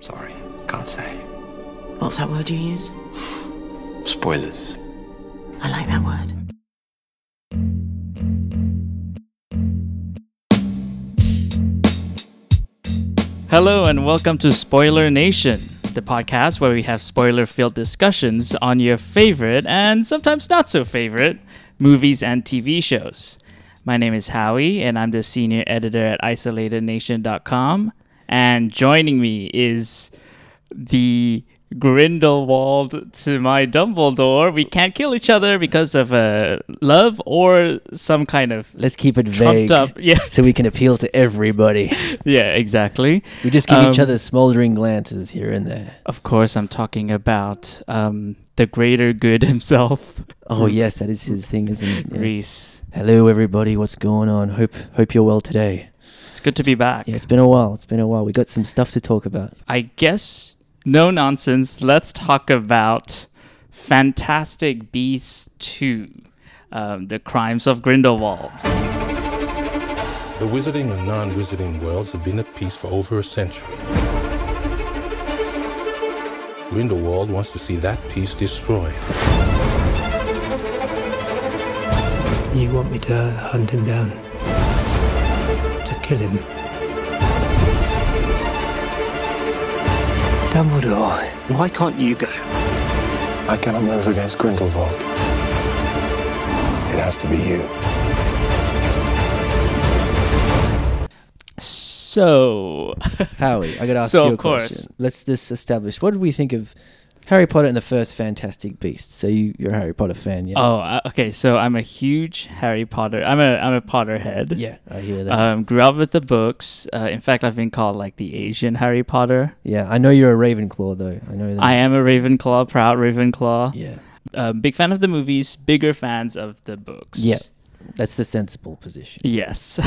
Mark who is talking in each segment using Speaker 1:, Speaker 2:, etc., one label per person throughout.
Speaker 1: Sorry, can't say.
Speaker 2: What's that word you use?
Speaker 1: Spoilers.
Speaker 2: I like that word.
Speaker 3: Hello, and welcome to Spoiler Nation, the podcast where we have spoiler filled discussions on your favorite and sometimes not so favorite movies and TV shows. My name is Howie, and I'm the senior editor at isolatednation.com. And joining me is the Grindelwald to my Dumbledore. We can't kill each other because of uh, love or some kind of
Speaker 4: Let's keep it
Speaker 3: trumped
Speaker 4: vague.
Speaker 3: up. Yeah,
Speaker 4: So we can appeal to everybody.
Speaker 3: yeah, exactly.
Speaker 4: We just give each
Speaker 3: Um,
Speaker 4: other smoldering glances here and there.
Speaker 3: Of course, I'm talking about um, the greater good himself,
Speaker 4: Oh yes, that is his thing, isn't it? Yeah.
Speaker 3: Reese.
Speaker 4: Hello everybody, what's going on? Hope hope you're well today.
Speaker 3: It's good to be back.
Speaker 4: Yeah, it's been a while. It's been a while. We got some stuff to talk about.
Speaker 3: I guess no nonsense. Let's talk about Fantastic Beasts 2 um, The Crimes of Grindelwald.
Speaker 5: The wizarding and non wizarding worlds have been at peace for over a century. Grindelwald wants to see that peace destroyed.
Speaker 6: You want me to hunt him down? To kill him? Dumbledore, why can't you go?
Speaker 7: I cannot move against Grindelwald. It has to be you.
Speaker 3: So,
Speaker 4: Howie, I gotta ask
Speaker 3: So,
Speaker 4: you a
Speaker 3: of course.
Speaker 4: question. Let's just establish what did we think of Harry Potter and the first Fantastic Beast? So you, you're a Harry Potter fan, yeah?
Speaker 3: oh, uh, okay. So I'm a huge Harry Potter. I'm a I'm a Potterhead.
Speaker 4: yeah, I hear that.
Speaker 3: Um, grew up with the books. Uh, in fact, I've been called like the Asian Harry Potter.
Speaker 4: yeah, I know you're a Ravenclaw though. I know that.
Speaker 3: I am a Ravenclaw, proud Ravenclaw.
Speaker 4: yeah,
Speaker 3: uh, big fan of the movies, bigger fans of the books.
Speaker 4: Yeah. that's the sensible position.
Speaker 3: Yes.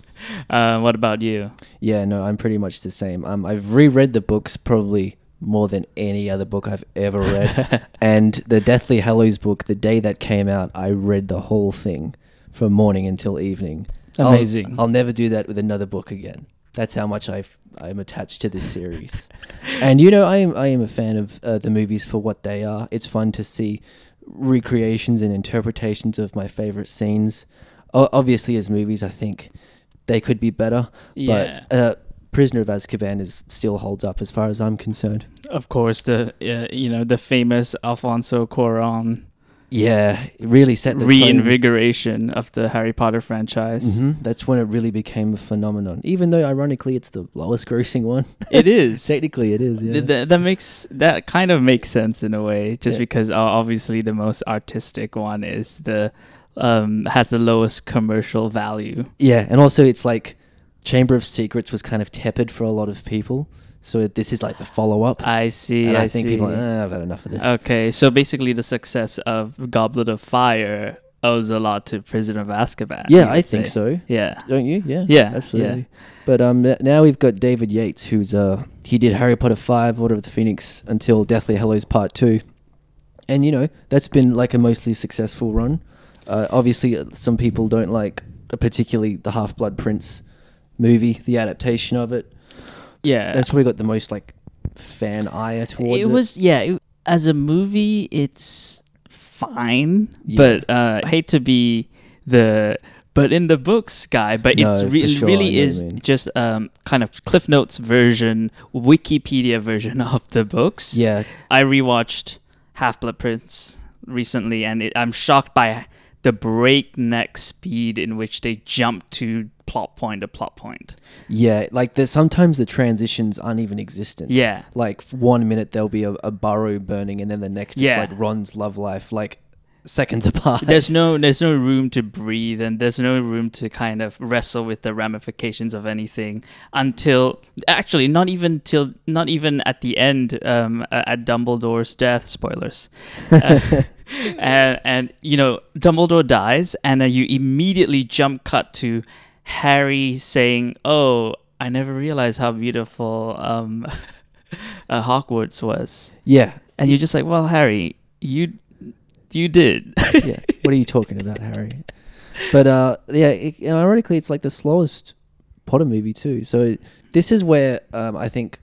Speaker 3: uh, what about you?
Speaker 4: Yeah, no, I'm pretty much the same. Um, I've reread the books probably more than any other book I've ever read. and the Deathly Hallows book, the day that came out, I read the whole thing from morning until evening. I'll-
Speaker 3: Amazing.
Speaker 4: I'll, never do that with another book again. That's how much I've, I'm attached to this series. and you know, I am I am a fan of uh, the movies for what they are. It's fun to see recreations and interpretations of my favorite scenes. O- obviously, as movies, I think they could be better.
Speaker 3: Yeah.
Speaker 4: But uh, Prisoner of Azkaban is still holds up as far as I'm concerned.
Speaker 3: Of course, the uh, you know the famous Alfonso Cuarón
Speaker 4: Yeah, it really set the
Speaker 3: reinvigoration of the Harry Potter franchise.
Speaker 4: hmm That's when it really became a phenomenon. Even though, ironically, it's the lowest grossing one.
Speaker 3: It is.
Speaker 4: Technically, it is. Yeah.
Speaker 3: Th- that, that makes that kind of makes sense in a way, just
Speaker 4: Yeah.
Speaker 3: because uh, obviously the most artistic one is the um, has the lowest commercial value.
Speaker 4: Yeah, and also it's like Chamber of Secrets was kind of tepid for a lot of people, so it, this is like the follow up.
Speaker 3: I see.
Speaker 4: and I,
Speaker 3: I
Speaker 4: think
Speaker 3: see.
Speaker 4: people, are like, "Ah, I've had enough of this.
Speaker 3: Okay, so basically, the success of Goblet of Fire owes a lot to Prisoner of Azkaban. you
Speaker 4: yeah, I
Speaker 3: would
Speaker 4: think
Speaker 3: say.
Speaker 4: so.
Speaker 3: Yeah,
Speaker 4: Don't you? Yeah.
Speaker 3: Yeah,
Speaker 4: Absolutely. But um, n- now we've got David Yates, who's uh, he did Harry Potter five, Order of the Phoenix, until Deathly Hallows Part two, and you know that's been like a mostly successful run. Uh, obviously, uh, some people don't like uh, particularly the Half Blood Prince movie, the adaptation of it.
Speaker 3: yeah.
Speaker 4: That's probably got the most like fan ire towards it.
Speaker 3: Uh, it was yeah. It, as a movie, it's fine,
Speaker 4: Yeah.
Speaker 3: but uh, I hate to be the but in the books guy, but it's
Speaker 4: No,
Speaker 3: re-
Speaker 4: for
Speaker 3: it
Speaker 4: sure, I know
Speaker 3: really
Speaker 4: what
Speaker 3: is
Speaker 4: you mean.
Speaker 3: just um, kind of Cliff Notes version, Wikipedia version of the books.
Speaker 4: yeah,
Speaker 3: I rewatched Half Blood Prince recently, and it, I'm shocked by the breakneck speed in which they jump to plot point to plot point.
Speaker 4: yeah. Like there's sometimes the transitions aren't even existent.
Speaker 3: Yeah,
Speaker 4: like f- one minute there'll be a, a burrow burning and then the next
Speaker 3: Yeah.
Speaker 4: it's like Ron's love life like seconds apart.
Speaker 3: there's no there's no room to breathe, and there's no room to kind of wrestle with the ramifications of anything until actually not even till not even at the end um, a- at Dumbledore's death. Spoilers. Uh, and, and you know Dumbledore dies, and then you immediately jump cut to Harry saying, "Oh, I never realized how beautiful um, uh, Hogwarts was,"
Speaker 4: yeah.
Speaker 3: and you're just like, "Well, Harry, you you did."
Speaker 4: Yeah. what are you talking about, Harry? But uh yeah, it, and ironically it's like the slowest Potter movie too. So this is where um I think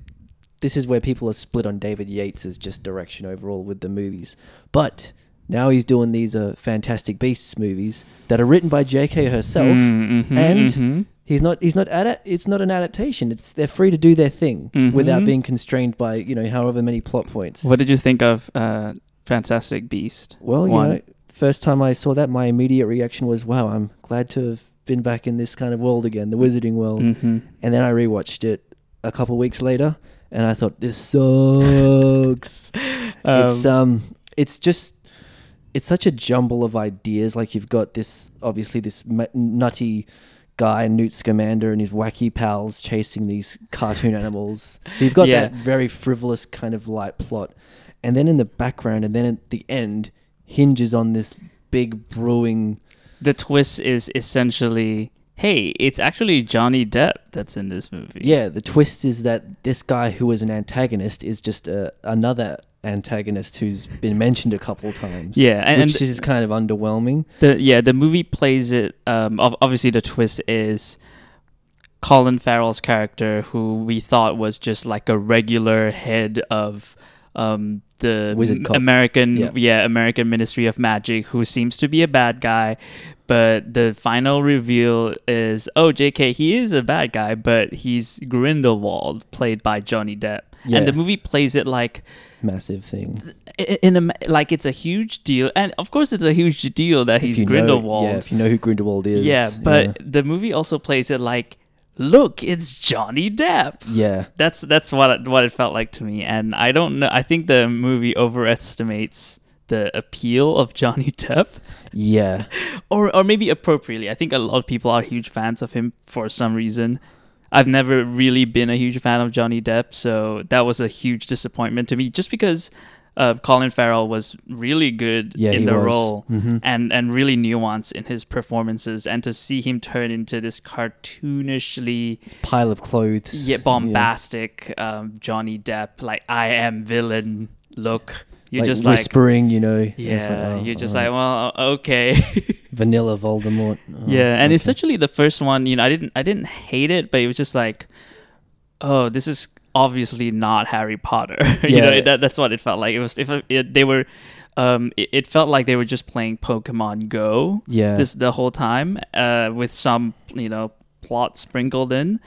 Speaker 4: this is where people are split on David Yates's just direction overall with the movies. But now he's doing these uh, Fantastic Beasts movies that are written by J.K. herself,
Speaker 3: Hmm. Mm, mm-hmm,
Speaker 4: and he's not he's not at It's not an adaptation. It's they're free to do their thing without
Speaker 3: Mhm.
Speaker 4: being constrained by you know however many plot points.
Speaker 3: What did you think of uh, Fantastic Beast?
Speaker 4: Well,
Speaker 3: one?
Speaker 4: you know, first time I saw that, my immediate reaction was, "Wow, I'm glad to have been back in this kind of world again, the Wizarding world."
Speaker 3: Mhm.
Speaker 4: And then I rewatched it a couple weeks later, and I thought, "This sucks." it's
Speaker 3: Um,
Speaker 4: um, it's just, it's such a jumble of ideas. Like you've got this, obviously, this ma- nutty guy Newt Scamander and his wacky pals chasing these cartoon animals. So you've got
Speaker 3: Yeah.
Speaker 4: that very frivolous kind of light plot, and then in the background, and then at the end, hinges on this big brewing.
Speaker 3: the twist is essentially, hey, it's actually Johnny Depp that's in this movie.
Speaker 4: Yeah, the twist is that this guy who was an antagonist is just a, another antagonist who's been mentioned a couple times.
Speaker 3: Yeah, and-
Speaker 4: which
Speaker 3: and-
Speaker 4: is kind of underwhelming.
Speaker 3: The yeah, the movie plays it. Um, ob- obviously the twist is Colin Farrell's character, who we thought was just like a regular head of um the
Speaker 4: Wizard
Speaker 3: M-
Speaker 4: cult.
Speaker 3: American
Speaker 4: Yeah.
Speaker 3: yeah. American Ministry of Magic, who seems to be a bad guy. But the final reveal is oh J.K. he is a bad guy, but he's Grindelwald, played by Johnny Depp,
Speaker 4: Yeah.
Speaker 3: and the movie plays it like
Speaker 4: Massive thing.
Speaker 3: i- in a ma- like it's a huge deal, and of course it's a huge deal that
Speaker 4: If
Speaker 3: he's
Speaker 4: you know-
Speaker 3: Grindelwald.
Speaker 4: yeah, if you know who Grindelwald is.
Speaker 3: Yeah, but the movie also plays it like, look, it's Johnny Depp.
Speaker 4: yeah.
Speaker 3: That's that's what it, what it felt like to me, and I don't know. I think the movie overestimates the appeal of Johnny Depp,
Speaker 4: Yeah.
Speaker 3: or or maybe appropriately. I think a lot of people are huge fans of him for some reason. I've never really been a huge fan of Johnny Depp, so that was a huge disappointment to me. Just because uh, Colin Farrell was really good
Speaker 4: Yeah,
Speaker 3: in
Speaker 4: he
Speaker 3: the
Speaker 4: was.
Speaker 3: role
Speaker 4: Mhm.
Speaker 3: and and really nuanced in his performances, and to see him turn into this cartoonishly
Speaker 4: This pile of clothes.
Speaker 3: yet bombastic um, Johnny Depp, like I am villain look. You're
Speaker 4: like
Speaker 3: just like.
Speaker 4: whispering, you know. and it's oh,
Speaker 3: Yeah,
Speaker 4: wow,
Speaker 3: you're just
Speaker 4: alright.
Speaker 3: like, well, okay.
Speaker 4: vanilla Voldemort. Oh,
Speaker 3: yeah and
Speaker 4: okay.
Speaker 3: essentially the first one you know i didn't i didn't hate it but it was just like oh this is obviously not harry potter you
Speaker 4: Yeah.
Speaker 3: know that, that's what it felt like it was if it, they were um it, it felt like they were just playing pokemon go
Speaker 4: Yeah.
Speaker 3: this the whole time uh with some you know plot sprinkled in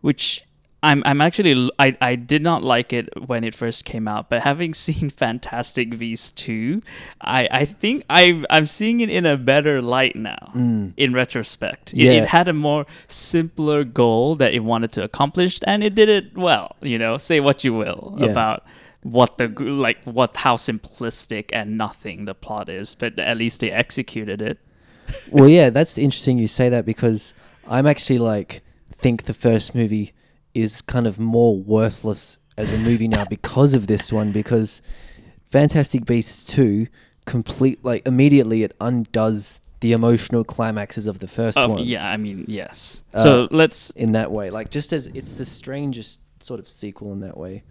Speaker 3: which I'm, I'm actually I, I did not like it when it first came out, but having seen Fantastic Beasts 2, I, I think I I'm seeing it in a better light now in retrospect. It,
Speaker 4: Mm. Yeah.
Speaker 3: it had a more simpler goal that it wanted to accomplish and it did it well, you know. Say what you will
Speaker 4: Yeah.
Speaker 3: about what the g- like what how simplistic and nothing the plot is, but at least they executed it.
Speaker 4: well, yeah, that's interesting you say that because I'm actually like think the first movie is kind of more worthless as a movie now because of this one because Fantastic Beasts 2 complete like immediately it undoes the emotional climaxes of the first
Speaker 3: Oh,
Speaker 4: one.
Speaker 3: yeah, I mean, yes.
Speaker 4: Uh,
Speaker 3: so let's
Speaker 4: in that way. Like just as it's the strangest sort of sequel in that way,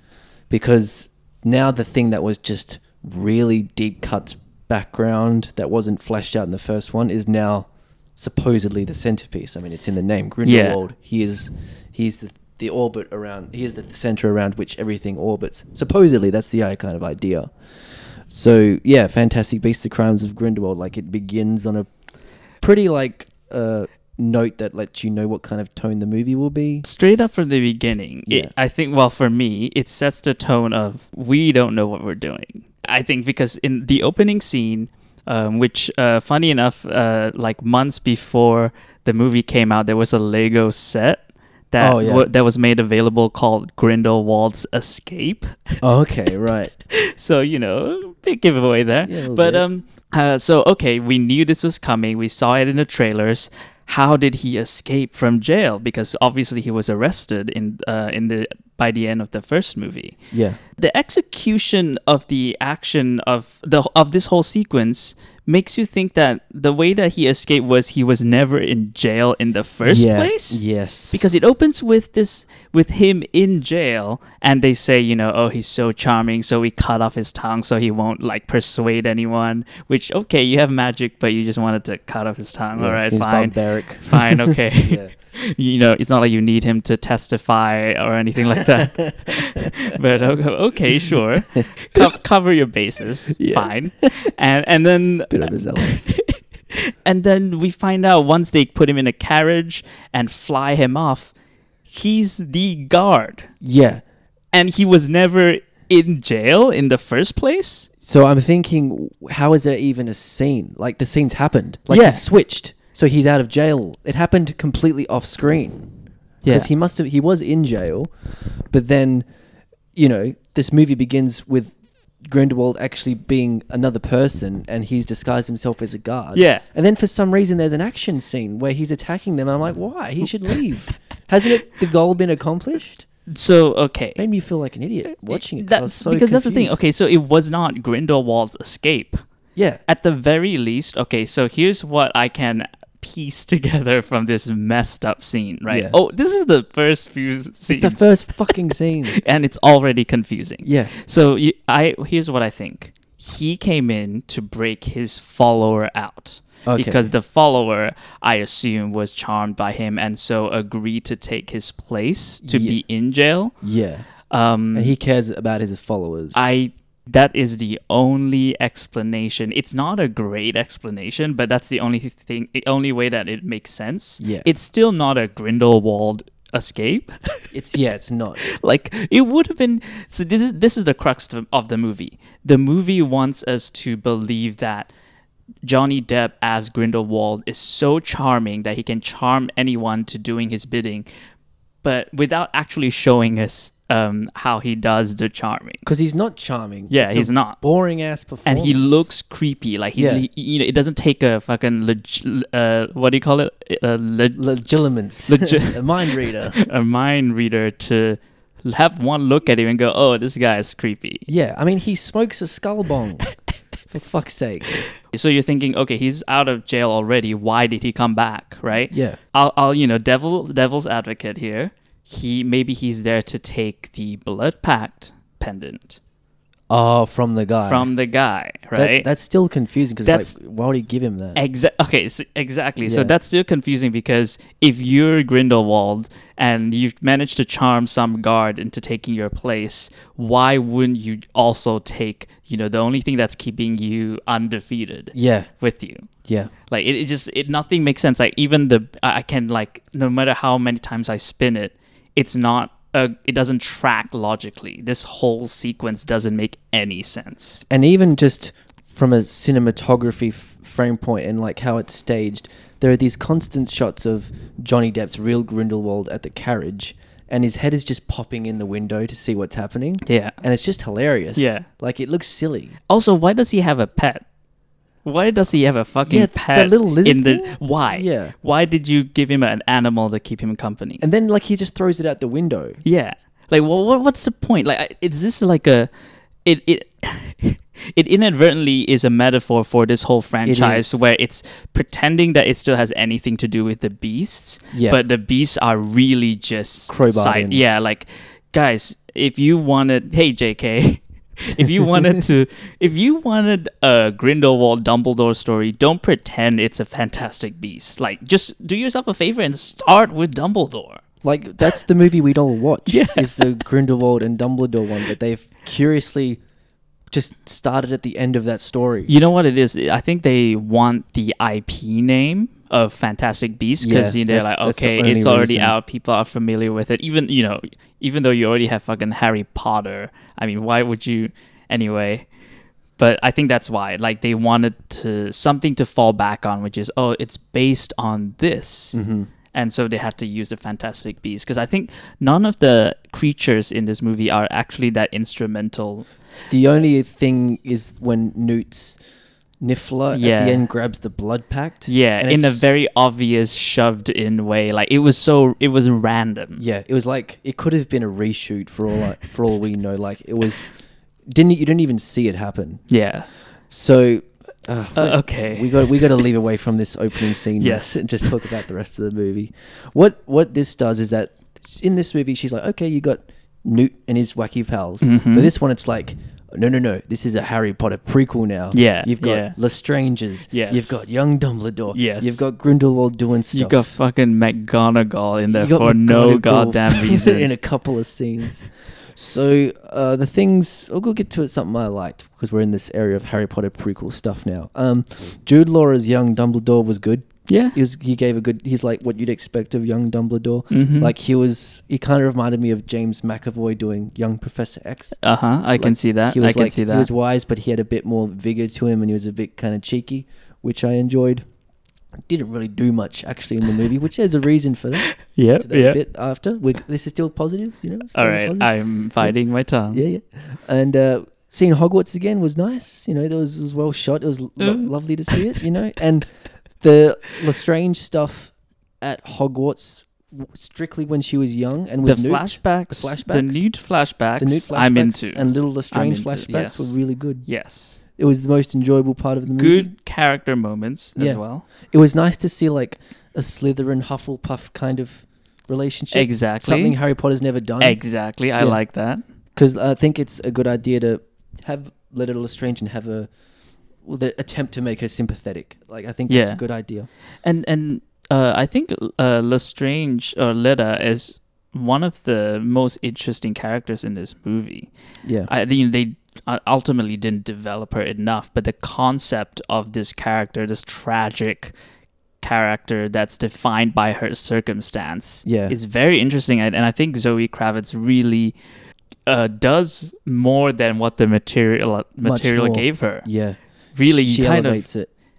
Speaker 4: because now the thing that was just really deep cut background that wasn't fleshed out in the first one is now supposedly the centerpiece. I mean, it's in the name Grindelwald. He is he's the the orbit around he is the center around which everything orbits. Supposedly, that's the kind of idea. So yeah, Fantastic Beasts: The Crimes of Grindelwald. Like it begins on a pretty like uh, note that lets you know what kind of tone the movie will be.
Speaker 3: straight up from the beginning,
Speaker 4: Yeah.
Speaker 3: it, I think, well, for me, it sets the tone of we don't know what we're doing. I think because in the opening scene, um, which, uh, funny enough, uh, like months before the movie came out, there was a Lego set that
Speaker 4: Oh, yeah.
Speaker 3: wa- that was made available called Grindelwald's Escape.
Speaker 4: Oh, okay, right.
Speaker 3: so you know, big giveaway there.
Speaker 4: Yeah, a little
Speaker 3: but
Speaker 4: bit.
Speaker 3: um, uh, so okay, we knew this was coming. We saw it in the trailers. How did he escape from jail? Because obviously he was arrested in uh, in the by the end of the first movie.
Speaker 4: Yeah,
Speaker 3: The execution of the action of the of this whole sequence makes you think that the way that he escaped was he was never in jail in the first
Speaker 4: Yeah,
Speaker 3: place
Speaker 4: Yes,
Speaker 3: because it opens with this with him in jail and they say you know oh he's so charming so we cut off his tongue so he won't like persuade anyone which okay you have magic but you just wanted to cut off his tongue
Speaker 4: Yeah,
Speaker 3: all right
Speaker 4: seems
Speaker 3: fine
Speaker 4: barbaric.
Speaker 3: fine okay
Speaker 4: Yeah.
Speaker 3: you know, it's not like you need him to testify or anything like that. but okay, okay, sure, Co- cover your bases,
Speaker 4: Yeah.
Speaker 3: fine. And and then
Speaker 4: Bit overzealous.
Speaker 3: and then we find out once they put him in a carriage and fly him off, he's the guard,
Speaker 4: yeah.
Speaker 3: and he was never in jail in the first place.
Speaker 4: So I'm thinking, how is there even a scene? Like the scene's happened. Like
Speaker 3: Yeah.
Speaker 4: it's switched. So he's out of jail. It happened completely off screen. Because he must have he was in jail, but then, you know, this movie begins with Grindelwald actually being another person and he's disguised himself as a guard.
Speaker 3: Yeah.
Speaker 4: And then for some reason there's an action scene where he's attacking them and I'm like, why? He should leave. Hasn't it, the goal been accomplished?
Speaker 3: so okay.
Speaker 4: Made me feel like an idiot watching it. 'cause I was
Speaker 3: That's
Speaker 4: so
Speaker 3: because that's the thing.
Speaker 4: confused.
Speaker 3: Okay, so it was not Grindelwald's escape.
Speaker 4: Yeah.
Speaker 3: At the very least, okay, so here's what I can piece together from this messed up scene, right?
Speaker 4: Yeah.
Speaker 3: Oh, this is the first few scenes.
Speaker 4: It's the first fucking scene.
Speaker 3: and it's already confusing.
Speaker 4: Yeah.
Speaker 3: So you, I here's what I think. He came in to break his follower out
Speaker 4: Okay.
Speaker 3: because the follower, I assume, was charmed by him and so agreed to take his place to
Speaker 4: Yeah.
Speaker 3: be in jail.
Speaker 4: Yeah.
Speaker 3: Um,
Speaker 4: And he cares about his followers.
Speaker 3: I that is the only explanation. It's not a great explanation, but that's the only thing, the only way that it makes sense.
Speaker 4: Yeah.
Speaker 3: it's still not a Grindelwald escape.
Speaker 4: It's yeah, it's not.
Speaker 3: like it would have been. So this is this is the crux of, of the movie. The movie wants us to believe that. Johnny Depp as Grindelwald is so charming that he can charm anyone to doing his bidding, but without actually showing us um, how he does the charming.
Speaker 4: Because he's not charming.
Speaker 3: Yeah,
Speaker 4: It's a
Speaker 3: he's not.
Speaker 4: Boring ass
Speaker 3: and
Speaker 4: performance.
Speaker 3: he looks creepy. Like he's,
Speaker 4: Yeah.
Speaker 3: he- you know, it doesn't take a fucking leg- uh, what do you call it? A, leg-
Speaker 4: legilimens.
Speaker 3: Legi-
Speaker 4: a mind reader.
Speaker 3: a mind reader to have one look at him and go, "Oh, this guy is creepy."
Speaker 4: Yeah, I mean he smokes a skull bong. For fuck's sake.
Speaker 3: So you're thinking, okay, he's out of jail already. Why did he come back? Right?
Speaker 4: Yeah.
Speaker 3: I'll, I'll you know, devil, devil's advocate here. He maybe he's there to take the blood pact pendant
Speaker 4: Oh, from the guy.
Speaker 3: from the guy,
Speaker 4: That-
Speaker 3: right?
Speaker 4: that's still confusing because
Speaker 3: That's-
Speaker 4: like, why would he give him that?
Speaker 3: Exa- okay, so exactly. So
Speaker 4: Yeah.
Speaker 3: that's still confusing because if you're Grindelwald and you've managed to charm some guard into taking your place, why wouldn't you also take, you know, the only thing that's keeping you undefeated
Speaker 4: yeah,
Speaker 3: with you?
Speaker 4: yeah.
Speaker 3: Like it, it just it nothing makes sense. Like even the I I can like no matter how many times I spin it, it's not uh, it doesn't track logically. This whole sequence doesn't make any sense.
Speaker 4: and even just from a cinematography f- frame point and like how it's staged, there are these constant shots of Johnny Depp's real Grindelwald at the carriage, and his head is just popping in the window to see what's happening.
Speaker 3: Yeah.
Speaker 4: and it's just hilarious.
Speaker 3: Yeah.
Speaker 4: like it looks silly.
Speaker 3: Also, why does he have a pet? Why does he have a fucking
Speaker 4: Yeah, that
Speaker 3: pet?
Speaker 4: little lizard
Speaker 3: in the
Speaker 4: thing?
Speaker 3: why?
Speaker 4: Yeah.
Speaker 3: Why did you give him an animal to keep him company?
Speaker 4: And then like he just throws it out the window.
Speaker 3: yeah. Like, well, what, what's the point? Like, I- is this like a it it it inadvertently is a metaphor for this whole franchise
Speaker 4: is.
Speaker 3: where it's pretending that it still has anything to do with the beasts,
Speaker 4: Yeah.
Speaker 3: but the beasts are really just
Speaker 4: Crowbarred in.
Speaker 3: Yeah, like guys, if you wanted, hey J.K. if you wanted to, if you wanted a Grindelwald Dumbledore story, don't pretend it's a Fantastic Beast. Like, just do yourself a favor and start with Dumbledore.
Speaker 4: Like that's the movie we'd all watch. is the Grindelwald and Dumbledore one, but they've curiously just started at the end of that story.
Speaker 3: You know what it is? I think they want the IP name of Fantastic Beasts because
Speaker 4: Yeah,
Speaker 3: you know,
Speaker 4: that's-
Speaker 3: like,
Speaker 4: that's the
Speaker 3: okay,
Speaker 4: only
Speaker 3: it's already
Speaker 4: reason.
Speaker 3: out. People are familiar with it. Even you know, even though you already have fucking Harry Potter. I mean, why would you anyway? But I think that's why. Like they wanted to something to fall back on, which is oh, it's based on this.
Speaker 4: Mm-hmm.
Speaker 3: And so they had to use the Fantastic Beasts because I think none of the creatures in this movie are actually that instrumental.
Speaker 4: The only thing is when Newt's Niffler
Speaker 3: Yeah.
Speaker 4: at the end grabs the blood pact.
Speaker 3: Yeah,
Speaker 4: and
Speaker 3: in a
Speaker 4: it's-
Speaker 3: very obvious shoved in way. Like it was so it was random.
Speaker 4: yeah, it was like it could have been a reshoot for all I, for all we know. Like it was didn't you didn't even see it happen.
Speaker 3: Yeah.
Speaker 4: So uh,
Speaker 3: Uh, okay.
Speaker 4: we got we got to leave away from this opening scene.
Speaker 3: Yes.
Speaker 4: and just talk about the rest of the movie. What what this does is
Speaker 3: Mm-hmm.
Speaker 4: that in this movie she's like, okay, you got Newt and his wacky pals, but this one it's like, no, no, no, this is a Harry Potter prequel now.
Speaker 3: Yeah,
Speaker 4: You've got
Speaker 3: yeah.
Speaker 4: Lestranges.
Speaker 3: Yes.
Speaker 4: You've got young Dumbledore.
Speaker 3: Yes.
Speaker 4: You've got Grindelwald doing stuff.
Speaker 3: You got fucking McGonagall in there
Speaker 4: You got
Speaker 3: for no
Speaker 4: McGonagall
Speaker 3: goddamn
Speaker 4: in
Speaker 3: reason.
Speaker 4: a couple of scenes. So uh, the things I'll go get to it. Something I liked because we're in this area of Harry Potter prequel stuff now. Um, Jude Law as young Dumbledore was good.
Speaker 3: yeah.
Speaker 4: He was he gave a good. He's like what you'd expect of young Dumbledore.
Speaker 3: Mhm.
Speaker 4: Like he was. He kind of reminded me of James McAvoy doing young Professor X.
Speaker 3: Uh huh. I can see that.
Speaker 4: He was
Speaker 3: I can
Speaker 4: like,
Speaker 3: see
Speaker 4: He
Speaker 3: that.
Speaker 4: was wise, but he had a bit more vigor to him, and he was a bit kind of cheeky, which I enjoyed. Didn't really do much actually in the movie, which there's a reason for that
Speaker 3: Yep.
Speaker 4: to that
Speaker 3: Yep.
Speaker 4: bit after. we this is still positive, you know. still
Speaker 3: All right.
Speaker 4: positive.
Speaker 3: I'm biting my tongue.
Speaker 4: yeah, yeah. And uh, seeing Hogwarts again was nice. You know, that was, was well shot. It was lo-
Speaker 3: Mm.
Speaker 4: lovely to see it. You know, and the Lestrange stuff at Hogwarts, w- strictly when she was young and
Speaker 3: The
Speaker 4: with Newt,
Speaker 3: flashbacks, the
Speaker 4: The flashbacks.
Speaker 3: nude flashbacks,
Speaker 4: the Newt flashbacks
Speaker 3: I'm into.
Speaker 4: and little Lestrange
Speaker 3: into,
Speaker 4: flashbacks
Speaker 3: yes.
Speaker 4: were really good.
Speaker 3: yes,
Speaker 4: It was the most enjoyable part of the movie.
Speaker 3: good character moments
Speaker 4: Yeah.
Speaker 3: as well.
Speaker 4: It was nice to see like a Slytherin Hufflepuff kind of relationship.
Speaker 3: Exactly,
Speaker 4: Something Harry Potter's never done.
Speaker 3: exactly. I
Speaker 4: Yeah.
Speaker 3: like that.
Speaker 4: because I think it's a good idea to have Letta Lestrange and have a well, the attempt to make her sympathetic. Like I think that's
Speaker 3: Yeah.
Speaker 4: a good idea.
Speaker 3: And and uh, I think uh, Lestrange or Leda is one of the most interesting characters in this movie.
Speaker 4: Yeah,
Speaker 3: I think they uh, ultimately didn't develop her enough, but the concept of this character, this tragic character that's defined by her circumstance,
Speaker 4: Yeah.
Speaker 3: is very interesting. And, and I think Zoe Kravitz really uh, does more than what the material material
Speaker 4: more.
Speaker 3: gave her.
Speaker 4: yeah.
Speaker 3: Really,
Speaker 4: she
Speaker 3: you kind
Speaker 4: elevates it,
Speaker 3: of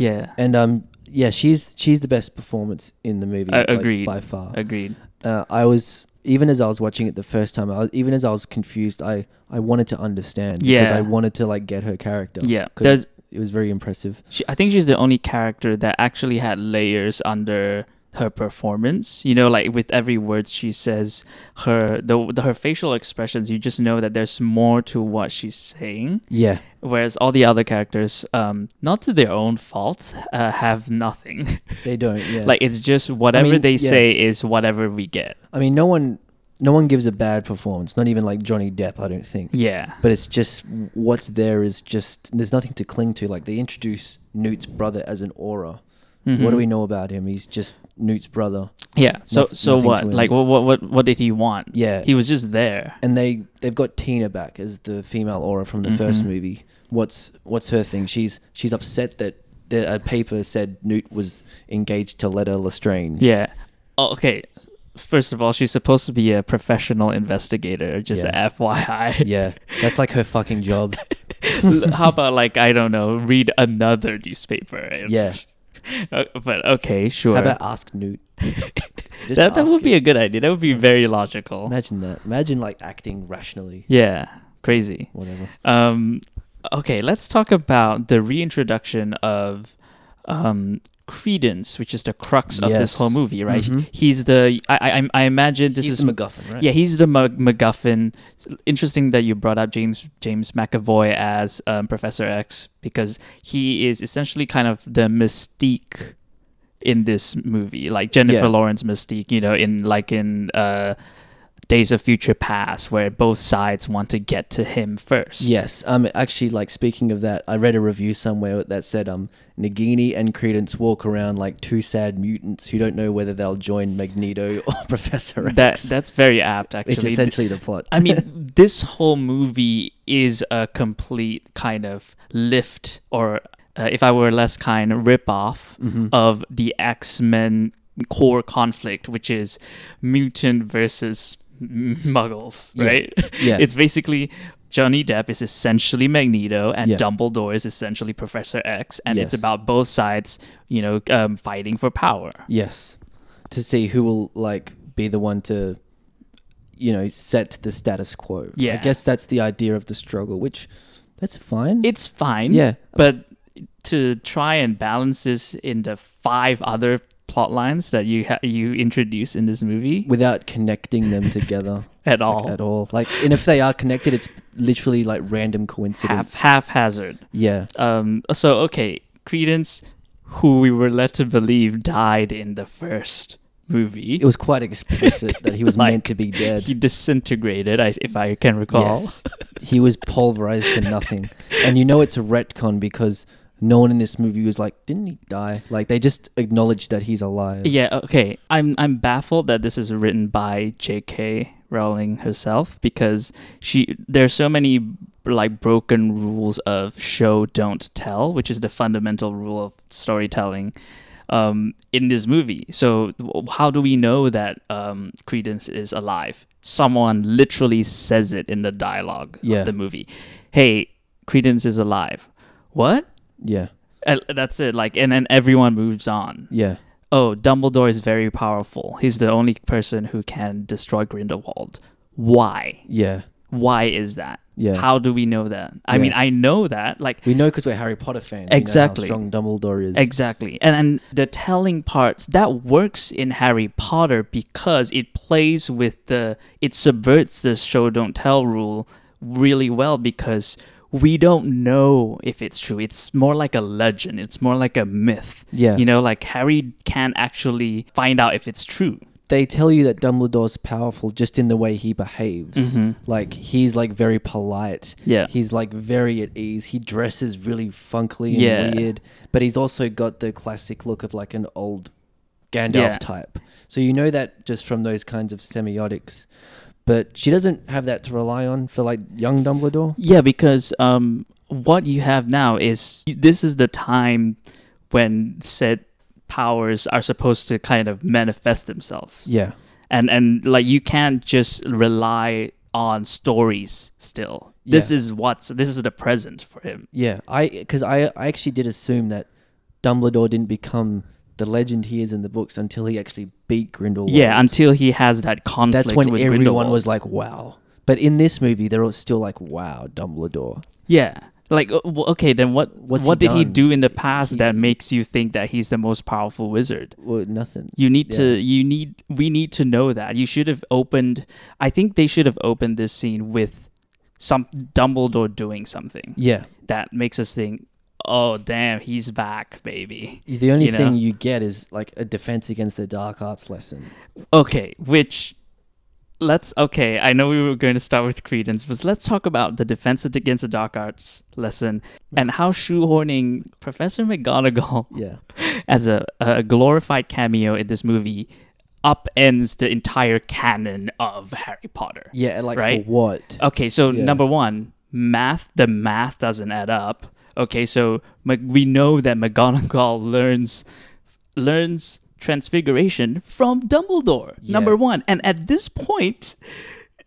Speaker 3: yeah,
Speaker 4: and um, yeah, she's she's the best performance in the movie.
Speaker 3: I-
Speaker 4: like,
Speaker 3: agreed.
Speaker 4: by far.
Speaker 3: agreed.
Speaker 4: Uh, I was even as I was watching it the first time, I was, even as I was confused, I I wanted to understand. because
Speaker 3: Yeah.
Speaker 4: I wanted to like get her character.
Speaker 3: Yeah,
Speaker 4: 'cause
Speaker 3: there's.
Speaker 4: it was very impressive.
Speaker 3: She, I think she's the only character that actually had layers under her performance. You know, like with every word she says, her the, the her facial expressions, you just know that there's more to what she's saying.
Speaker 4: Yeah,
Speaker 3: Whereas all the other characters, um, not to their own fault, uh, have nothing.
Speaker 4: they don't. Yeah,
Speaker 3: like it's just whatever
Speaker 4: mean,
Speaker 3: they
Speaker 4: yeah.
Speaker 3: say is whatever we get.
Speaker 4: I mean, no one no one gives a bad performance. Not even like Johnny Depp. I don't think.
Speaker 3: Yeah.
Speaker 4: but it's just what's there is just there's nothing to cling to. Like they introduce Newt's brother as an aura.
Speaker 3: Mm-hmm.
Speaker 4: What do we know about him? He's just Newt's brother,
Speaker 3: Yeah. So
Speaker 4: Noth-
Speaker 3: so
Speaker 4: nothing
Speaker 3: what?
Speaker 4: to him.
Speaker 3: Like what what what what did he want?
Speaker 4: Yeah.
Speaker 3: He was just there.
Speaker 4: and they they've got Tina back as the female aura from the first
Speaker 3: Mm-hmm.
Speaker 4: movie. What's what's her thing? She's she's upset that the a paper said Newt was engaged to Letta Lestrange.
Speaker 3: Yeah. Oh, okay. First of all, she's supposed to be a professional investigator, just
Speaker 4: Yeah.
Speaker 3: FYI.
Speaker 4: yeah, that's like her fucking job.
Speaker 3: How about like I don't know, read another newspaper? and-
Speaker 4: Yeah,
Speaker 3: Uh, But okay, sure.
Speaker 4: how about ask Newt? Just
Speaker 3: that that
Speaker 4: ask
Speaker 3: would be
Speaker 4: him.
Speaker 3: a good idea. That would be very logical.
Speaker 4: imagine that. Imagine like acting rationally.
Speaker 3: yeah. Crazy.
Speaker 4: Whatever.
Speaker 3: Um okay, let's talk about the reintroduction of um Credence, which is the crux of this
Speaker 4: Yes. Mm-hmm.
Speaker 3: whole movie, right? He's the I I, I imagine this
Speaker 4: He's
Speaker 3: is
Speaker 4: the MacGuffin, right?
Speaker 3: Yeah, he's the Mac- MacGuffin. It's interesting that you brought up James James McAvoy as um, Professor X because he is essentially kind of the mystique in this movie, like Jennifer
Speaker 4: Yeah.
Speaker 3: Lawrence mystique. You know, in like in uh, Days of Future Past, where both sides want to get to him first.
Speaker 4: Yes. Um. Actually, like speaking of that, I read a review somewhere that said, um, Nagini and Credence walk around like two sad mutants who don't know whether they'll join Magneto or Professor X.
Speaker 3: that that's very apt. Actually,
Speaker 4: it's essentially the plot.
Speaker 3: I mean, this whole movie is a complete kind of lift, or uh, if I were less kind, ripoff
Speaker 4: Mm-hmm.
Speaker 3: of the X Men core conflict, which is mutant versus m- muggles,
Speaker 4: Yeah.
Speaker 3: right?
Speaker 4: Yeah.
Speaker 3: it's basically. Johnny Depp is essentially Magneto, and
Speaker 4: Yeah.
Speaker 3: Dumbledore is essentially Professor X, and it's
Speaker 4: Yes.
Speaker 3: about both sides, you know, um, fighting for power.
Speaker 4: yes. To see who will like be the one to, you know, set the status quo. I
Speaker 3: Yeah.
Speaker 4: guess that's the idea of the struggle, which that's fine.
Speaker 3: It's fine,
Speaker 4: Yeah.
Speaker 3: but to try and balance this in the five other plot lines that you ha- you introduce in this movie
Speaker 4: without connecting them together
Speaker 3: at all,
Speaker 4: at all. Like, and if they are connected, it's literally like random
Speaker 3: half
Speaker 4: coincidence.
Speaker 3: haphazard.
Speaker 4: yeah.
Speaker 3: Um, so okay, Credence, who we were led to believe died in the first movie,
Speaker 4: it was quite explicit that he was
Speaker 3: Like,
Speaker 4: meant to be dead.
Speaker 3: he disintegrated. I, if I can recall,
Speaker 4: Yes. he was pulverized to nothing. And you know it's a retcon because no one in this movie was like, didn't he die? Like they just acknowledge that he's alive.
Speaker 3: Yeah, okay. I'm I'm baffled that this is written by J.K. Rowling herself because she there's so many like broken rules of show don't tell, which is the fundamental rule of storytelling um, in this movie. So w- how do we know that um, Credence is alive? Someone literally says it in the dialogue
Speaker 4: Yeah.
Speaker 3: of the movie. Hey, Credence is alive. What?
Speaker 4: Yeah.
Speaker 3: And that's it. Like, and then everyone moves on
Speaker 4: Yeah.
Speaker 3: oh, Dumbledore is very powerful. He's the only person who can destroy Grindelwald. Why?
Speaker 4: Yeah.
Speaker 3: Why is that?
Speaker 4: Yeah.
Speaker 3: How do we know that? I
Speaker 4: Yeah.
Speaker 3: mean, I know that. Like,
Speaker 4: We know because we're Harry Potter fans. we know how
Speaker 3: Exactly.
Speaker 4: strong Dumbledore is.
Speaker 3: exactly. And and the telling parts that works in Harry Potter because it plays with the it subverts the show don't tell rule really well because we don't know if it's true. It's more like a legend. It's more like a myth.
Speaker 4: Yeah.
Speaker 3: You know, like Harry can't actually find out if it's true.
Speaker 4: they tell you that Dumbledore's powerful just in the way he behaves. Like he's like very polite.
Speaker 3: Mm-hmm. Yeah.
Speaker 4: He's like very at ease. He dresses really funkily and
Speaker 3: Yeah.
Speaker 4: weird, but he's also got the classic look of like an old
Speaker 3: Yeah.
Speaker 4: Gandalf type. So you know that just from those kinds of semiotics. But she doesn't have that to rely on for like young Dumbledore.
Speaker 3: Yeah, because um, what you have now is this is the time when said powers are supposed to kind of manifest themselves,
Speaker 4: Yeah.
Speaker 3: and and like you can't just rely on stories. Still, this
Speaker 4: Yeah.
Speaker 3: is what's this is the present for him.
Speaker 4: Yeah, I because I I actually did assume that Dumbledore didn't become the legend he is in the books until he actually beat Grindelwald.
Speaker 3: Yeah, until he has that conflict.
Speaker 4: that's when
Speaker 3: with
Speaker 4: everyone
Speaker 3: Grindelwald.
Speaker 4: was like, "Wow!" But in this movie, they're all still like, "Wow, Dumbledore."
Speaker 3: Yeah. Like o- w- okay, then what?
Speaker 4: What's he
Speaker 3: what did he
Speaker 4: done?
Speaker 3: do in the past that makes you think that he's the most powerful wizard?
Speaker 4: Well, nothing.
Speaker 3: You need to
Speaker 4: Yeah.
Speaker 3: you need we need to know that. You should have opened I think they should have opened this scene with some Dumbledore doing something
Speaker 4: Yeah,
Speaker 3: that makes us think, "Oh damn, he's back, baby."
Speaker 4: the only
Speaker 3: You know?
Speaker 4: thing you get is like a defense against the dark arts lesson.
Speaker 3: Okay, which let's okay, I know we were going to start with Credence, but let's talk about the defense against the dark arts lesson and how shoehorning Professor McGonagall
Speaker 4: Yeah,
Speaker 3: as a, a glorified cameo in this movie upends the entire canon of Harry Potter.
Speaker 4: yeah, and, like
Speaker 3: Right. Oh.
Speaker 4: for what?
Speaker 3: Okay, so
Speaker 4: Yeah.
Speaker 3: number one, math. The math doesn't add up. Okay, so Ma- we know that McGonagall learns learns transfiguration from Dumbledore. Number one, and at this point,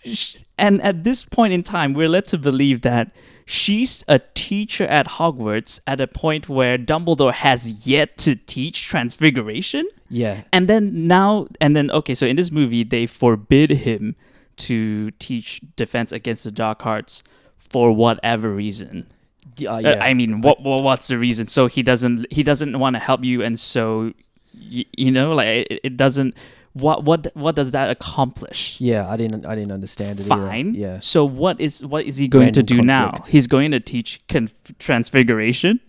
Speaker 3: sh- and at this point in time, we're led to believe that she's a teacher at Hogwarts at a point where Dumbledore has yet to teach transfiguration.
Speaker 4: Yeah,
Speaker 3: And then now, and then, okay, so in this movie, they forbid him to teach defense against the Dark Arts for whatever reason.
Speaker 4: D- uh,
Speaker 3: Uh,
Speaker 4: yeah.
Speaker 3: I mean, what, what what's the reason? So he doesn't he doesn't want to help you, and so y- you know, like it, it doesn't. What what what does that accomplish?
Speaker 4: yeah, I didn't, I didn't understand it. either.
Speaker 3: Fine.
Speaker 4: Yeah,
Speaker 3: So what is what is he going
Speaker 4: Grand
Speaker 3: to do now?
Speaker 4: conflict.
Speaker 3: He's going to teach conf- transfiguration,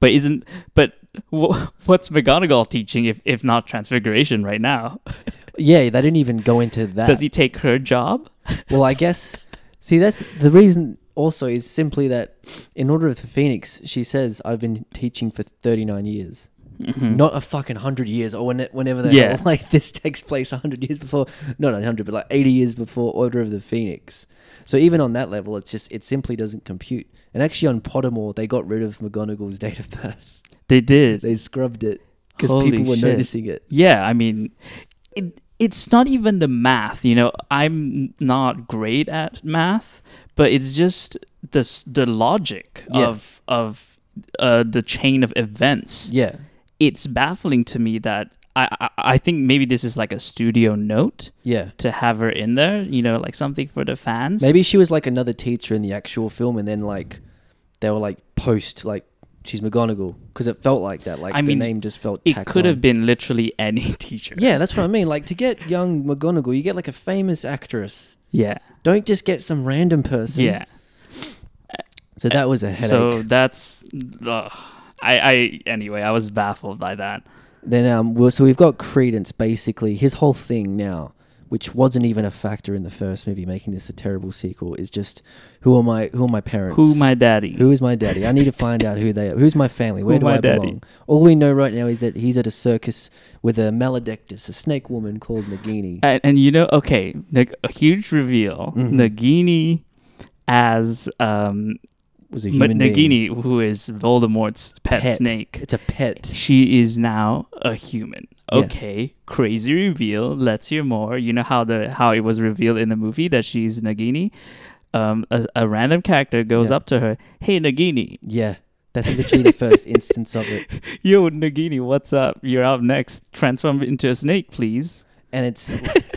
Speaker 3: but isn't but wh- what's McGonagall teaching if if not transfiguration right now?
Speaker 4: yeah, they didn't even go into that.
Speaker 3: Does he take her job?
Speaker 4: Well, I guess. See, that's the reason. Also, is simply that in Order of the Phoenix, she says, "I've been teaching for thirty nine years, not a fucking hundred years, or when, whenever the
Speaker 3: Mm-hmm. Yeah.
Speaker 4: hell, like this takes place hundred years before, not hundred, but like eighty years before Order of the Phoenix." So even on that level, it's just it simply doesn't compute. And actually, on Pottermore, they got rid of McGonagall's date of birth.
Speaker 3: They did.
Speaker 4: They scrubbed it because
Speaker 3: Holy
Speaker 4: people were
Speaker 3: shit.
Speaker 4: noticing it.
Speaker 3: Yeah, I mean, it, it's not even the math. You know, I'm not great at math, but it's just the s- the logic
Speaker 4: Yeah.
Speaker 3: of of uh, the chain of events.
Speaker 4: Yeah,
Speaker 3: It's baffling to me that I, I I think maybe this is like a studio note
Speaker 4: yeah.
Speaker 3: to have her in there. You know, like something for the fans.
Speaker 4: Maybe she was like another teacher in the actual film, and then like they were like post like she's McGonagall because it felt like that. Like
Speaker 3: I
Speaker 4: the
Speaker 3: mean,
Speaker 4: name just felt.
Speaker 3: it
Speaker 4: tacked
Speaker 3: could
Speaker 4: on.
Speaker 3: have been literally any teacher.
Speaker 4: Yeah, that's what I mean. Like to get young McGonagall, you get like a famous actress.
Speaker 3: Yeah.
Speaker 4: Don't just get some random person.
Speaker 3: Yeah.
Speaker 4: So that was a headache.
Speaker 3: So that's ugh. I I anyway, I was baffled by that.
Speaker 4: Then um, well, so we've got Credence basically. His whole thing now which wasn't even a factor in the first movie, making this a terrible sequel, is just who are my who are my parents?
Speaker 3: Who my daddy?
Speaker 4: Who is my daddy? I need to find out who they are. Who's my family? Where
Speaker 3: Who
Speaker 4: do
Speaker 3: my
Speaker 4: I
Speaker 3: daddy?
Speaker 4: belong? All we know right now is that he's at a circus with a maledictus, a snake woman called Nagini.
Speaker 3: and, and you know, okay, like a huge reveal.
Speaker 4: Mm-hmm.
Speaker 3: Nagini as um
Speaker 4: was a
Speaker 3: Ma-
Speaker 4: human being.
Speaker 3: Nagini, who is Voldemort's pet, snake.
Speaker 4: It's a pet.
Speaker 3: She is now a human.
Speaker 4: Yeah.
Speaker 3: Okay, crazy reveal. Let's hear more. You know how the how it was revealed in the movie that she's Nagini. Um, a, a random character goes
Speaker 4: Yeah.
Speaker 3: up to her. Hey, Nagini.
Speaker 4: Yeah, that's literally the first instance of it,
Speaker 3: Yo, Nagini, what's up? You're up next. Transform into a snake, please.
Speaker 4: and it's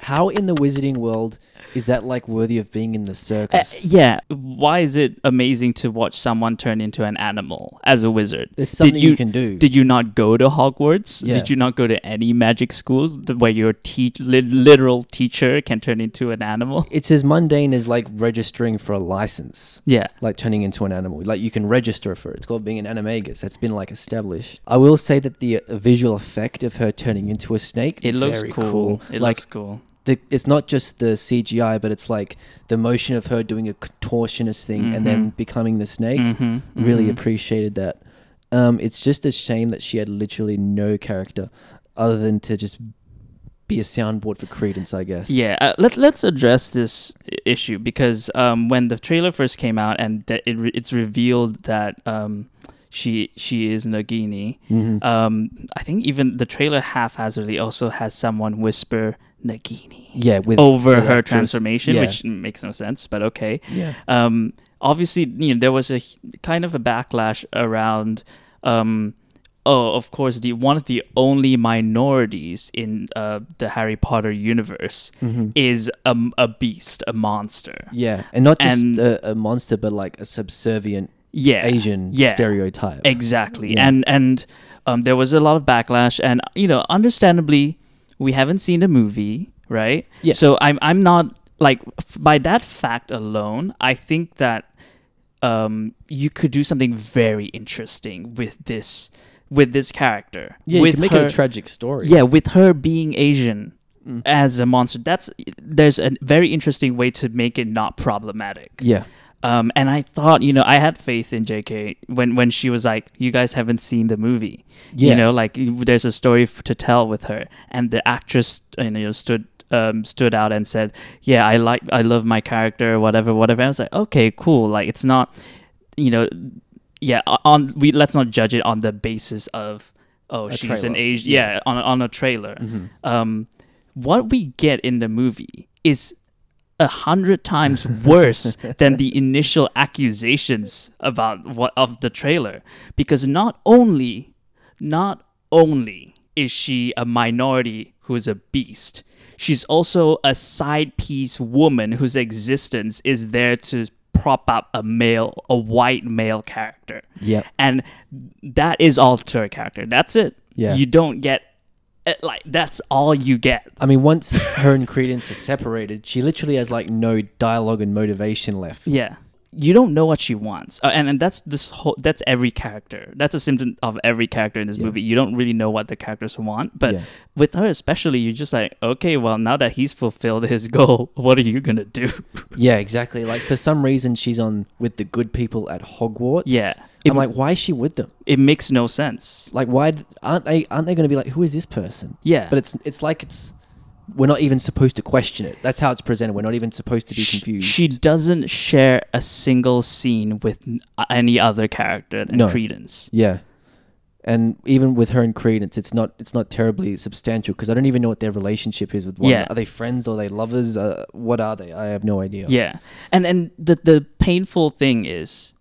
Speaker 4: how in the wizarding world is that like worthy of being in the
Speaker 3: Uh,
Speaker 4: circus?
Speaker 3: yeah. Why is it amazing to watch someone turn into an animal as a wizard?
Speaker 4: There's
Speaker 3: Did
Speaker 4: something you, can do.
Speaker 3: Did you not go to Hogwarts?
Speaker 4: Yeah.
Speaker 3: Did you not go to any magic school th- where your te- li- literal teacher can turn into an animal?
Speaker 4: it's as mundane as like registering for a license.
Speaker 3: Yeah.
Speaker 4: like turning into an animal. Like you can register for it. It's called being an animagus. That's been like established. I will say that the uh, visual effect of her turning into a snake
Speaker 3: It looks
Speaker 4: very
Speaker 3: cool. It
Speaker 4: like
Speaker 3: looks cool.
Speaker 4: the, it's not just the CGI, but it's like the motion of her doing a contortionist thing and
Speaker 3: Mm-hmm.
Speaker 4: then becoming the snake.
Speaker 3: Mhm,
Speaker 4: Really
Speaker 3: mhm.
Speaker 4: appreciated that. Um, it's just a shame that she had literally no character other than to just be a soundboard for credence, I guess.
Speaker 3: Yeah, uh, let's let's address this i- issue because um, when the trailer first came out and that it re- it's revealed that um, she she is Nagini,
Speaker 4: Mm-hmm.
Speaker 3: um, I think even the trailer haphazardly also has someone whisper Nagini
Speaker 4: Yeah, with
Speaker 3: over her
Speaker 4: the actress.
Speaker 3: transformation,
Speaker 4: Yeah.
Speaker 3: which makes no sense, but okay.
Speaker 4: Yeah.
Speaker 3: Um, obviously, you know, there was a h- kind of a backlash around. Um, oh, of course, the one of the only minorities in uh, the Harry Potter universe is a, a beast, a monster.
Speaker 4: Yeah, and not just
Speaker 3: And-
Speaker 4: a, a monster, but like a subservient
Speaker 3: Yeah,
Speaker 4: Asian
Speaker 3: yeah.
Speaker 4: stereotype.
Speaker 3: Exactly.
Speaker 4: Yeah.
Speaker 3: And and um, there was a lot of backlash, and you know, understandably, we haven't seen the movie, right?
Speaker 4: Yeah.
Speaker 3: So I'm I'm not like f- by that fact alone, I think that um, you could do something very interesting with this with this character.
Speaker 4: yeah,
Speaker 3: with
Speaker 4: you can make
Speaker 3: her,
Speaker 4: it a tragic story.
Speaker 3: yeah, with her being Asian
Speaker 4: Mm.
Speaker 3: as a monster, that's there's a very interesting way to make it not problematic.
Speaker 4: yeah,
Speaker 3: Um, and I thought, you know, I had faith in JK when when she was like, "You guys haven't seen the movie, you
Speaker 4: Yeah.
Speaker 3: know, like there's a story f- to tell with her." And the actress, you know, stood um, stood out and said, "Yeah, I like, I love my character, whatever, whatever." I was like, "Okay, cool. Like, it's not, you know, yeah. o- On we let's not judge it on the basis of oh, she's an
Speaker 4: trailer. Mm-hmm.
Speaker 3: Asian, yeah, on a- on a trailer." Um, what we get in the movie is a hundred times worse than the initial accusations about what of the trailer because not only not only is she a minority who is a beast she's also a side piece woman whose existence is there to prop up a male a white male character
Speaker 4: Yep.
Speaker 3: and that is all to her character that's it
Speaker 4: Yeah.
Speaker 3: you don't get eh, like that's all you get
Speaker 4: I mean, once her and Credence are separated, she literally has like no dialogue and motivation left.
Speaker 3: Yeah. You don't know what she wants, uh, and and that's this whole that's every character. That's a symptom of every character in this movie. You don't really know what the characters want, but
Speaker 4: Yeah.
Speaker 3: with her especially, you're just like, okay, well now that he's fulfilled his goal, what are you gonna do?
Speaker 4: Yeah, exactly. Like for some reason, she's on with the good people at Hogwarts.
Speaker 3: Yeah. It-
Speaker 4: I'm like, why is she with them?
Speaker 3: It makes no sense.
Speaker 4: Like, why d- aren't they? Aren't they going to be like, who is this person?
Speaker 3: Yeah.
Speaker 4: But it's it's like it's we're not even supposed to question it. That's how it's presented. We're not even supposed to be
Speaker 3: Sh-
Speaker 4: confused.
Speaker 3: She doesn't share a single scene with n- any other character than
Speaker 4: No.
Speaker 3: Credence.
Speaker 4: Yeah. And even with her and Credence, it's not it's not terribly substantial because I don't even know what their relationship is with one.
Speaker 3: Yeah.
Speaker 4: Are they friends? Are they lovers? Uh, what are they? I have no idea.
Speaker 3: Yeah, and and the the painful thing is,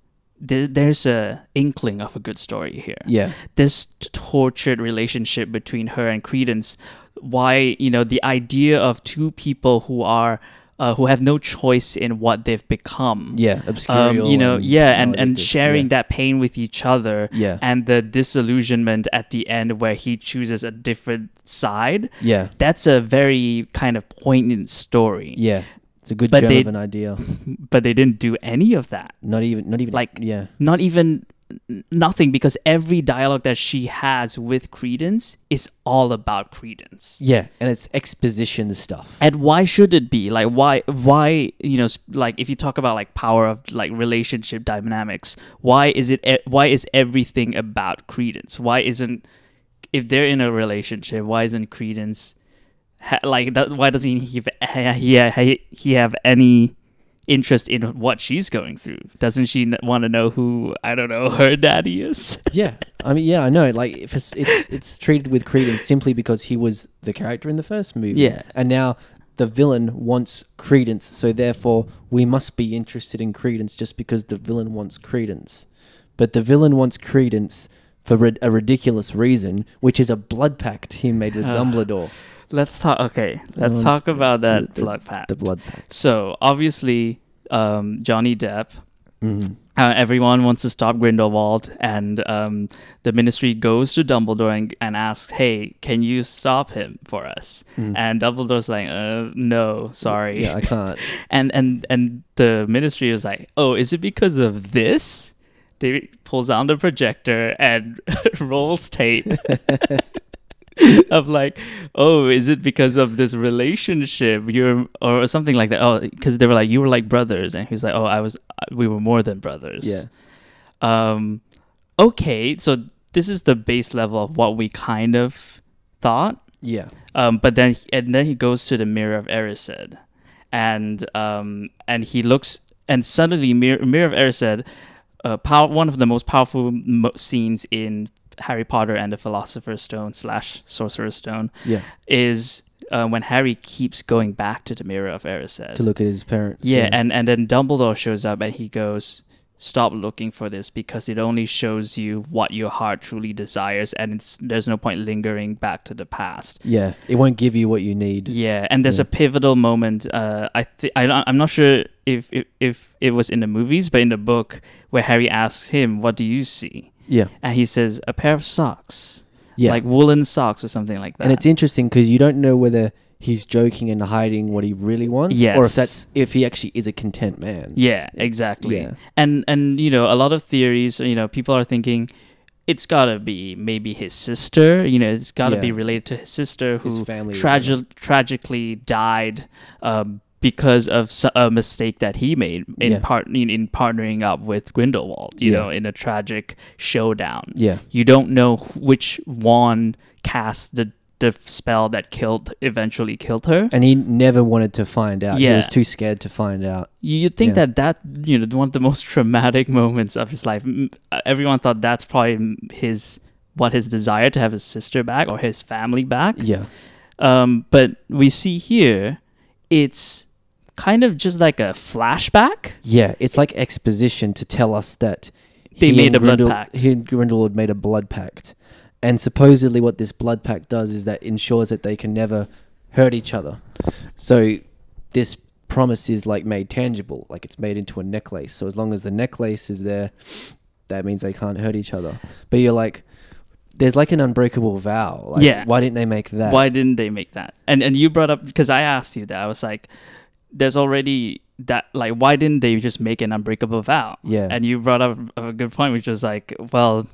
Speaker 3: th- there's a inkling of a good story here.
Speaker 4: Yeah.
Speaker 3: this t- tortured relationship between her and Credence. Why you know the idea of two people who are uh, who have no choice in what they've become.
Speaker 4: Yeah.
Speaker 3: Um,
Speaker 4: Obscurial.
Speaker 3: you know,
Speaker 4: and
Speaker 3: yeah, and,
Speaker 4: maledictus,
Speaker 3: and sharing
Speaker 4: yeah.
Speaker 3: that pain with each other,
Speaker 4: Yeah.
Speaker 3: and the disillusionment at the end where he chooses a different side.
Speaker 4: Yeah.
Speaker 3: That's a very kind of poignant story.
Speaker 4: Yeah. It's a good
Speaker 3: But
Speaker 4: gem
Speaker 3: they-
Speaker 4: of an idea.
Speaker 3: But they didn't do any of that.
Speaker 4: Not even. Not even.
Speaker 3: Like-
Speaker 4: Yeah.
Speaker 3: Not even n- nothing because every dialogue that she has with Credence is all about Credence.
Speaker 4: Yeah, and it's exposition stuff.
Speaker 3: And why should it be? Like why why you know s- like if you talk about like power of like relationship dynamics, why is it e- why is everything about Credence? Why isn't if they're in a relationship, why isn't Credence ha- like that, why doesn't he have, he, he have any interest in what she's going through? Doesn't she want to know who I don't know her daddy is?
Speaker 4: yeah, I mean, yeah, I know. Like, if it's it's, it's treated with credence simply because he was the character in the first movie.
Speaker 3: Yeah.
Speaker 4: and now the villain wants credence, so therefore we must be interested in credence just because the villain wants credence. But the villain wants credence for rid- a ridiculous reason, which is a blood pact he made with Dumbledore.
Speaker 3: Let's talk. Okay, let's
Speaker 4: Everyone's-
Speaker 3: talk about
Speaker 4: the-
Speaker 3: that
Speaker 4: the-
Speaker 3: blood pact.
Speaker 4: The blood pact.
Speaker 3: So obviously, um, Johnny Depp.
Speaker 4: Mm-hmm.
Speaker 3: Uh, everyone wants to stop Grindelwald, and um, the Ministry goes to Dumbledore and, and asks, "Hey, can you stop him for us?" And Dumbledore's like, uh, "No, sorry."
Speaker 4: Mm. Yeah, I can't.
Speaker 3: and and and the ministry is like, oh, is it because of this? David pulls out the projector and rolls tape of like, oh, is it because of this relationship? You're or something like that. Oh, because they were like, you were like brothers, and he's like, oh, I was, we were more than brothers.
Speaker 4: Yeah.
Speaker 3: Um. Okay, so this is the base level of what we kind of thought.
Speaker 4: Yeah.
Speaker 3: Um, but then and then he goes to the mirror of Erised, and um, and he looks and suddenly mirror, mirror of Erised, uh, pow- one of the most powerful mo- scenes in Harry Potter and the Philosopher's Stone slash Sorcerer's Stone
Speaker 4: Yeah.
Speaker 3: is uh, when Harry keeps going back to the mirror of Erised.
Speaker 4: To look at his parents.
Speaker 3: Yeah, and and then Dumbledore shows up and he goes, "Stop looking for this because it only shows you what your heart truly desires, and it's there's no point lingering back to the past."
Speaker 4: yeah, it won't give you what you need.
Speaker 3: Yeah, and there's a pivotal moment. Uh, I th- I don't- I'm not sure if, if if it was in the movies, but in the book where Harry asks him, "What do you see?"
Speaker 4: Yeah.
Speaker 3: and he says, "A pair of socks."
Speaker 4: Yeah.
Speaker 3: like woolen socks or something like that.
Speaker 4: And it's interesting because you don't know whether he's joking and hiding what he really wants, or
Speaker 3: Yes.
Speaker 4: if that's if he actually is a content man.
Speaker 3: Yeah, exactly.
Speaker 4: yeah.
Speaker 3: And and you know, a lot of theories, you know, people are thinking it's got to be maybe his sister, you know, it's got to
Speaker 4: Yeah.
Speaker 3: be related to his sister who
Speaker 4: His family
Speaker 3: tragi- tragically died um, because of s- a mistake that he made in
Speaker 4: Yeah.
Speaker 3: part in, in partnering up with Grindelwald, you
Speaker 4: Yeah.
Speaker 3: know, in a tragic showdown.
Speaker 4: Yeah.
Speaker 3: You don't know wh- which one cast the the spell that killed eventually killed her.
Speaker 4: And he never wanted to find out. He
Speaker 3: Yeah.
Speaker 4: was too scared to find out.
Speaker 3: You- You'd think
Speaker 4: Yeah.
Speaker 3: that that you know one of the most traumatic moments of his life. M- uh, Everyone thought that's probably m- his what his desire to have his sister back or his family back.
Speaker 4: Yeah.
Speaker 3: Um, but we see here, it's kind of just like a flashback.
Speaker 4: Yeah. It's like exposition to tell us that
Speaker 3: They
Speaker 4: he
Speaker 3: made
Speaker 4: and
Speaker 3: a blood
Speaker 4: Grindel-
Speaker 3: pact.
Speaker 4: He and Grindelwald made a blood pact. And supposedly what this blood pact does is that ensures that they can never hurt each other. So this promise is like made tangible, like it's made into a necklace. So as long as the necklace is there, that means they can't hurt each other. But you're like, there's like an unbreakable vow. Like,
Speaker 3: Yeah.
Speaker 4: Why didn't they make that?
Speaker 3: Why didn't they make that? And and you brought up because I asked you that. I was like, there's already that like why didn't they just make an unbreakable vow?
Speaker 4: Yeah.
Speaker 3: And you brought up a good point, which was like, well,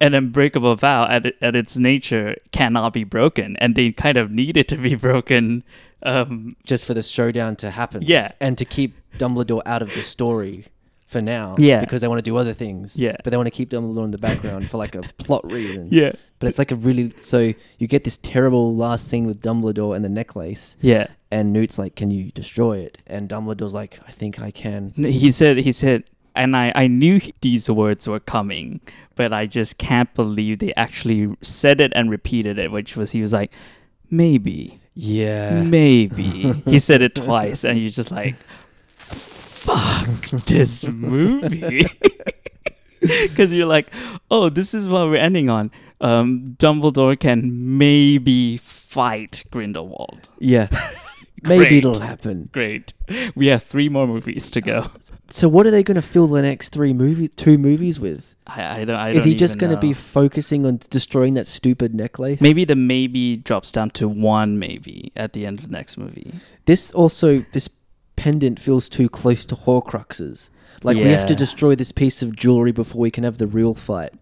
Speaker 3: an unbreakable vow at at its nature cannot be broken, and they kind of need it to be broken. Um,
Speaker 4: Just for the showdown to happen.
Speaker 3: Yeah.
Speaker 4: And to keep Dumbledore out of the story for now.
Speaker 3: Yeah.
Speaker 4: Because they want to do other things.
Speaker 3: Yeah.
Speaker 4: But they want to keep Dumbledore in the background for like a plot reason.
Speaker 3: yeah.
Speaker 4: But it's like a really so you get this terrible last scene with Dumbledore and the necklace,
Speaker 3: Yeah.
Speaker 4: and Newt's like, "Can you destroy it?" And Dumbledore's like, "I think I can."
Speaker 3: He said, he said, and I, I knew these words were coming, but I just can't believe they actually said it and repeated it, which was, he was like, maybe,
Speaker 4: Yeah,
Speaker 3: maybe. he said it twice, and you're just like, fuck this movie. Because you're like, oh, this is what we're ending on. Um, Dumbledore can maybe fight Grindelwald.
Speaker 4: yeah. Maybe
Speaker 3: Great.
Speaker 4: it'll happen.
Speaker 3: Great. We have three more movies to go.
Speaker 4: So what are they going to fill the next three movies, two movies with?
Speaker 3: I, I don't. I
Speaker 4: Is he
Speaker 3: don't
Speaker 4: just
Speaker 3: even
Speaker 4: going to
Speaker 3: know.
Speaker 4: be focusing on destroying that stupid necklace?
Speaker 3: Maybe the maybe drops down to one maybe at the end of the next movie.
Speaker 4: this also this pendant feels too close to Horcruxes. Like we have to
Speaker 3: Yeah.
Speaker 4: destroy this piece of jewelry before we can have the real fight.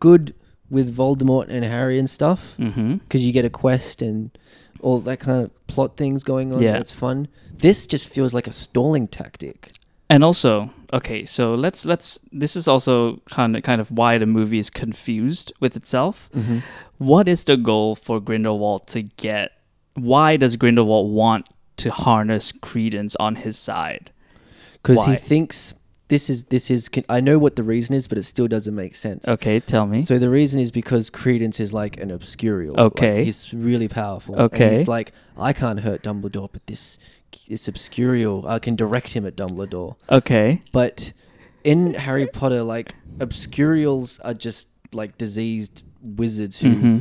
Speaker 4: Good with Voldemort and Harry and stuff
Speaker 3: Mm-hmm.
Speaker 4: because you get a quest and all that kind of plot things going on.
Speaker 3: Yeah.
Speaker 4: it's fun. This just feels like a stalling tactic.
Speaker 3: And also, okay, so let's let's. This is also kind of kind of why the movie is confused with itself. What is the goal for Grindelwald to get? Why does Grindelwald want to harness Credence on his side?
Speaker 4: because he
Speaker 3: Why?
Speaker 4: thinks this is this is. con- I know what the reason is, but it still doesn't make sense.
Speaker 3: Okay, tell me.
Speaker 4: So the reason is because Credence is like an obscurial.
Speaker 3: Okay.
Speaker 4: like he's really powerful. and
Speaker 3: Okay.
Speaker 4: he's like I can't hurt Dumbledore, but this this obscurial I can direct him at Dumbledore.
Speaker 3: okay,
Speaker 4: But in Harry Potter, like obscurials are just like diseased wizards who
Speaker 3: Mm-hmm.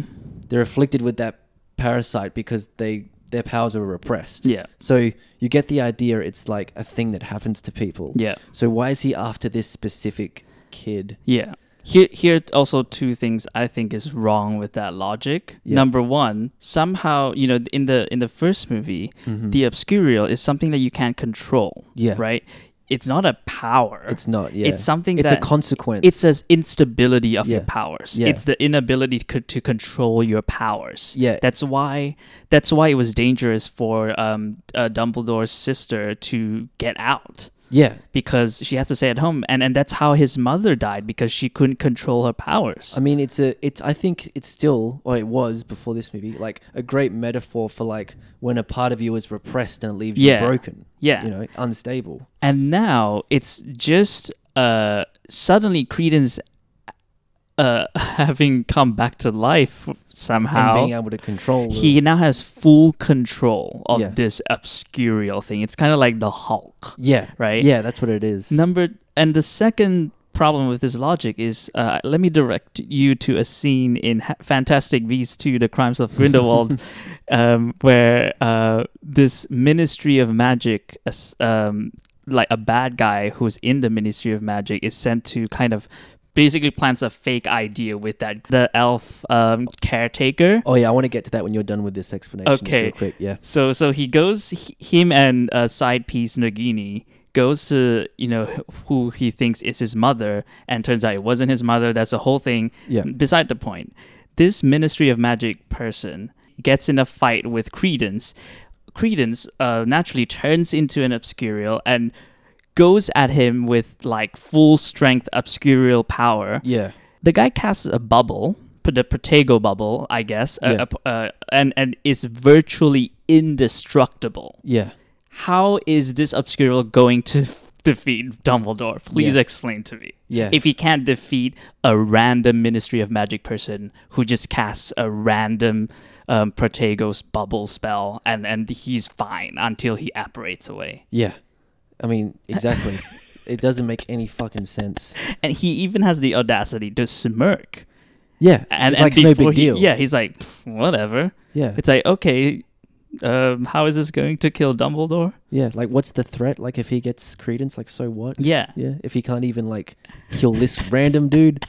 Speaker 4: they're afflicted with that parasite because they their powers are repressed.
Speaker 3: Yeah.
Speaker 4: So you get the idea. It's like a thing that happens to people.
Speaker 3: Yeah.
Speaker 4: So why is he after this specific kid?
Speaker 3: yeah. Here, here also two things I think is wrong with that logic.
Speaker 4: Yeah.
Speaker 3: Number one, somehow you know in the in the first movie, the obscurial is something that you can't control.
Speaker 4: Mm-hmm. Yeah.
Speaker 3: right. It's not a power.
Speaker 4: It's not. Yeah.
Speaker 3: It's something
Speaker 4: It's
Speaker 3: that
Speaker 4: a consequence.
Speaker 3: It's an instability of your
Speaker 4: Yeah.
Speaker 3: powers.
Speaker 4: Yeah.
Speaker 3: It's the inability to, to control your powers.
Speaker 4: Yeah.
Speaker 3: That's why that's why it was dangerous for um, uh, Dumbledore's sister to get out
Speaker 4: yeah.
Speaker 3: because she has to stay at home and, and that's how his mother died because she couldn't control her powers.
Speaker 4: I mean, it's a, it's. I think it's still, or it was before this movie, like a great metaphor for like when a part of you is repressed and it leaves
Speaker 3: Yeah.
Speaker 4: you broken.
Speaker 3: Yeah.
Speaker 4: you know, unstable.
Speaker 3: and now it's just uh suddenly Credence uh having come back to life somehow
Speaker 4: and being able to control. the-
Speaker 3: he now has full control of
Speaker 4: Yeah.
Speaker 3: this obscurial thing. It's kind of like the Hulk.
Speaker 4: yeah,
Speaker 3: right?
Speaker 4: Yeah, that's what it is.
Speaker 3: Number and the second problem with this logic is uh, let me direct you to a scene in ha- Fantastic Beasts 2: The Crimes of Grindelwald um, where uh, this Ministry of Magic as- um, like a bad guy who's in the Ministry of Magic is sent to kind of basically plants a fake idea with that the elf um, caretaker
Speaker 4: Oh yeah, I want to get to that when you're done with this explanation. just
Speaker 3: Okay.
Speaker 4: real quick. Yeah,
Speaker 3: So so he goes h- him and uh, side piece Nagini goes to you know wh- who he thinks is his mother and turns out it wasn't his mother that's the whole thing
Speaker 4: Yeah.
Speaker 3: beside the point this ministry of magic person gets in a fight with credence credence uh, naturally turns into an obscurial and goes at him with like full strength obscurial power
Speaker 4: yeah,
Speaker 3: the guy casts a bubble, p- the Protego bubble, I guess, uh,
Speaker 4: Yeah.
Speaker 3: uh, p- uh, and and is virtually indestructible.
Speaker 4: yeah.
Speaker 3: How is this obscurial going to f- defeat Dumbledore? Please
Speaker 4: Yeah.
Speaker 3: explain to me.
Speaker 4: Yeah.
Speaker 3: If he can't defeat a random Ministry of Magic person who just casts a random um, Protego's bubble spell, and and he's fine until he apparates away.
Speaker 4: Yeah. I mean, exactly. it doesn't make any fucking sense.
Speaker 3: And he even has the audacity to smirk.
Speaker 4: Yeah.
Speaker 3: and, and
Speaker 4: it's like it's no
Speaker 3: before
Speaker 4: big
Speaker 3: he-
Speaker 4: deal.
Speaker 3: Yeah, he's like, "Pff, whatever.
Speaker 4: Yeah.
Speaker 3: It's like, okay, um, how is this going to kill Dumbledore?
Speaker 4: yeah. Like, what's the threat? Like, if he gets credence, like, so what?
Speaker 3: Yeah.
Speaker 4: Yeah. If he can't even, like, kill this random dude.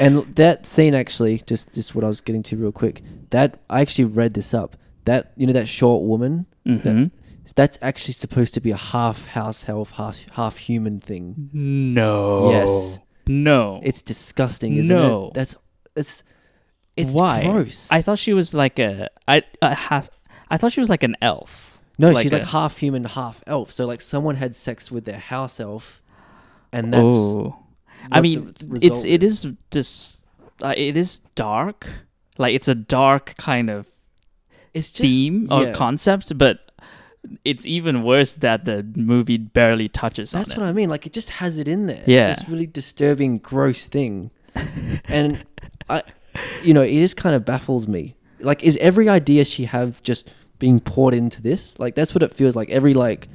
Speaker 4: And that scene, actually, just, just what I was getting to real quick, that I actually read this up. That, you know, that short woman,
Speaker 3: Mhm.
Speaker 4: that's actually supposed to be a half house elf, half, half human thing.
Speaker 3: No.
Speaker 4: Yes.
Speaker 3: No.
Speaker 4: It's disgusting, isn't
Speaker 3: Oh. No.
Speaker 4: it? That's, it's, it's
Speaker 3: Why?
Speaker 4: gross.
Speaker 3: I thought she was like a I a has, I thought she was like an elf.
Speaker 4: No, she's like
Speaker 3: a-
Speaker 4: half human, half elf. So like someone had sex with their house elf, and that's
Speaker 3: oh. I
Speaker 4: the
Speaker 3: mean,
Speaker 4: th-
Speaker 3: it's
Speaker 4: result
Speaker 3: it is just uh, it is dark. Like it's a dark kind of
Speaker 4: it's just
Speaker 3: theme Oh, or
Speaker 4: yeah.
Speaker 3: concept, but it's even worse that the movie barely touches
Speaker 4: That's
Speaker 3: on
Speaker 4: what
Speaker 3: it.
Speaker 4: I mean. Like it just has it in there.
Speaker 3: Yeah.
Speaker 4: this really disturbing, gross thing, and I, you know, it just kind of baffles me. Like, is every idea she have just being poured into this? Like that's what it feels like. Every like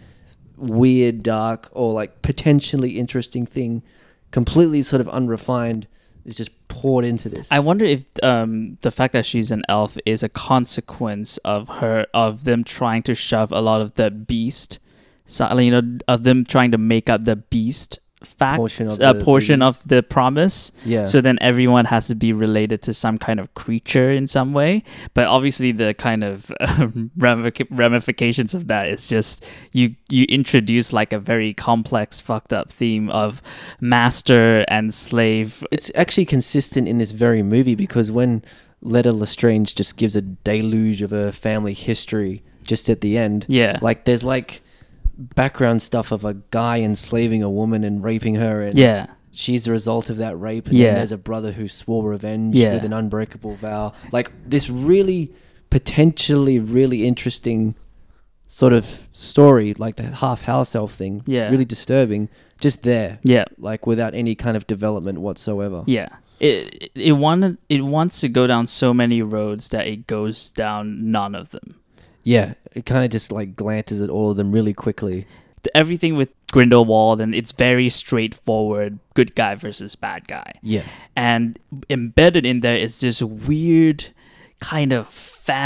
Speaker 4: weird, dark, or like potentially interesting thing, completely sort of unrefined, is just poured into this.
Speaker 3: I wonder if um, the fact that she's an elf is a consequence of her of them trying to shove a lot of the beast, so, you know, of them trying to make up the beast fact
Speaker 4: Portion of
Speaker 3: uh,
Speaker 4: the
Speaker 3: portion
Speaker 4: these.
Speaker 3: of the promise.
Speaker 4: Yeah.
Speaker 3: So then everyone has to be related to some kind of creature in some way. But obviously, the kind of um, ramific- ramifications of that is just you you introduce like a very complex, fucked up theme of master and slave.
Speaker 4: it's actually consistent in this very movie because when Letta Lestrange just gives a deluge of her family history just at the end,
Speaker 3: Yeah.
Speaker 4: like there's like background stuff of a guy enslaving a woman and raping her, and
Speaker 3: Yeah.
Speaker 4: she's the result of that rape. And
Speaker 3: Yeah.
Speaker 4: then there's a brother who swore revenge
Speaker 3: Yeah.
Speaker 4: with an unbreakable vow. Like this really potentially really interesting sort of story, like that half house elf thing.
Speaker 3: Yeah.
Speaker 4: really disturbing. Just there,
Speaker 3: Yeah.
Speaker 4: like without any kind of development whatsoever.
Speaker 3: Yeah. It it wanted it wants to go down so many roads that it goes down none of them.
Speaker 4: Yeah, it kind of just like glances at all of them really quickly.
Speaker 3: The- Everything with Grindelwald and it's very straightforward good guy versus bad guy.
Speaker 4: Yeah.
Speaker 3: And embedded in there is this weird kind of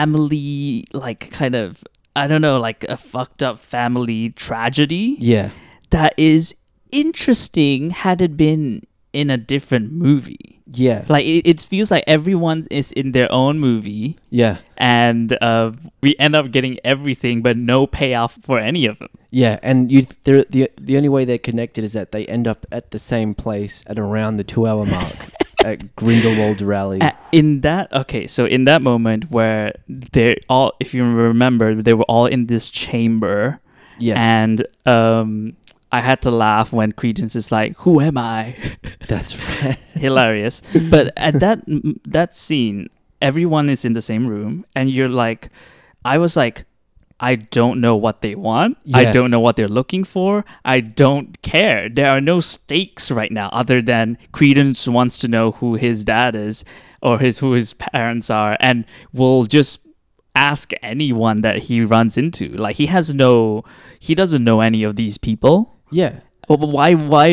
Speaker 3: family like kind of I don't know, like a fucked up family tragedy
Speaker 4: Yeah.
Speaker 3: that is interesting had it been in a different movie.
Speaker 4: Yeah.
Speaker 3: Like it, it feels like everyone is in their own movie
Speaker 4: yeah.
Speaker 3: and uh, we end up getting everything but no payoff for any of them.
Speaker 4: Yeah, and you they're, the the only way they're connected is that they end up at the same place at around the 2-hour mark at Grindelwald Rally.
Speaker 3: A- In that okay, so in that moment where they're all, if you remember, they were all in this chamber,
Speaker 4: yes.
Speaker 3: and um, I had to laugh when Credence is like, "Who am I?"
Speaker 4: that's right.
Speaker 3: Hilarious. But at that m- that scene, everyone is in the same room, and you're like, I was like. I don't know what they want. I
Speaker 4: Yeah.
Speaker 3: don't know what they're looking for. I don't care. There are no stakes right now other than Credence wants to know who his dad is or his who his parents are and will just ask anyone that he runs into. Like he has no he doesn't know any of these people.
Speaker 4: Yeah.
Speaker 3: Well, but Why why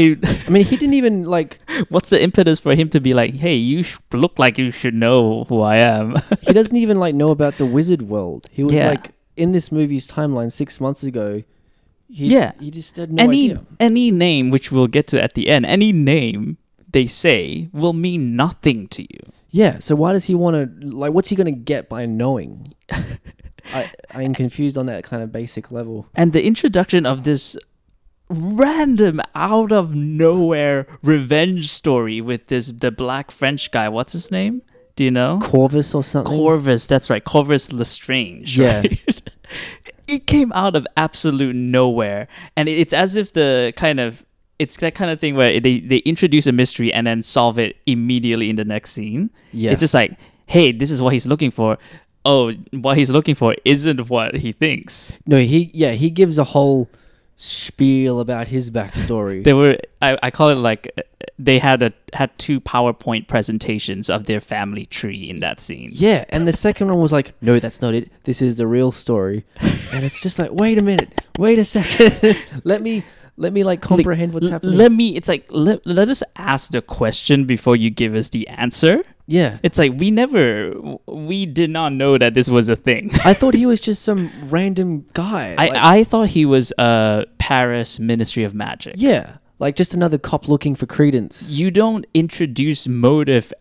Speaker 4: I mean, he didn't even like
Speaker 3: what's the impetus for him to be like, "Hey, you sh- look like you should know who I am."
Speaker 4: he doesn't even like know about the wizard world. He was
Speaker 3: Yeah.
Speaker 4: like in this movie's timeline 6 months ago. He,
Speaker 3: Yeah.
Speaker 4: He just had no
Speaker 3: any
Speaker 4: idea.
Speaker 3: any name which we'll get to at the end, any name they say will mean nothing to you.
Speaker 4: Yeah, so why does he want to like what's he going to get by knowing? I I am confused on that kind of basic level.
Speaker 3: And the introduction of this random out of nowhere revenge story with this the black French guy, what's his name? Do you know?
Speaker 4: Corvus or something.
Speaker 3: Corvus, that's right. Corvus Lestrange.
Speaker 4: Yeah.
Speaker 3: right? it came out of absolute nowhere. And it- it's as if the kind of it's that kind of thing where they, they introduce a mystery and then solve it immediately in the next scene.
Speaker 4: Yeah.
Speaker 3: It's just like, hey, this is what he's looking for. Oh, what he's looking for isn't what he thinks.
Speaker 4: No, he yeah, he gives a whole spiel about his backstory.
Speaker 3: They were I, I call it like uh, they had a had two PowerPoint presentations of their family tree in that scene.
Speaker 4: yeah, and the second one was like, no, that's not it. This is the real story, and it's just like, wait a minute, wait a second, let me let me like
Speaker 3: Like,
Speaker 4: comprehend what's
Speaker 3: l-
Speaker 4: happening.
Speaker 3: Let me. It's like let, let us ask the question before you give us the answer.
Speaker 4: yeah,
Speaker 3: It's like we never, we did not know that this was a thing.
Speaker 4: I thought he was just some random guy.
Speaker 3: I,
Speaker 4: like-
Speaker 3: I thought he was uh Paris Ministry of Magic.
Speaker 4: yeah, like just another cop looking for credence.
Speaker 3: You don't introduce motive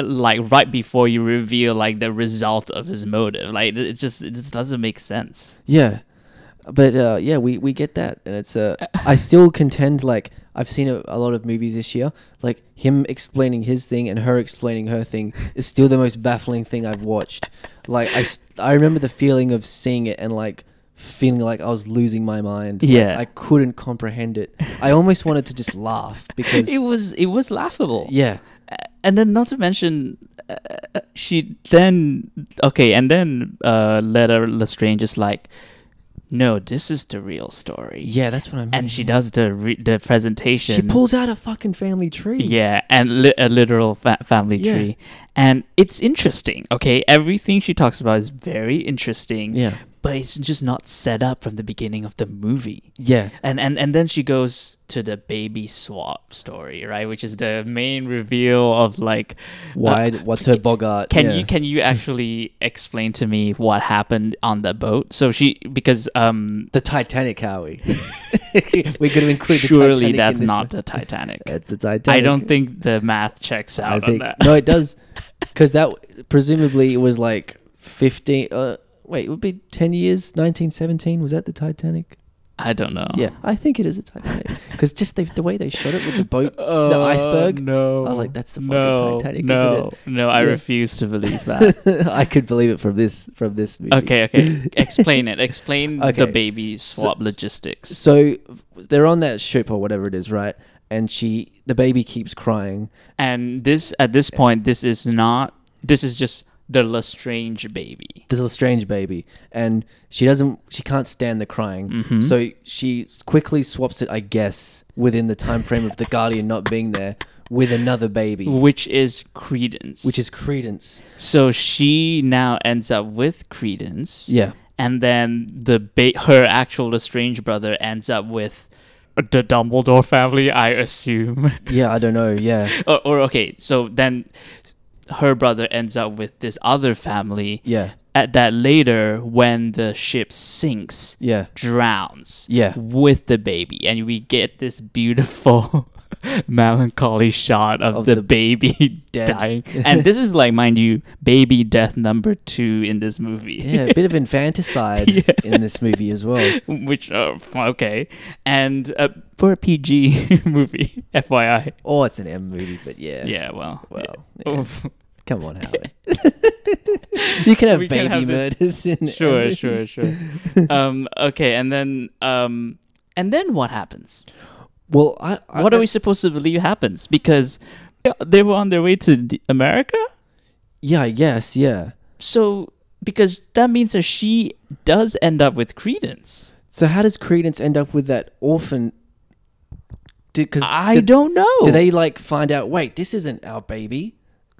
Speaker 3: like right before you reveal like the result of his motive. Like it just it just doesn't make sense.
Speaker 4: Yeah. But uh, yeah, we, we get that, and it's a. I still contend like I've seen a, a lot of movies this year. Like him explaining his thing and her explaining her thing is still the most baffling thing I've watched. Like I, s- I remember the feeling of seeing it and like feeling like I was losing my mind. Like,
Speaker 3: Yeah.
Speaker 4: I couldn't comprehend it. I almost wanted to just laugh because
Speaker 3: It was it was laughable.
Speaker 4: yeah,
Speaker 3: and then not to mention uh, she then okay and then uh letter lestrange is like no this is the real story
Speaker 4: yeah, that's what I mean.
Speaker 3: and she does the re- the presentation
Speaker 4: she pulls out a fucking family tree.
Speaker 3: yeah and li- a literal fa- family
Speaker 4: Yeah.
Speaker 3: tree and it's interesting okay everything she talks about is very interesting
Speaker 4: Yeah.
Speaker 3: but it's just not set up from the beginning of the movie.
Speaker 4: Yeah.
Speaker 3: And and and then she goes to the baby swap story, right? Which is the main reveal of like
Speaker 4: Why? what's her bogart?
Speaker 3: can
Speaker 4: yeah.
Speaker 3: you can you actually explain to me what happened on the boat? So she because um
Speaker 4: the Titanic, Howie. we could have included. the
Speaker 3: surely
Speaker 4: Titanic
Speaker 3: that's
Speaker 4: in this
Speaker 3: not
Speaker 4: one.
Speaker 3: the Titanic.
Speaker 4: That's the Titanic.
Speaker 3: I don't think the math checks
Speaker 4: I
Speaker 3: out on
Speaker 4: think
Speaker 3: that.
Speaker 4: no, it does, because that presumably it was like fifteen. Uh, wait, it would be ten years. Nineteen seventeen was that the Titanic?
Speaker 3: I don't know.
Speaker 4: Yeah, I think it is the Titanic because just the, the way they shot it with the boat,
Speaker 3: Oh,
Speaker 4: the iceberg.
Speaker 3: Uh, No.
Speaker 4: I was like, that's the fucking
Speaker 3: no,
Speaker 4: Titanic,
Speaker 3: No,
Speaker 4: isn't
Speaker 3: no, I
Speaker 4: Yeah.
Speaker 3: refuse to believe that.
Speaker 4: it? I could believe it from this from this movie.
Speaker 3: okay, okay. Explain it. Explain
Speaker 4: Okay.
Speaker 3: the baby swap logistics.
Speaker 4: So they're on that ship or whatever it is, right? And she, the baby, keeps crying.
Speaker 3: And this at this point, this is not this is just the Lestrange baby.
Speaker 4: this little strange baby and she doesn't she can't stand the crying
Speaker 3: Mm-hmm.
Speaker 4: so she s- quickly swaps it i guess within the time frame of the guardian not being there with another baby
Speaker 3: Which is Credence.
Speaker 4: which is credence
Speaker 3: so she now ends up with Credence.
Speaker 4: yeah
Speaker 3: and then the ba- her actual estranged brother ends up with the Dumbledore family, I assume.
Speaker 4: yeah i don't know yeah
Speaker 3: or, or okay, so then her brother ends up with this other family.
Speaker 4: yeah
Speaker 3: At that later, when the ship sinks,
Speaker 4: yeah
Speaker 3: drowns.
Speaker 4: Yeah.
Speaker 3: with the baby, and we get this beautiful. melancholy shot of,
Speaker 4: Of
Speaker 3: the,
Speaker 4: the
Speaker 3: baby
Speaker 4: dead.
Speaker 3: dying and this is like mind you baby death number two in this movie
Speaker 4: yeah a bit of infanticide in this movie as well
Speaker 3: which uh, f- okay and uh, for a pg movie fyi
Speaker 4: oh it's an m movie but yeah
Speaker 3: yeah well
Speaker 4: well
Speaker 3: yeah.
Speaker 4: yeah.
Speaker 3: Oof.
Speaker 4: come on howard you can have
Speaker 3: We
Speaker 4: baby
Speaker 3: can have this-
Speaker 4: murders in
Speaker 3: sure sure sure um okay and then um and then what happens
Speaker 4: well i, I
Speaker 3: what are we
Speaker 4: Uh, that's-
Speaker 3: supposed to believe happens because they were on their way to D- america
Speaker 4: yeah i guess yeah
Speaker 3: so because that means that she does end up with credence
Speaker 4: So how does Credence end up with that orphan? Because
Speaker 3: i don't know
Speaker 4: Do they like find out? Wait, this isn't our baby,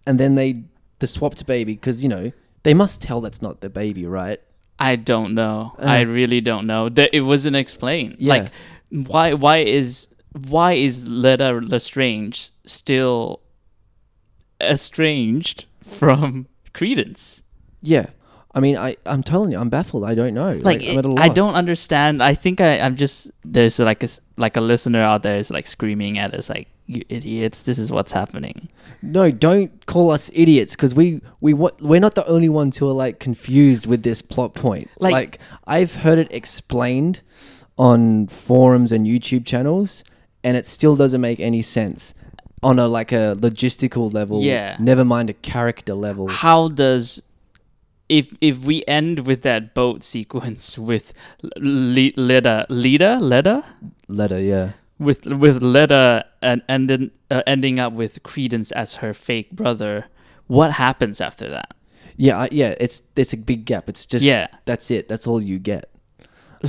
Speaker 4: and then they the swapped baby because you know they must tell that's not the baby, right?
Speaker 3: I don't know. I really don't know. That it wasn't explained.
Speaker 4: Uh-huh. Yeah.
Speaker 3: Like why why is why is Leda Lestrange still estranged from Credence?
Speaker 4: Yeah. I mean, I I'm telling you, I'm baffled. I don't know.
Speaker 3: Like,
Speaker 4: I'm at a
Speaker 3: I don't
Speaker 4: loss.
Speaker 3: understand. I think I I'm just there's like a s- like a listener out there is like screaming at us like you idiots. This is what's happening.
Speaker 4: No, don't call us idiots because we we wa- we're not the only ones who are like confused with this plot point.
Speaker 3: Like-
Speaker 4: Like, I've heard it explained on forums and YouTube channels, and it still doesn't make any sense on a like a logistical level.
Speaker 3: Yeah.
Speaker 4: Never mind a character level.
Speaker 3: how does if if we end with that boat sequence with L- Leda Leda Leda
Speaker 4: Letter, yeah,
Speaker 3: with with Leda and ending uh, ending up with Credence as her fake brother. What happens after that?
Speaker 4: yeah, I, yeah. It's it's a big gap. It's just
Speaker 3: Yeah.
Speaker 4: That's it. That's all you get.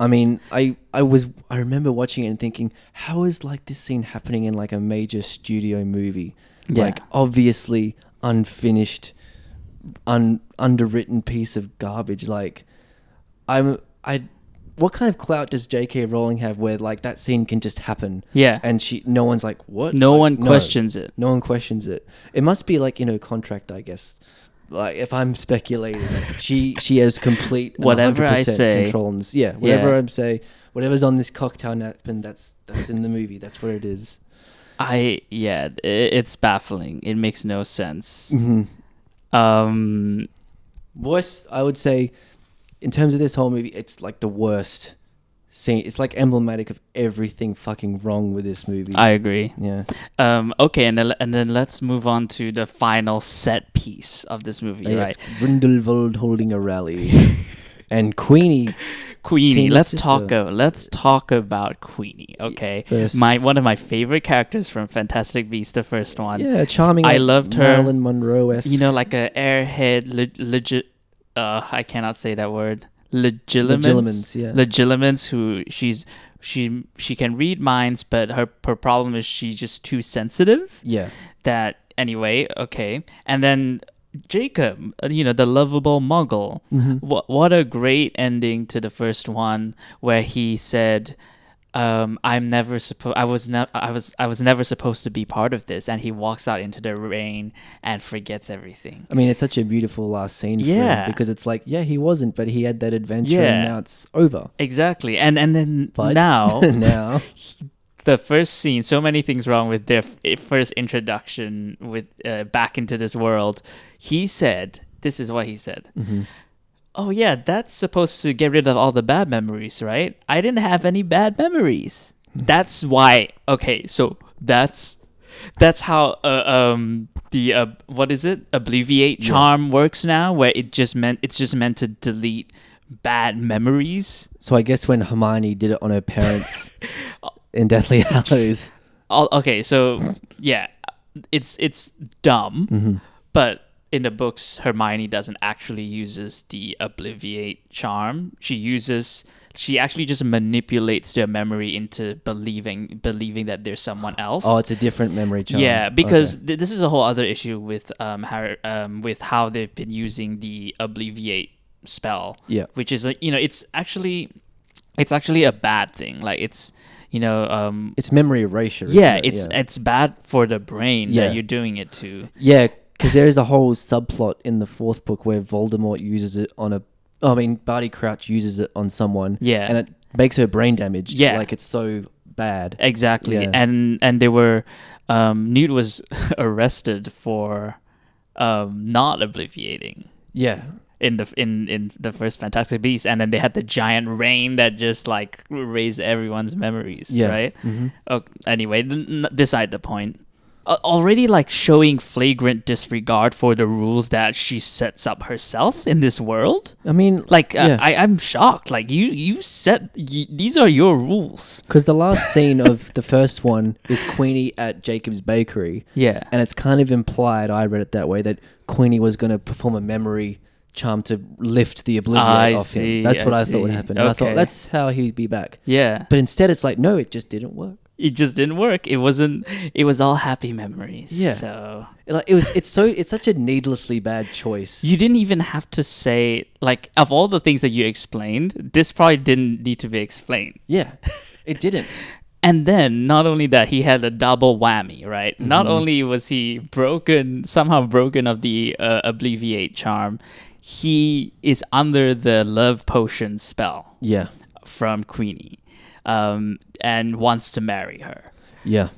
Speaker 4: I mean, I I was I remember watching it and thinking, how is like this scene happening in like a major studio movie?
Speaker 3: Yeah.
Speaker 4: Like obviously unfinished, un underwritten piece of garbage. Like I'm I what kind of clout does J.K. Rowling have where like that scene can just happen?
Speaker 3: Yeah.
Speaker 4: And she no one's like, What?
Speaker 3: No
Speaker 4: Like,
Speaker 3: one questions it.
Speaker 4: No one questions it. It must be like, you know, contract, I guess. Like if I'm speculating, she she has complete and
Speaker 3: Whatever I
Speaker 4: 100%
Speaker 3: say.
Speaker 4: control on this. Yeah, whatever
Speaker 3: Yeah.
Speaker 4: I'm say, whatever's on this cocktail napkin, that's that's in the movie. That's what it is.
Speaker 3: I yeah, i it's baffling. It makes no sense. Um,
Speaker 4: Worst, I would say, in terms of this whole movie, it's like the worst scene. It's like emblematic of everything fucking wrong with this movie.
Speaker 3: I agree.
Speaker 4: yeah,
Speaker 3: Um, okay, and then, and then let's move on to the final set piece of this movie,
Speaker 4: yes,
Speaker 3: right?
Speaker 4: Grindelwald holding a rally, and Queenie.
Speaker 3: Queenie.
Speaker 4: Tina's
Speaker 3: let's
Speaker 4: sister.
Speaker 3: talk. A, let's talk about Queenie. Okay,
Speaker 4: first.
Speaker 3: my one of my favorite characters from Fantastic Beasts, the first one.
Speaker 4: Yeah, charming.
Speaker 3: I
Speaker 4: like
Speaker 3: loved her.
Speaker 4: Marilyn Monroe.
Speaker 3: you know, like a airhead, le- legit. Uh, I cannot say that word. Legilimens.
Speaker 4: Legilimens, yeah.
Speaker 3: Legilimens who she's she she can read minds, but her her problem is she's just too sensitive.
Speaker 4: yeah,
Speaker 3: That anyway, okay, and then Jacob, uh, you know, the lovable muggle. What what a great ending to the first one where he said um, I'm never supposed. I was not. I was. I was never supposed to be part of this. And he walks out into the rain and forgets everything.
Speaker 4: I mean, it's such a beautiful last scene. For
Speaker 3: Yeah.
Speaker 4: him because it's like, yeah, he wasn't, but he had that adventure,
Speaker 3: Yeah.
Speaker 4: and now it's over.
Speaker 3: Exactly. And and then
Speaker 4: But
Speaker 3: now
Speaker 4: now,
Speaker 3: the first scene so many things wrong with their f- eh, first introduction with uh, back into this world he said this is what he said oh yeah that's supposed to get rid of all the bad memories right i didn't have any bad memories that's why okay so that's that's how uh, um the uh, what is it obliviate charm works now where it just meant it's just meant to delete bad memories
Speaker 4: so I guess when Hermione did it on her parents in Deathly Hallows,
Speaker 3: all, okay so yeah it's it's dumb
Speaker 4: Mm-hmm.
Speaker 3: but in the books hermione doesn't actually uses the obliviate charm she uses she actually just manipulates their memory into believing believing that there's someone else
Speaker 4: oh, it's a different memory charm.
Speaker 3: yeah, because
Speaker 4: Okay.
Speaker 3: th- this is a whole other issue with um, how um, with how they've been using the obliviate spell.
Speaker 4: Yeah.
Speaker 3: which is a, you know it's actually it's actually a bad thing. Like it's you know um,
Speaker 4: it's memory erasure. isn't
Speaker 3: yeah,
Speaker 4: it?
Speaker 3: it's it's bad for the brain
Speaker 4: Yeah.
Speaker 3: that you're doing it to.
Speaker 4: Yeah, because there is a whole subplot in the fourth book where Voldemort uses it on a. I mean, Barty Crouch uses it on someone.
Speaker 3: Yeah.
Speaker 4: and it makes her brain damaged.
Speaker 3: Yeah.
Speaker 4: like it's so bad.
Speaker 3: Exactly.
Speaker 4: Yeah.
Speaker 3: And and they were um Newt was arrested for um not obliviating
Speaker 4: yeah,
Speaker 3: in the in in the first Fantastic Beast and then they had the giant rain that just like erased everyone's memories,
Speaker 4: Yeah. Mm-hmm.
Speaker 3: right? Oh, anyway, th- n- beside the point. A- Already like showing flagrant disregard for the rules that she sets up herself in this world.
Speaker 4: I mean,
Speaker 3: Like uh,
Speaker 4: yeah.
Speaker 3: I, I'm shocked. Like you, you set y- these are your rules.
Speaker 4: Because the last scene of the first one is Queenie at Jacob's bakery.
Speaker 3: Yeah.
Speaker 4: And it's kind of implied, I read it that way, that Queenie was going to perform a memory charm to lift the oblivion
Speaker 3: I
Speaker 4: off
Speaker 3: see,
Speaker 4: him. That's what
Speaker 3: I
Speaker 4: I thought would
Speaker 3: see.
Speaker 4: happen. And I
Speaker 3: Okay.
Speaker 4: thought, that's how he'd be back.
Speaker 3: Yeah,
Speaker 4: But instead, it's like, no, it just didn't work.
Speaker 3: it just didn't work. It wasn't. It was all happy memories.
Speaker 4: Yeah.
Speaker 3: So
Speaker 4: Like it was, it's so, it's such a needlessly bad choice.
Speaker 3: you didn't even have to say like of all the things that you explained, this probably didn't need to be explained.
Speaker 4: yeah, it didn't.
Speaker 3: And then not only that, he had a double whammy, right?
Speaker 4: Mm-hmm.
Speaker 3: Not only was he broken, somehow broken of the uh, obliviate charm, he is under the love potion spell
Speaker 4: Yeah,
Speaker 3: from Queenie, um, and wants to marry her.
Speaker 4: yeah,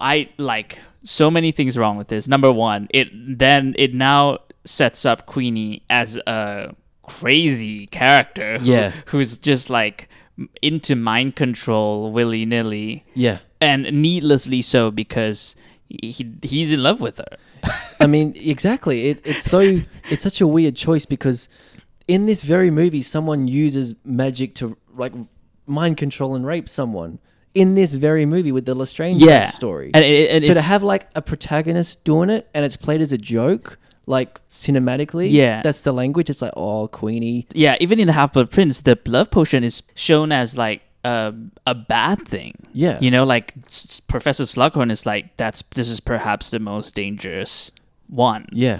Speaker 3: I like so many things wrong with this. Number one, it then it now sets up Queenie as a crazy character. who-
Speaker 4: Yeah.
Speaker 3: who's just like into mind control willy nilly,
Speaker 4: yeah.
Speaker 3: and needlessly so because he he's in love with her.
Speaker 4: I mean, exactly. It, it's so it's such a weird choice because in this very movie, someone uses magic to like mind control and rape someone. In this very movie with the Lestrange
Speaker 3: Yeah.
Speaker 4: story,
Speaker 3: And it- and
Speaker 4: so to
Speaker 3: it's-
Speaker 4: have like a protagonist doing it and it's played as a joke, like cinematically,
Speaker 3: Yeah.
Speaker 4: that's the language. It's like, oh, Queenie,
Speaker 3: Yeah, even in Half Blood Prince, the love potion is shown as like. Uh, a bad thing.
Speaker 4: Yeah.
Speaker 3: You know, like S- S- Professor Slughorn is like, that's this is perhaps the most dangerous one.
Speaker 4: yeah,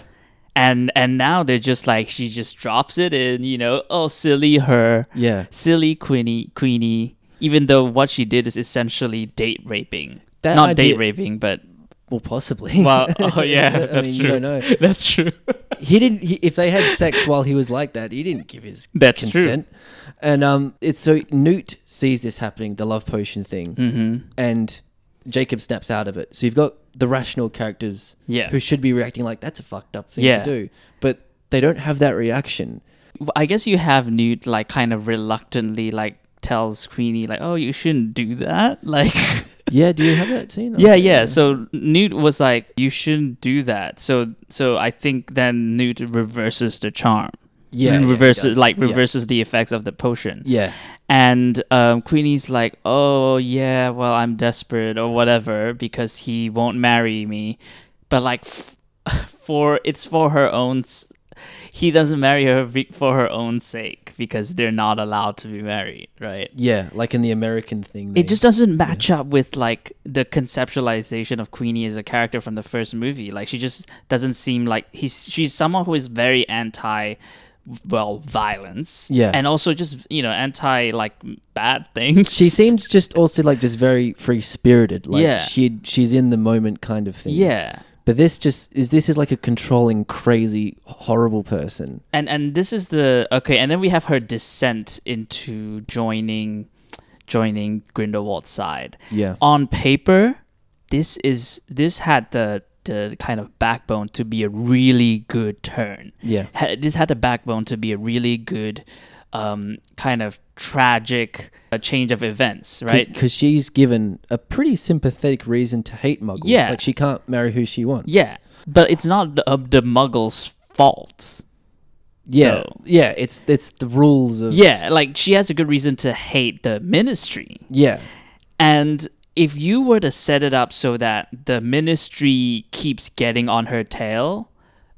Speaker 3: and and now they're just like she just drops it in you know oh silly her
Speaker 4: Yeah.
Speaker 3: silly queenie queenie even though what she did is essentially date raping
Speaker 4: That
Speaker 3: not
Speaker 4: idea-
Speaker 3: date raping but
Speaker 4: well, possibly.
Speaker 3: well oh yeah
Speaker 4: I
Speaker 3: that's
Speaker 4: mean,
Speaker 3: true
Speaker 4: you don't know.
Speaker 3: that's true
Speaker 4: he didn't. He, if they had sex while he was like that, he didn't give his
Speaker 3: That's true.
Speaker 4: consent. And um, it's so Newt sees this happening, the love potion thing,
Speaker 3: Mm-hmm.
Speaker 4: and Jacob snaps out of it. So you've got the rational characters,
Speaker 3: Yeah.
Speaker 4: who should be reacting like that's a fucked up thing
Speaker 3: Yeah.
Speaker 4: to do, but they don't have that reaction.
Speaker 3: i guess you have newt like kind of reluctantly like tells queenie like oh you shouldn't do that like
Speaker 4: Yeah, do you have that scene?
Speaker 3: yeah yeah so newt was like you shouldn't do that so so i think then newt reverses the charm
Speaker 4: yeah,
Speaker 3: and
Speaker 4: yeah, he
Speaker 3: reverses
Speaker 4: does.
Speaker 3: like
Speaker 4: Yeah.
Speaker 3: reverses the effects of the potion.
Speaker 4: Yeah,
Speaker 3: And um, Queenie's like, oh yeah, well I'm desperate or whatever because he won't marry me, but like f- for it's for her own s- he doesn't marry her be- for her own sake because they're not allowed to be married, right?
Speaker 4: Yeah, like in the American thing.
Speaker 3: It just doesn't match up with like the conceptualization of Queenie as a character from the first movie. Like she just doesn't seem like he's she's someone who is very anti well violence
Speaker 4: Yeah.
Speaker 3: and also just you know anti like bad things
Speaker 4: she seems just also like just very free spirited. Like
Speaker 3: Yeah.
Speaker 4: she she's in the moment kind of thing.
Speaker 3: yeah
Speaker 4: But this just is this is like a controlling, crazy, horrible person.
Speaker 3: and and this is the okay and then we have her descent into joining joining grindelwald's side
Speaker 4: Yeah.
Speaker 3: on paper this is this had the the kind of backbone to be a really good turn
Speaker 4: Yeah.
Speaker 3: Ha- this had the backbone to be a really good um kind of tragic uh, change of events right
Speaker 4: Because she's given a pretty sympathetic reason to hate muggles.
Speaker 3: Yeah.
Speaker 4: Like she can't marry who she wants.
Speaker 3: yeah but it's not the, uh, the muggles fault
Speaker 4: Yeah.
Speaker 3: though.
Speaker 4: Yeah. It's it's the rules of
Speaker 3: yeah like she has a good reason to hate the ministry
Speaker 4: Yeah.
Speaker 3: And if you were to set it up so that the ministry keeps getting on her tail,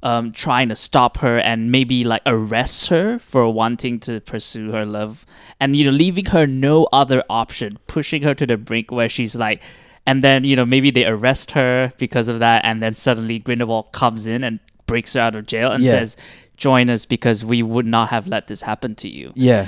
Speaker 3: um, trying to stop her and maybe like arrest her for wanting to pursue her love, and you know, leaving her no other option, pushing her to the brink where she's like, and then you know, maybe they arrest her because of that, and then suddenly Grindelwald comes in and breaks her out of jail and
Speaker 4: Yeah.
Speaker 3: says, "Join us because we would not have let this happen to you."
Speaker 4: Yeah.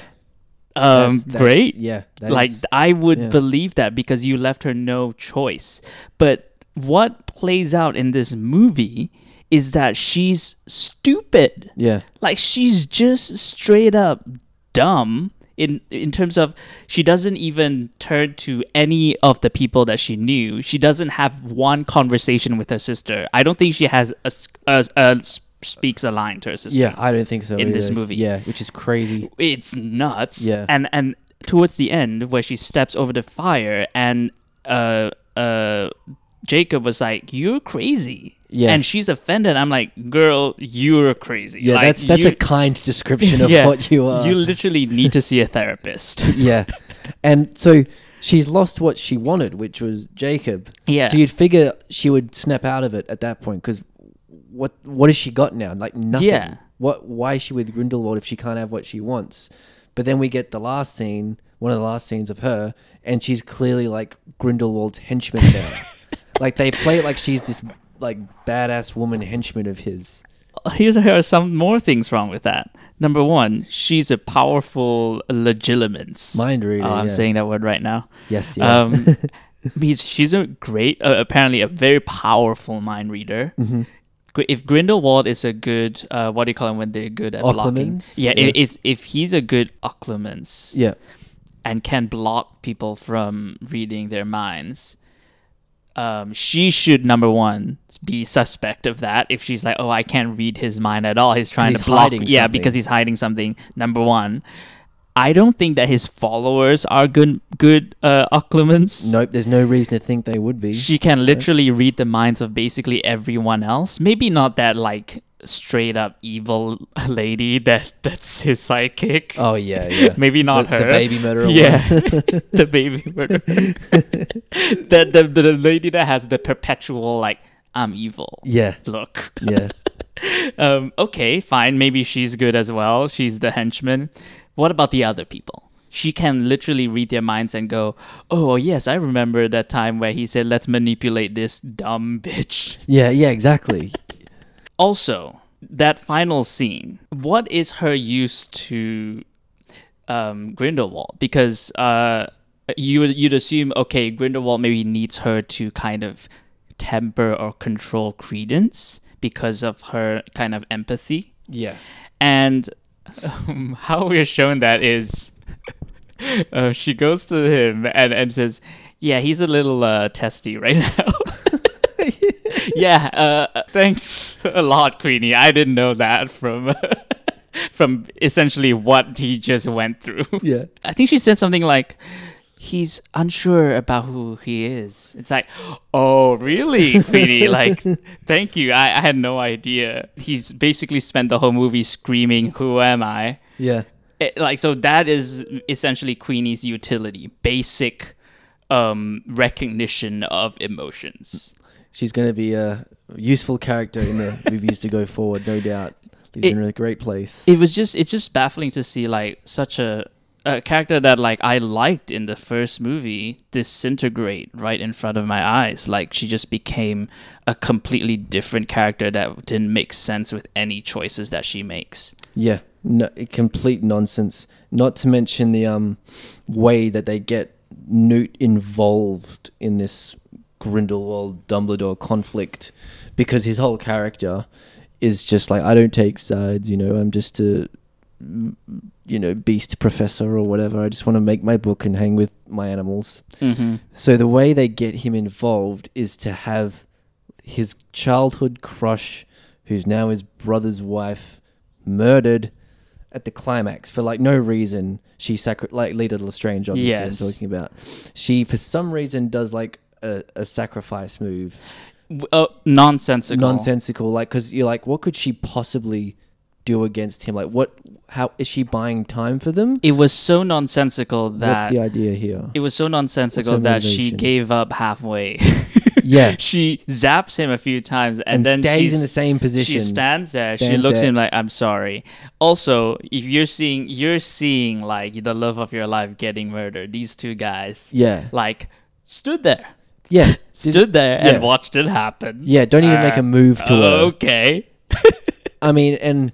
Speaker 3: Um,
Speaker 4: That's- that's-
Speaker 3: great
Speaker 4: Yeah. that
Speaker 3: like
Speaker 4: is-
Speaker 3: I would
Speaker 4: yeah.
Speaker 3: believe that because you left her no choice. But what plays out in this movie is that she's stupid.
Speaker 4: yeah.
Speaker 3: Like she's just straight up dumb in in terms of she doesn't even turn to any of the people that she knew. She doesn't have one conversation with her sister. I don't think she has a, s- a- a s- speaks a line to her sister
Speaker 4: Yeah. I don't think so.
Speaker 3: in this
Speaker 4: either.
Speaker 3: movie.
Speaker 4: Yeah. Which is crazy.
Speaker 3: it's nuts.
Speaker 4: Yeah.
Speaker 3: And and towards the end where she steps over the fire and uh uh Jacob was like, You're crazy.
Speaker 4: Yeah.
Speaker 3: And she's offended. I'm like, girl, you're crazy.
Speaker 4: Yeah.
Speaker 3: Like,
Speaker 4: that's that's
Speaker 3: you-
Speaker 4: a kind description of
Speaker 3: Yeah.
Speaker 4: what you are.
Speaker 3: You literally need to see a therapist.
Speaker 4: yeah. And so she's lost what she wanted, which was Jacob.
Speaker 3: Yeah.
Speaker 4: So you'd figure she would snap out of it at that point because what what has she got now? Like nothing.
Speaker 3: Yeah.
Speaker 4: What? Why is she with Grindelwald if she can't have what she wants? But then we get the last scene, one of the last scenes of her, and she's clearly like Grindelwald's henchman now. like they play it like she's this like badass woman henchman of his.
Speaker 3: Here's here are some more things wrong with that. Number one, she's a powerful legilimens.
Speaker 4: Mind reader,
Speaker 3: Oh, I'm
Speaker 4: yeah.
Speaker 3: saying that word right now.
Speaker 4: Yes. Yeah.
Speaker 3: Um, he's, she's a great, uh, apparently a very powerful mind reader.
Speaker 4: Mm-hmm.
Speaker 3: Gr- If Grindelwald is a good, uh, what do you call him when they're good at blocking?
Speaker 4: Occlumens?
Speaker 3: Yeah,
Speaker 4: Yeah.
Speaker 3: If, it's- if he's a good occlumens
Speaker 4: yeah.
Speaker 3: and can block people from reading their minds, um, she should number one be suspect of that. If she's like, oh, I can't read his mind at all, he's trying
Speaker 4: he's
Speaker 3: to block,
Speaker 4: hiding
Speaker 3: yeah,
Speaker 4: something.
Speaker 3: because he's hiding something. Number one, I don't think that his followers are good good uh, occlumens.
Speaker 4: Nope. There's no reason to think they would be.
Speaker 3: She can literally read the minds of basically everyone else. Maybe not that like straight up evil lady that that's his sidekick.
Speaker 4: oh yeah. Yeah.
Speaker 3: Maybe not her.
Speaker 4: the, the baby murderer.
Speaker 3: Yeah, the baby murderer. the, the the lady that has the perpetual like I'm evil
Speaker 4: Yeah.
Speaker 3: look.
Speaker 4: Yeah.
Speaker 3: Um, okay, fine. Maybe she's good as well. She's the henchman. What about the other people? She can literally read their minds and go, "Oh yes, I remember that time where he said let's manipulate this dumb bitch."
Speaker 4: Yeah, yeah, exactly.
Speaker 3: Also, that final scene. What is her use to um, Grindelwald? Because uh, you would- you'd assume okay, Grindelwald maybe needs her to kind of temper or control Credence because of her kind of empathy.
Speaker 4: yeah.
Speaker 3: And um, how we're shown that is uh, she goes to him and, and says, Yeah, he's a little uh, testy right now. yeah, uh, thanks a lot, Queenie. I didn't know that from. From essentially what he just went through.
Speaker 4: Yeah.
Speaker 3: I think she said something like, he's unsure about who he is. It's like, oh, really, Queenie? like, thank you. I, I had no idea. He's basically spent the whole movie screaming, Who am I?
Speaker 4: Yeah.
Speaker 3: It- like, so that is essentially Queenie's utility, basic um, recognition of emotions.
Speaker 4: She's going to be a useful character in the movies to go forward, no doubt. He's
Speaker 3: It-
Speaker 4: in a great place.
Speaker 3: it was just it's just baffling to see like such a a character that like I liked in the first movie disintegrate right in front of my eyes. Like she just became a completely different character that didn't make sense with any choices that she makes.
Speaker 4: Yeah, no, complete nonsense. Not to mention the um way that they get Newt involved in this Grindelwald Dumbledore conflict, because his whole character is just like I don't take sides. You know, I'm just a mm, you know beast professor or whatever. I just want to make my book and hang with my animals.
Speaker 3: Mm-hmm.
Speaker 4: So the way they get him involved is to have his childhood crush, who's now his brother's wife, murdered at the climax for like no reason. She sacri- like Lita Lestrange, obviously,
Speaker 3: Yes.
Speaker 4: I'm talking about. She for some reason does like a, a sacrifice move,
Speaker 3: Uh, nonsensical.
Speaker 4: nonsensical. Like because you're like, what could she possibly do against him? Like what? How is she buying time for them?
Speaker 3: It was so nonsensical
Speaker 4: What's
Speaker 3: that
Speaker 4: the idea here?
Speaker 3: it was so nonsensical
Speaker 4: her
Speaker 3: that she
Speaker 4: motivation?
Speaker 3: gave up halfway.
Speaker 4: yeah,
Speaker 3: she zaps him a few times and,
Speaker 4: and,
Speaker 3: then
Speaker 4: stays
Speaker 3: she
Speaker 4: in the same position.
Speaker 3: She stands there. she
Speaker 4: Stands
Speaker 3: looks
Speaker 4: there.
Speaker 3: at him like, "I'm sorry." Also, if you're seeing, you're seeing like the love of your life getting murdered. These two guys,
Speaker 4: Yeah,
Speaker 3: like, stood there,
Speaker 4: yeah.
Speaker 3: stood there,
Speaker 4: yeah.
Speaker 3: and watched it happen.
Speaker 4: Yeah, don't even make a move to her.
Speaker 3: Okay.
Speaker 4: I mean, and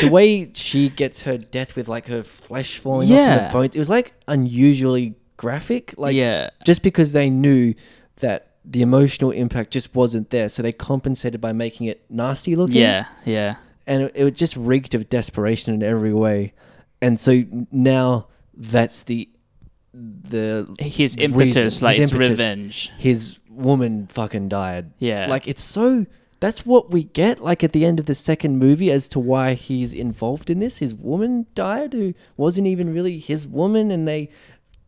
Speaker 4: the way she gets her death with like her flesh falling off and
Speaker 3: Yeah.
Speaker 4: the bones, it was like unusually graphic. Like,
Speaker 3: yeah.
Speaker 4: just because they knew that the emotional impact just wasn't there, so they compensated by making it nasty looking.
Speaker 3: Yeah. Yeah.
Speaker 4: and it, it just reeked of desperation in every way. And so now that's the the
Speaker 3: His
Speaker 4: reason-
Speaker 3: impetus, like
Speaker 4: his
Speaker 3: it's
Speaker 4: impetus.
Speaker 3: revenge.
Speaker 4: His woman fucking died.
Speaker 3: Yeah.
Speaker 4: Like it's so that's what we get like at the end of the second movie as to why he's involved in this. His woman died who wasn't even really his woman and they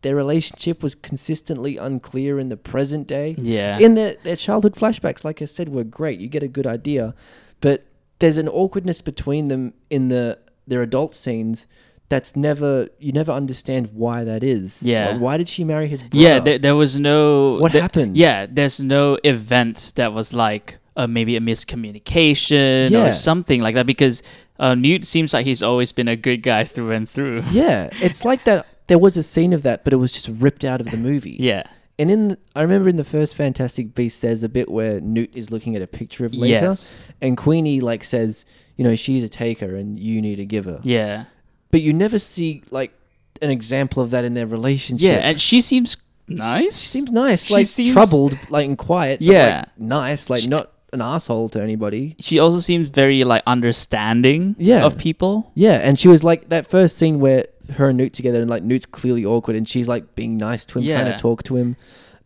Speaker 4: their relationship was consistently unclear in the present day.
Speaker 3: Yeah.
Speaker 4: In their their childhood flashbacks, like I said, were great. You get a good idea. But there's an awkwardness between them in the their adult scenes that's never you never understand why that is.
Speaker 3: Yeah.
Speaker 4: Like, why did she marry his brother?
Speaker 3: Yeah, there, there was no.
Speaker 4: What
Speaker 3: the-
Speaker 4: happened?
Speaker 3: Yeah, there's no event that was like uh, maybe a miscommunication
Speaker 4: Yeah.
Speaker 3: or something like that because uh, Newt seems like he's always been a good guy through and through.
Speaker 4: Yeah, it's like that. There was a scene of that, but it was just ripped out of the movie.
Speaker 3: Yeah.
Speaker 4: and in the, I remember in the first Fantastic Beast, there's a bit where Newt is looking at a picture of Lita,
Speaker 3: Yes.
Speaker 4: and Queenie like says, you know, she's a taker and you need a giver.
Speaker 3: Yeah.
Speaker 4: But you never see like an example of that in their relationship.
Speaker 3: Yeah, and she seems nice. She
Speaker 4: seems nice,
Speaker 3: she
Speaker 4: like
Speaker 3: seems-
Speaker 4: troubled, like and quiet. but, like,
Speaker 3: Yeah.
Speaker 4: nice, like not an asshole to anybody.
Speaker 3: She also seems very like understanding
Speaker 4: Yeah.
Speaker 3: of people.
Speaker 4: Yeah, and she was like that first scene where her and Newt together, and like Newt's clearly awkward, and she's like being nice to him, trying
Speaker 3: Yeah.
Speaker 4: to talk to him.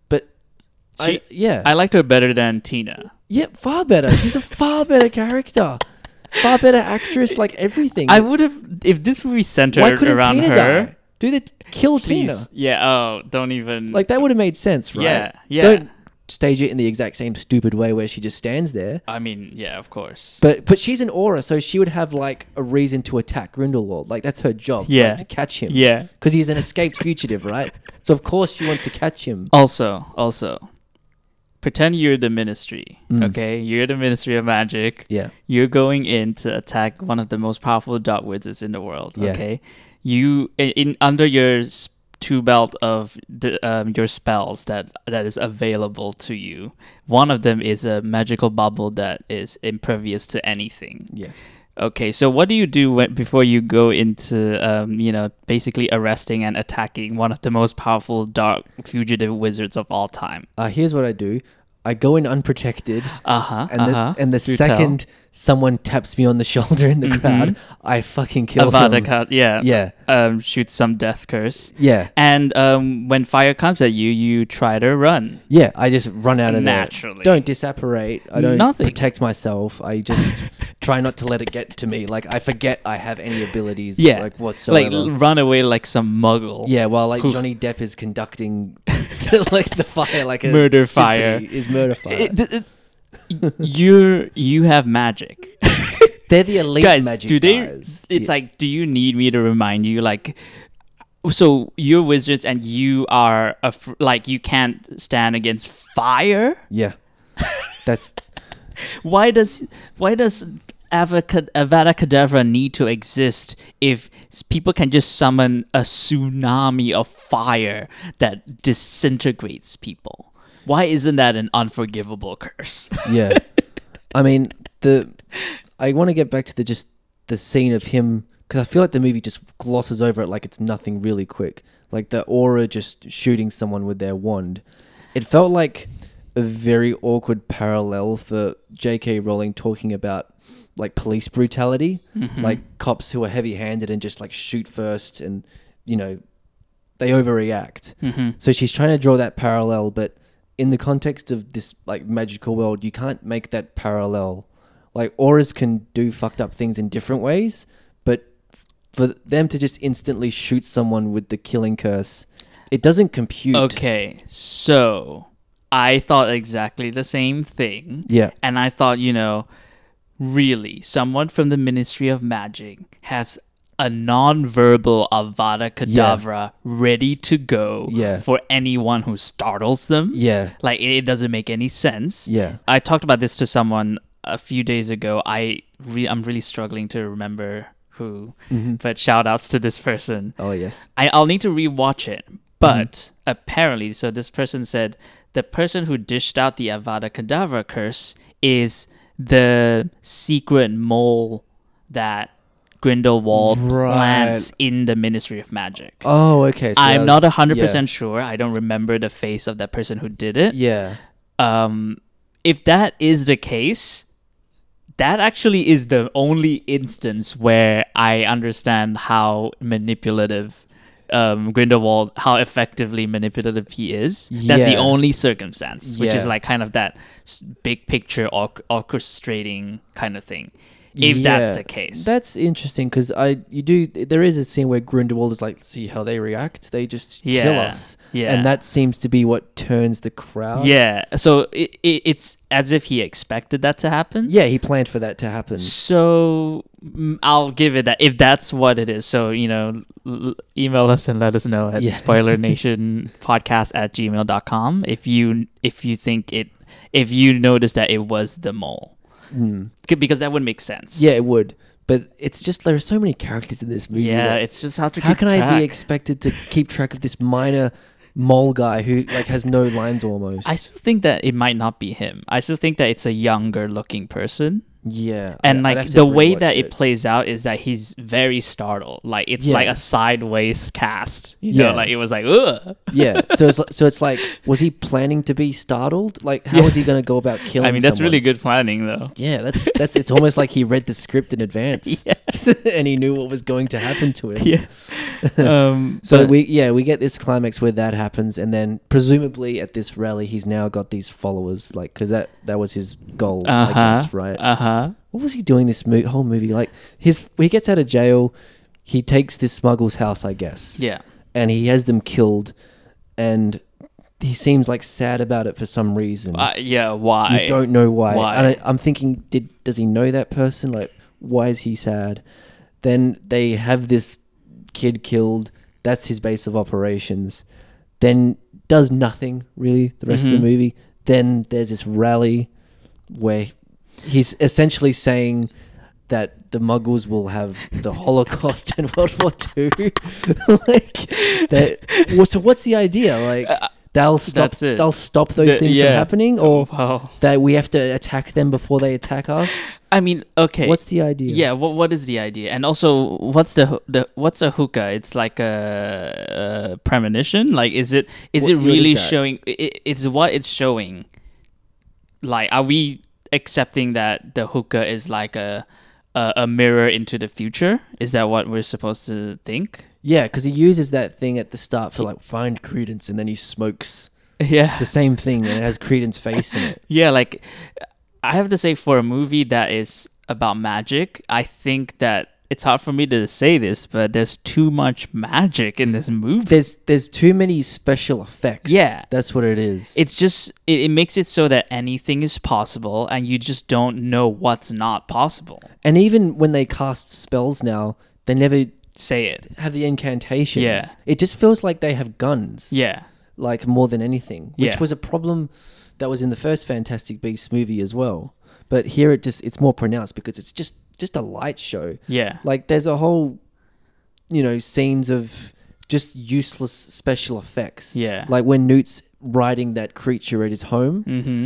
Speaker 4: But I,
Speaker 3: She-
Speaker 4: yeah,
Speaker 3: I liked her better than Tina.
Speaker 4: yeah, far better. She's a far better character, far better actress, like everything.
Speaker 3: I would have if this movie centered
Speaker 4: Why couldn't
Speaker 3: around
Speaker 4: Tina
Speaker 3: her.
Speaker 4: die? Do they kill
Speaker 3: Please,
Speaker 4: Tina?
Speaker 3: yeah. Oh, don't even
Speaker 4: Like that would have made sense, right?
Speaker 3: Yeah, yeah.
Speaker 4: Don't stage it in the exact same stupid way where she just stands there.
Speaker 3: I mean, yeah, of course.
Speaker 4: But but she's an aura, so she would have like a reason to attack Grindelwald. Like that's her job. like,
Speaker 3: Yeah.
Speaker 4: to catch him.
Speaker 3: yeah.
Speaker 4: because he's an escaped fugitive, right? So of course she wants to catch him.
Speaker 3: Also, also, pretend you're the ministry, okay? You're the ministry of magic.
Speaker 4: Mm. Yeah.
Speaker 3: You're going in to attack one of the most powerful dark wizards in the world,
Speaker 4: Yeah.
Speaker 3: okay? You in, in under your s- two belt of the, um, your spells that that is available to you. One of them is a magical bubble that is impervious to anything.
Speaker 4: Yeah.
Speaker 3: Okay, so what do you do when, before you go into, um, you know, basically arresting and attacking one of the most powerful dark fugitive wizards of all time?
Speaker 4: Uh, here's what I do: I go in unprotected,
Speaker 3: Uh huh.
Speaker 4: and
Speaker 3: uh-huh.
Speaker 4: the, and the
Speaker 3: Do tell. Mm-hmm.
Speaker 4: second someone taps me on the shoulder in the crowd, I fucking kill them.
Speaker 3: Avada Kedavra, yeah,
Speaker 4: Yeah.
Speaker 3: um, shoots some death curse,
Speaker 4: Yeah,
Speaker 3: and um, when fire comes at you, you try to run.
Speaker 4: yeah. I just run out of
Speaker 3: Naturally.
Speaker 4: there. Don't disapparate. I don't
Speaker 3: Nothing.
Speaker 4: protect myself. I just try not to let it get to me. Like I forget I have any abilities.
Speaker 3: Yeah,
Speaker 4: like whatsoever.
Speaker 3: like run away like some muggle.
Speaker 4: yeah, while like
Speaker 3: Who-
Speaker 4: Johnny Depp is conducting like the fire, like a
Speaker 3: Murder
Speaker 4: symphony
Speaker 3: fire.
Speaker 4: is murder fire.
Speaker 3: It- it- it- you're you have magic.
Speaker 4: They're the elite
Speaker 3: guys
Speaker 4: magic
Speaker 3: do they
Speaker 4: guys.
Speaker 3: it's
Speaker 4: Yeah.
Speaker 3: like do you need me to remind you like so you're wizards and you are a fr- like you can't stand against fire
Speaker 4: yeah, that's
Speaker 3: why does why does Avacad- Avada Kedavra need to exist if s- people can just summon a tsunami of fire that disintegrates people? Why isn't that an unforgivable curse?
Speaker 4: Yeah. I mean, the I want to get back to the just the scene of him because I feel like the movie just glosses over it like it's nothing really quick. Like the aura just shooting someone with their wand. It felt like a very awkward parallel for J.K. Rowling talking about like police brutality, like cops who are heavy-handed and just like shoot first and you know they overreact.
Speaker 3: Mm-hmm.
Speaker 4: So she's trying to draw that parallel, but in the context of this like magical world, you can't make that parallel. Like auras can do fucked up things in different ways, but for them to just instantly shoot someone with the killing curse, it doesn't compute.
Speaker 3: Okay, so I thought exactly the same thing.
Speaker 4: Yeah.
Speaker 3: And I thought, you know, really, someone from the Ministry of Magic has a non-verbal Avada Kedavra ready to go
Speaker 4: Yeah.
Speaker 3: for anyone who startles them.
Speaker 4: Yeah.
Speaker 3: Like it it doesn't make any sense.
Speaker 4: Yeah.
Speaker 3: I talked about this to someone a few days ago. I re- I'm really struggling to remember who,
Speaker 4: Mm-hmm.
Speaker 3: but shout outs to this person.
Speaker 4: Oh yes.
Speaker 3: I, I'll need to rewatch it. But
Speaker 4: Mm-hmm.
Speaker 3: apparently, so this person said the person who dished out the Avada Kedavra curse is the secret mole that Grindelwald plants in the Ministry of Magic.
Speaker 4: Oh okay. So
Speaker 3: I'm
Speaker 4: that
Speaker 3: not
Speaker 4: was-
Speaker 3: 100%
Speaker 4: Yeah.
Speaker 3: sure. I don't remember the face of that person who did it
Speaker 4: yeah.
Speaker 3: um, if that is the case, that actually is the only instance where I understand how manipulative um, Grindelwald, how effectively manipulative he is. That's the
Speaker 4: Yeah.
Speaker 3: only circumstance, which is
Speaker 4: Yeah.
Speaker 3: like kind of that s- big picture or- orchestrating kind of thing. If that's
Speaker 4: Yeah.
Speaker 3: the case,
Speaker 4: That's interesting because I you do there is a scene where Grindelwald is like, see how they react. They just kill
Speaker 3: Yeah,
Speaker 4: us.
Speaker 3: yeah.
Speaker 4: And that seems to be what turns the crowd.
Speaker 3: yeah. So it, it, it's as if he expected that to happen.
Speaker 4: Yeah, he planned for that to happen.
Speaker 3: So mm, I'll give it that if that's what it is. So, you know, l- email us and let us know at
Speaker 4: Yeah.
Speaker 3: spoiler nation podcast at gmail.com if you if you think it if you notice that it was the mole. C- Because that would make sense.
Speaker 4: Hmm. Yeah, it would. But it's just there are so many characters in this movie.
Speaker 3: Yeah,
Speaker 4: that-
Speaker 3: it's just how to
Speaker 4: how
Speaker 3: keep
Speaker 4: can I
Speaker 3: track.
Speaker 4: be expected to keep track of this minor mole guy who like has no lines almost?
Speaker 3: I still think that it might not be him. I still think that it's a younger looking person.
Speaker 4: yeah, I-
Speaker 3: and
Speaker 4: I'd
Speaker 3: like
Speaker 4: have to
Speaker 3: the way
Speaker 4: rewatch
Speaker 3: that it. plays out is that he's very startled. Like it's
Speaker 4: Yeah.
Speaker 3: like a sideways cast. You know,
Speaker 4: Yeah.
Speaker 3: like it was like, ugh.
Speaker 4: yeah, so it's li- so it's like, was he planning to be startled? Like, how is he going to go about killing?
Speaker 3: I mean, that's
Speaker 4: someone?
Speaker 3: really good planning, though.
Speaker 4: Yeah, that's that's. It's almost like he read the script in advance, and he knew what was going to happen to him.
Speaker 3: Yeah. um,
Speaker 4: So
Speaker 3: but-
Speaker 4: we yeah we get this climax where that happens, and then presumably at this rally he's now got these followers, like because that that was his goal, I guess, right?
Speaker 3: Uh huh.
Speaker 4: what was he doing this mo- whole movie? Like his he gets out of jail, he takes this smuggler's house, I guess,
Speaker 3: Yeah.
Speaker 4: and he has them killed, and he seems like sad about it for some reason.
Speaker 3: Uh, yeah. Why?
Speaker 4: Mm-hmm. You don't know why.
Speaker 3: Why?
Speaker 4: And I, I'm thinking, did does he know that person? Like, why is he sad? Then they have this kid killed. That's his base of operations. Then does nothing really the rest
Speaker 3: Mm-hmm.
Speaker 4: of the movie. Then there's this rally where he's essentially saying that the Muggles will have the Holocaust and World War Two. like that. Well, so what's the idea? Like they'll stop.
Speaker 3: that's it.
Speaker 4: They'll stop those
Speaker 3: Uh, The-
Speaker 4: things
Speaker 3: yeah.
Speaker 4: from happening, or
Speaker 3: Oh, Wow.
Speaker 4: that we have to attack them before they attack us.
Speaker 3: I mean, okay.
Speaker 4: What's the idea?
Speaker 3: yeah? What What is the idea? And also, what's the ho- the what's a hookah? It's like a, a premonition. Like, is it is
Speaker 4: What
Speaker 3: it
Speaker 4: good
Speaker 3: really
Speaker 4: is that?
Speaker 3: showing? i i- it's what it's showing. Like, are we accepting that the hookah is like a a, a mirror into the future? Is that what we're supposed to think?
Speaker 4: yeah, because he uses that thing at the start for like find credence, and then he smokes
Speaker 3: Yeah.
Speaker 4: the same thing, and it has credence face in it.
Speaker 3: Yeah, like I have to say, for a movie that is about magic, I think that it's hard for me to say this, but there's too much magic in this movie.
Speaker 4: There's there's too many special effects.
Speaker 3: Yeah.
Speaker 4: that's what it is.
Speaker 3: it's just it, it makes it so that anything is possible, and you just don't know what's not possible.
Speaker 4: and even when they cast spells now, they never
Speaker 3: Say it.
Speaker 4: have the incantations.
Speaker 3: Yeah.
Speaker 4: it just feels like they have guns.
Speaker 3: Yeah.
Speaker 4: like more than anything, which
Speaker 3: Yeah.
Speaker 4: was a problem that was in the first Fantastic Beasts movie as well. But here it just it's more pronounced because it's just just a light show.
Speaker 3: Yeah.
Speaker 4: Like there's a whole, you know, scenes of just useless special effects.
Speaker 3: Yeah.
Speaker 4: Like when Newt's riding that creature at his home.
Speaker 3: mm-hmm.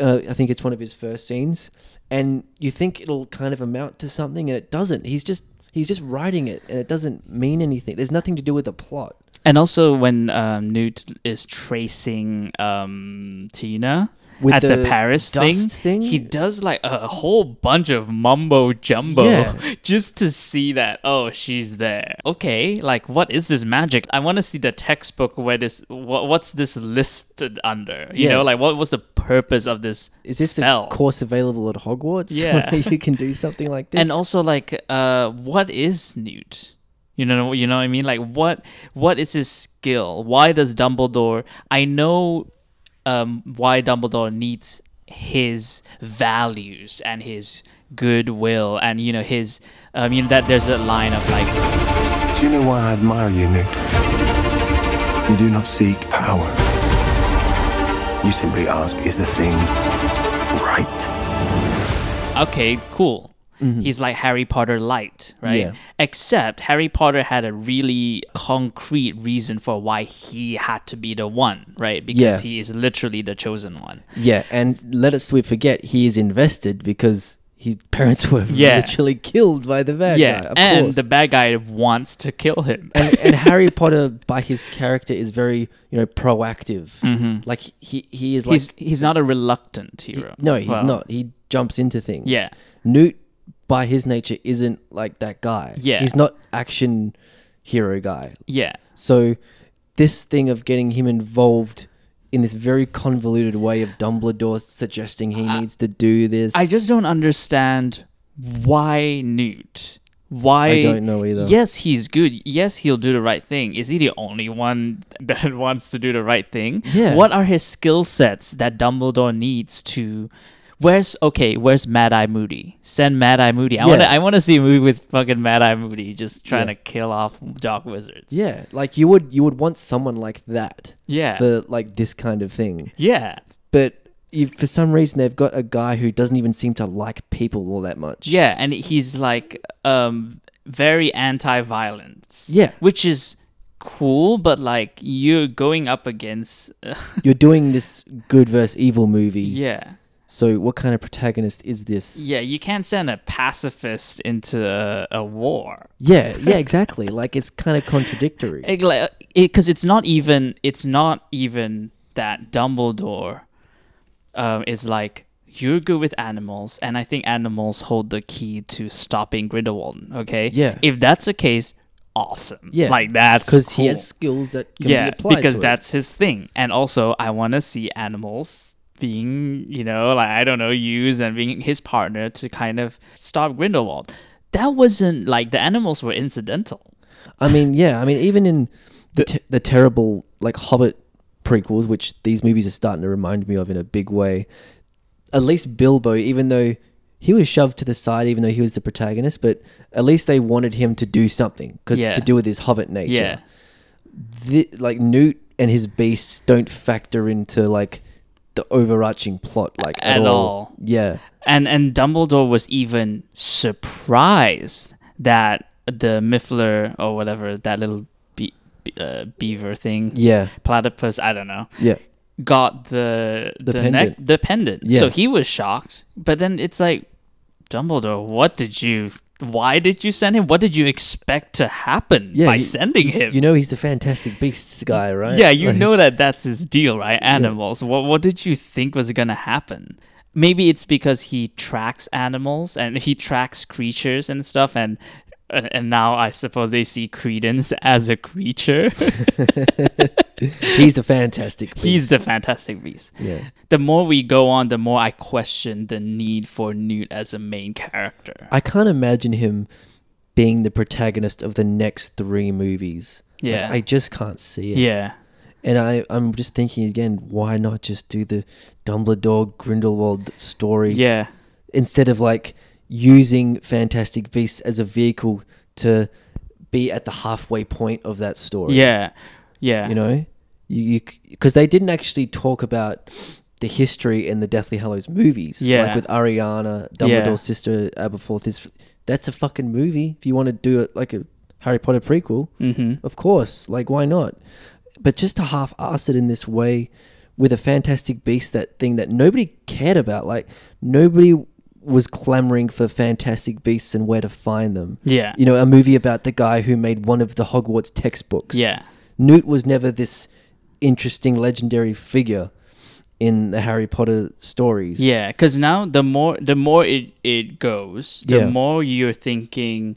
Speaker 4: Uh, I think it's one of his first scenes, and you think it'll kind of amount to something, and it doesn't. He's just he's just riding it, and it doesn't mean anything. There's nothing to do with the plot.
Speaker 3: And also when um, Newt is tracing um, Tina
Speaker 4: With
Speaker 3: at the,
Speaker 4: the
Speaker 3: Paris thing,
Speaker 4: dust thing?
Speaker 3: he does like a whole bunch of mumbo jumbo
Speaker 4: Yeah.
Speaker 3: just to see that oh she's there. Okay, like what is this magic? I want to see the textbook where this what, what's this listed under? You
Speaker 4: Yeah.
Speaker 3: know, like what was the purpose of this
Speaker 4: Is this
Speaker 3: spell?
Speaker 4: the course available at Hogwarts?
Speaker 3: Yeah.
Speaker 4: where you can do something like this.
Speaker 3: and also like uh what is newt you know you know what i mean like what what is his skill why does dumbledore i know um why dumbledore needs his values and his goodwill and you know his um you know that there's a line of like
Speaker 7: Do you know why I admire you, Nick? You do not seek power. You simply ask, is the thing right?
Speaker 3: okay cool He's like Harry Potter light, right?
Speaker 4: Mm-hmm. Yeah.
Speaker 3: Except Harry Potter had a really concrete reason for why he had to be the one, right? Because
Speaker 4: Yeah.
Speaker 3: he is literally the chosen one.
Speaker 4: yeah, and let us we forget he is invested because his parents were
Speaker 3: Yeah.
Speaker 4: literally killed by the bad
Speaker 3: yeah,
Speaker 4: guy. Of
Speaker 3: and
Speaker 4: course.
Speaker 3: the bad guy wants to kill him.
Speaker 4: and, and Harry Potter, by his character, is very you know proactive. Like he he is like
Speaker 3: Mm-hmm. he's he's not a reluctant hero.
Speaker 4: No, he's
Speaker 3: Well,
Speaker 4: not. He jumps into things.
Speaker 3: Yeah.
Speaker 4: Newt, by his nature, isn't like that guy.
Speaker 3: Yeah.
Speaker 4: He's not action hero guy.
Speaker 3: Yeah,
Speaker 4: So this thing of getting him involved in this very convoluted way of Dumbledore suggesting he needs to do this.
Speaker 3: Uh, I just don't understand why Newt. Why
Speaker 4: I don't know either.
Speaker 3: Yes, he's good. Yes, he'll do the right thing. Is he the only one that wants to do the right thing?
Speaker 4: Yeah.
Speaker 3: What are his skill sets that Dumbledore needs to? Where's okay? Where's Mad Eye Moody? Send Mad Eye Moody. I
Speaker 4: Yeah.
Speaker 3: want to. I want to see a movie with fucking Mad Eye Moody just trying to
Speaker 4: Yeah.
Speaker 3: kill off dark wizards.
Speaker 4: Yeah, like you would you would want someone like that.
Speaker 3: Yeah.
Speaker 4: For like this kind of thing.
Speaker 3: Yeah.
Speaker 4: But you, for some reason they've got a guy who doesn't even seem to like people all that much.
Speaker 3: Yeah, and he's like um very anti-violence.
Speaker 4: Yeah.
Speaker 3: Which is cool, but like you're going up against uh,
Speaker 4: You're doing this good versus evil movie.
Speaker 3: yeah.
Speaker 4: So what kind of protagonist is this?
Speaker 3: Yeah, you can't send a pacifist into a, a war.
Speaker 4: Yeah, yeah, exactly. like it's kind of contradictory.
Speaker 3: It, like, it, cuz eh, it's not even it's not even that Dumbledore um is like you're good with animals, and I think animals hold the key to stopping Grindelwald. Okay,
Speaker 4: Yeah.
Speaker 3: If that's the case, awesome.
Speaker 4: Yeah,
Speaker 3: like that's
Speaker 4: Because he
Speaker 3: cool.
Speaker 4: has skills that can
Speaker 3: yeah,
Speaker 4: be applied
Speaker 3: because
Speaker 4: to it.
Speaker 3: that's his thing. And also, I want to see animals being, you know, like I don't know, used and being his partner to kind of stop Grindelwald. That wasn't like the animals were incidental.
Speaker 4: I mean, yeah, I mean, even in the te- the terrible like Hobbit prequels, which these movies are starting to remind me of in a big way. At least Bilbo, even though he was shoved to the side, even though he was the protagonist, but at least they wanted him to do something because
Speaker 3: Yeah.
Speaker 4: to do with his Hobbit nature.
Speaker 3: Yeah,
Speaker 4: Thi- like Newt and his beasts don't factor into like the overarching plot like
Speaker 3: At
Speaker 4: at, all.
Speaker 3: all.
Speaker 4: Yeah.
Speaker 3: and and Dumbledore was even surprised that the Miffler or whatever that little be- be- uh, beaver thing,
Speaker 4: Yeah.
Speaker 3: platypus, I don't know,
Speaker 4: Yeah.
Speaker 3: got the the,
Speaker 4: The
Speaker 3: neck
Speaker 4: pendant.
Speaker 3: the pendant.
Speaker 4: Yeah.
Speaker 3: So he was shocked. But then it's like, Dumbledore, what did you? Why did you send him? What did you expect to happen
Speaker 4: Yeah,
Speaker 3: by
Speaker 4: you-
Speaker 3: sending him?
Speaker 4: You know he's the Fantastic Beasts guy, right?
Speaker 3: yeah, you
Speaker 4: Like-
Speaker 3: know that that's his deal, right? Animals. What what did you think was gonna happen? Maybe it's because he tracks animals and he tracks creatures and stuff, and and and now I suppose they see Credence as a creature.
Speaker 4: He's the Fantastic Beast.
Speaker 3: He's the Fantastic Beast.
Speaker 4: Yeah.
Speaker 3: The more we go on, the more I question the need for Newt as a main character.
Speaker 4: I can't imagine him being the protagonist of the next three movies. Like,
Speaker 3: Yeah.
Speaker 4: I just can't see it.
Speaker 3: yeah.
Speaker 4: And I, I'm just thinking again, why not just do the Dumbledore Grindelwald story
Speaker 3: Yeah.
Speaker 4: instead of like using Fantastic Beasts as a vehicle to be at the halfway point of that story?
Speaker 3: Yeah. Yeah.
Speaker 4: you know you because they didn't actually talk about the history in the Deathly Hallows movies.
Speaker 3: Yeah.
Speaker 4: Like with Ariana,
Speaker 3: Yeah.
Speaker 4: Dumbledore's sister, Aberforth. Is, that's a fucking movie. If you want to do it like a Harry Potter prequel,
Speaker 3: Mm-hmm.
Speaker 4: of course. Like, why not? But just to half ass it in this way with a Fantastic Beast, that thing that nobody cared about. Like, nobody was clamoring for Fantastic Beasts and where to find them.
Speaker 3: Yeah.
Speaker 4: You know, a movie about the guy who made one of the Hogwarts textbooks.
Speaker 3: Yeah.
Speaker 4: Newt was never this interesting legendary figure in the Harry Potter stories.
Speaker 3: Yeah, because now the more the more it it goes, the
Speaker 4: Yeah.
Speaker 3: more you're thinking,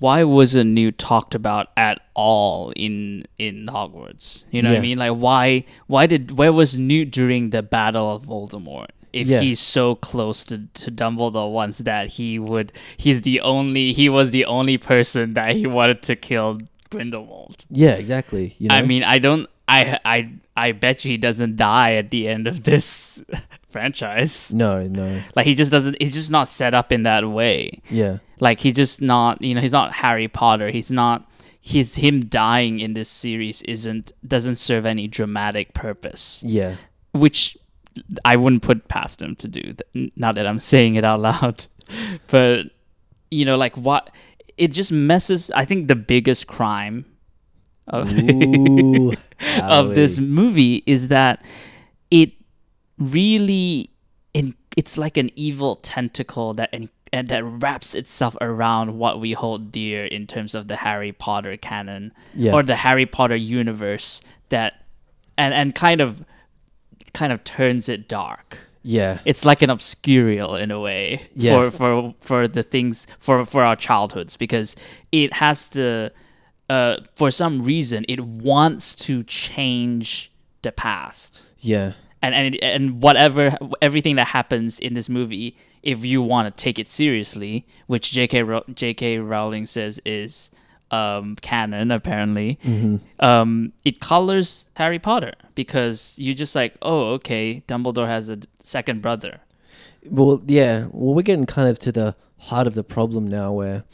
Speaker 3: why wasn't Newt talked about at all in in Hogwarts? You know what I
Speaker 4: Yeah.
Speaker 3: mean? Like why why did where was Newt during the Battle of Voldemort? If
Speaker 4: Yeah.
Speaker 3: he's so close to, to Dumbledore once that he would he's the only he was the only person that he wanted to kill Grindelwald.
Speaker 4: Yeah, exactly. You know?
Speaker 3: I mean, I don't I I I bet you he doesn't die at the end of this franchise.
Speaker 4: No, no.
Speaker 3: Like he just doesn't. He's just not set up in that way.
Speaker 4: Yeah.
Speaker 3: Like he's just not. You know, he's not Harry Potter. He's not. His him dying in this series isn't doesn't serve any dramatic purpose,
Speaker 4: Yeah.
Speaker 3: which I wouldn't put past him to do. th- Not that I'm saying it out loud, but you know, like what it just messes. I think the biggest crime of
Speaker 4: Ooh.
Speaker 3: of this
Speaker 4: Howie.
Speaker 3: movie is that it really in, it's like an evil tentacle that en- and that wraps itself around what we hold dear in terms of the Harry Potter canon
Speaker 4: Yeah.
Speaker 3: or the Harry Potter universe that and and kind of kind of turns it dark.
Speaker 4: Yeah.
Speaker 3: It's like an obscurial in a way for
Speaker 4: Yeah.
Speaker 3: for for the things for for our childhoods because it has to uh for some reason it wants to change the past
Speaker 4: Yeah.
Speaker 3: and and it, and whatever everything that happens in this movie if you want to take it seriously which JK Row- JK Rowling says is um canon apparently um it colors Harry Potter because you just like oh okay Dumbledore has a d- second brother
Speaker 4: Well, yeah. Well, we're getting kind of to the heart of the problem now, where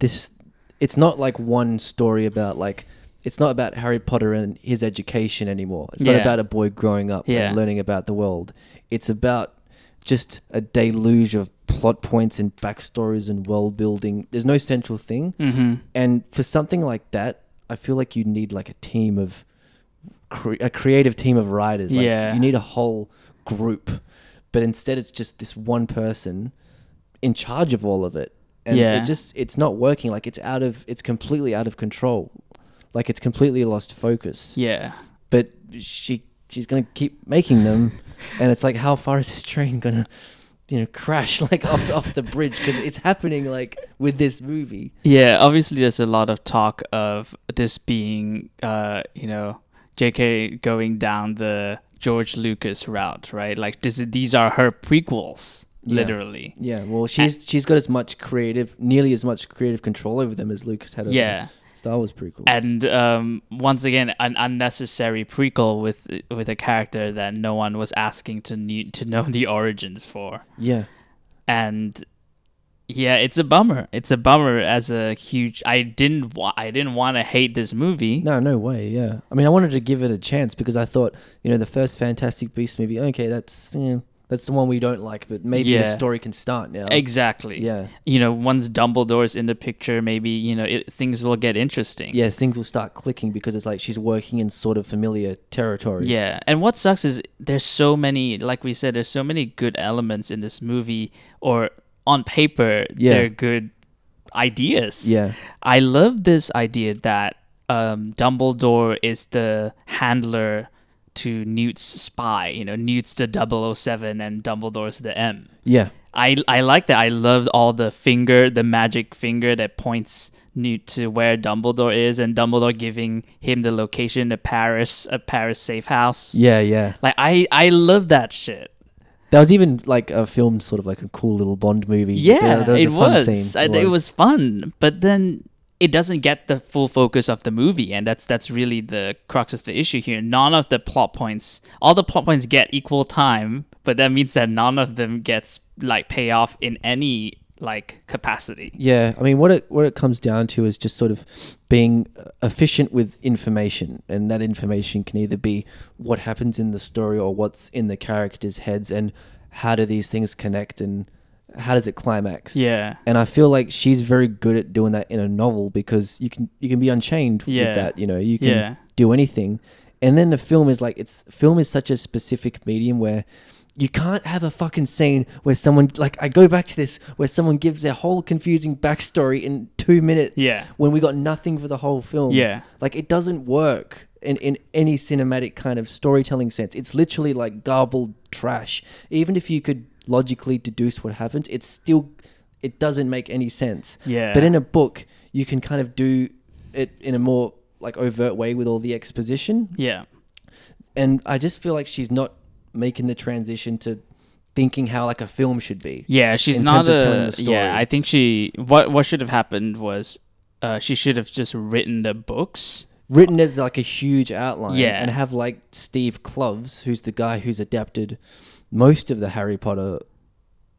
Speaker 4: this it's not like one story about like it's not about Harry Potter and his education anymore. It's
Speaker 3: Yeah.
Speaker 4: not about a boy growing up
Speaker 3: Yeah.
Speaker 4: and learning about the world. It's about just a deluge of plot points and backstories and world building. There's no central thing, mm-hmm. and for something like that, I feel like you need like a team of cre- a creative team of writers. Like,
Speaker 3: Yeah.
Speaker 4: you need a whole group, but instead it's just this one person in charge of all of it, and
Speaker 3: Yeah.
Speaker 4: it just it's not working. Like it's out of it's completely out of control. Like it's completely lost focus.
Speaker 3: yeah
Speaker 4: But she she's gonna keep making them, and it's like how far is this train gonna? You know, crash like off off the bridge because it's happening like with this movie.
Speaker 3: Yeah, obviously there's a lot of talk of this being, uh, you know, J.K. going down the George Lucas route, right? Like this, these are her prequels, literally.
Speaker 4: Yeah, well, she's she's got as much creative, nearly as much creative control over them as Lucas had over
Speaker 3: Yeah.
Speaker 4: Star Wars prequels.
Speaker 3: And um, once again, an unnecessary prequel with with a character that no one was asking to need to know the origins for.
Speaker 4: yeah,
Speaker 3: and yeah, it's a bummer. It's a bummer as a huge. I didn't. Wa- I didn't want to hate this movie.
Speaker 4: no, no way. Yeah, I mean, I wanted to give it a chance because I thought, you know, the first Fantastic Beast movie, okay, that's yeah, that's the one we don't like, but maybe the
Speaker 3: Yeah.
Speaker 4: story can start now.
Speaker 3: Exactly.
Speaker 4: Um, Yeah.
Speaker 3: You know, once Dumbledore's in the picture, maybe you know it, things will get interesting.
Speaker 4: Yes, things will start clicking because it's like she's working in sort of familiar territory.
Speaker 3: Yeah. And what sucks is there's so many, like we said, there's so many good elements in this movie, or on paper,
Speaker 4: Yeah.
Speaker 3: they're good ideas.
Speaker 4: Yeah.
Speaker 3: I love this idea that um, Dumbledore is the handler to Newt's spy. You know, Newt's the 007 and Dumbledore's the M.
Speaker 4: yeah,
Speaker 3: I I like that. I loved all the finger, the magic finger that points Newt to where Dumbledore is, and Dumbledore giving him the location to Paris, a Paris safe house.
Speaker 4: yeah, yeah.
Speaker 3: Like I I love that shit.
Speaker 4: That was even like a film, sort of like a cool little Bond movie.
Speaker 3: Yeah,
Speaker 4: That- that was
Speaker 3: it,
Speaker 4: a fun
Speaker 3: was.
Speaker 4: scene.
Speaker 3: I- it was fun, but then it doesn't get the full focus of the movie, and that's that's really the crux of the issue here. None of the plot points, all the plot points get equal time, but that means that none of them gets like payoff in any like capacity.
Speaker 4: Yeah, I mean, what it what it comes down to is just sort of being uh, efficient with information, and that information can either be what happens in the story or what's in the characters' heads, and how do these things connect, and how does it climax?
Speaker 3: Yeah.
Speaker 4: And I feel like she's very good at doing that in a novel because you can you can be unchained
Speaker 3: Yeah.
Speaker 4: with that. You know, you can
Speaker 3: Yeah.
Speaker 4: do anything. And then the film is like it's film is such a specific medium where you can't have a fucking scene where someone like I go back to this where someone gives their whole confusing backstory in two minutes.
Speaker 3: Yeah.
Speaker 4: When we got nothing for the whole film.
Speaker 3: Yeah.
Speaker 4: Like it doesn't work in, in any cinematic kind of storytelling sense. It's literally like garbled trash. Even if you could logically deduce what happens, it's still it doesn't make any sense.
Speaker 3: Yeah.
Speaker 4: But in a book, you can kind of do it in a more like overt way with all the exposition
Speaker 3: Yeah.
Speaker 4: and I just feel like she's not making the transition to thinking how like a film should be.
Speaker 3: Yeah, she's
Speaker 4: in
Speaker 3: not
Speaker 4: terms of
Speaker 3: a.
Speaker 4: telling the
Speaker 3: Yeah,
Speaker 4: story.
Speaker 3: I think she. What what should have happened was, uh, she should have just written the books.
Speaker 4: Written as like a huge outline,
Speaker 3: Yeah.
Speaker 4: and have like Steve Kloves, who's the guy who's adapted most of the Harry Potter,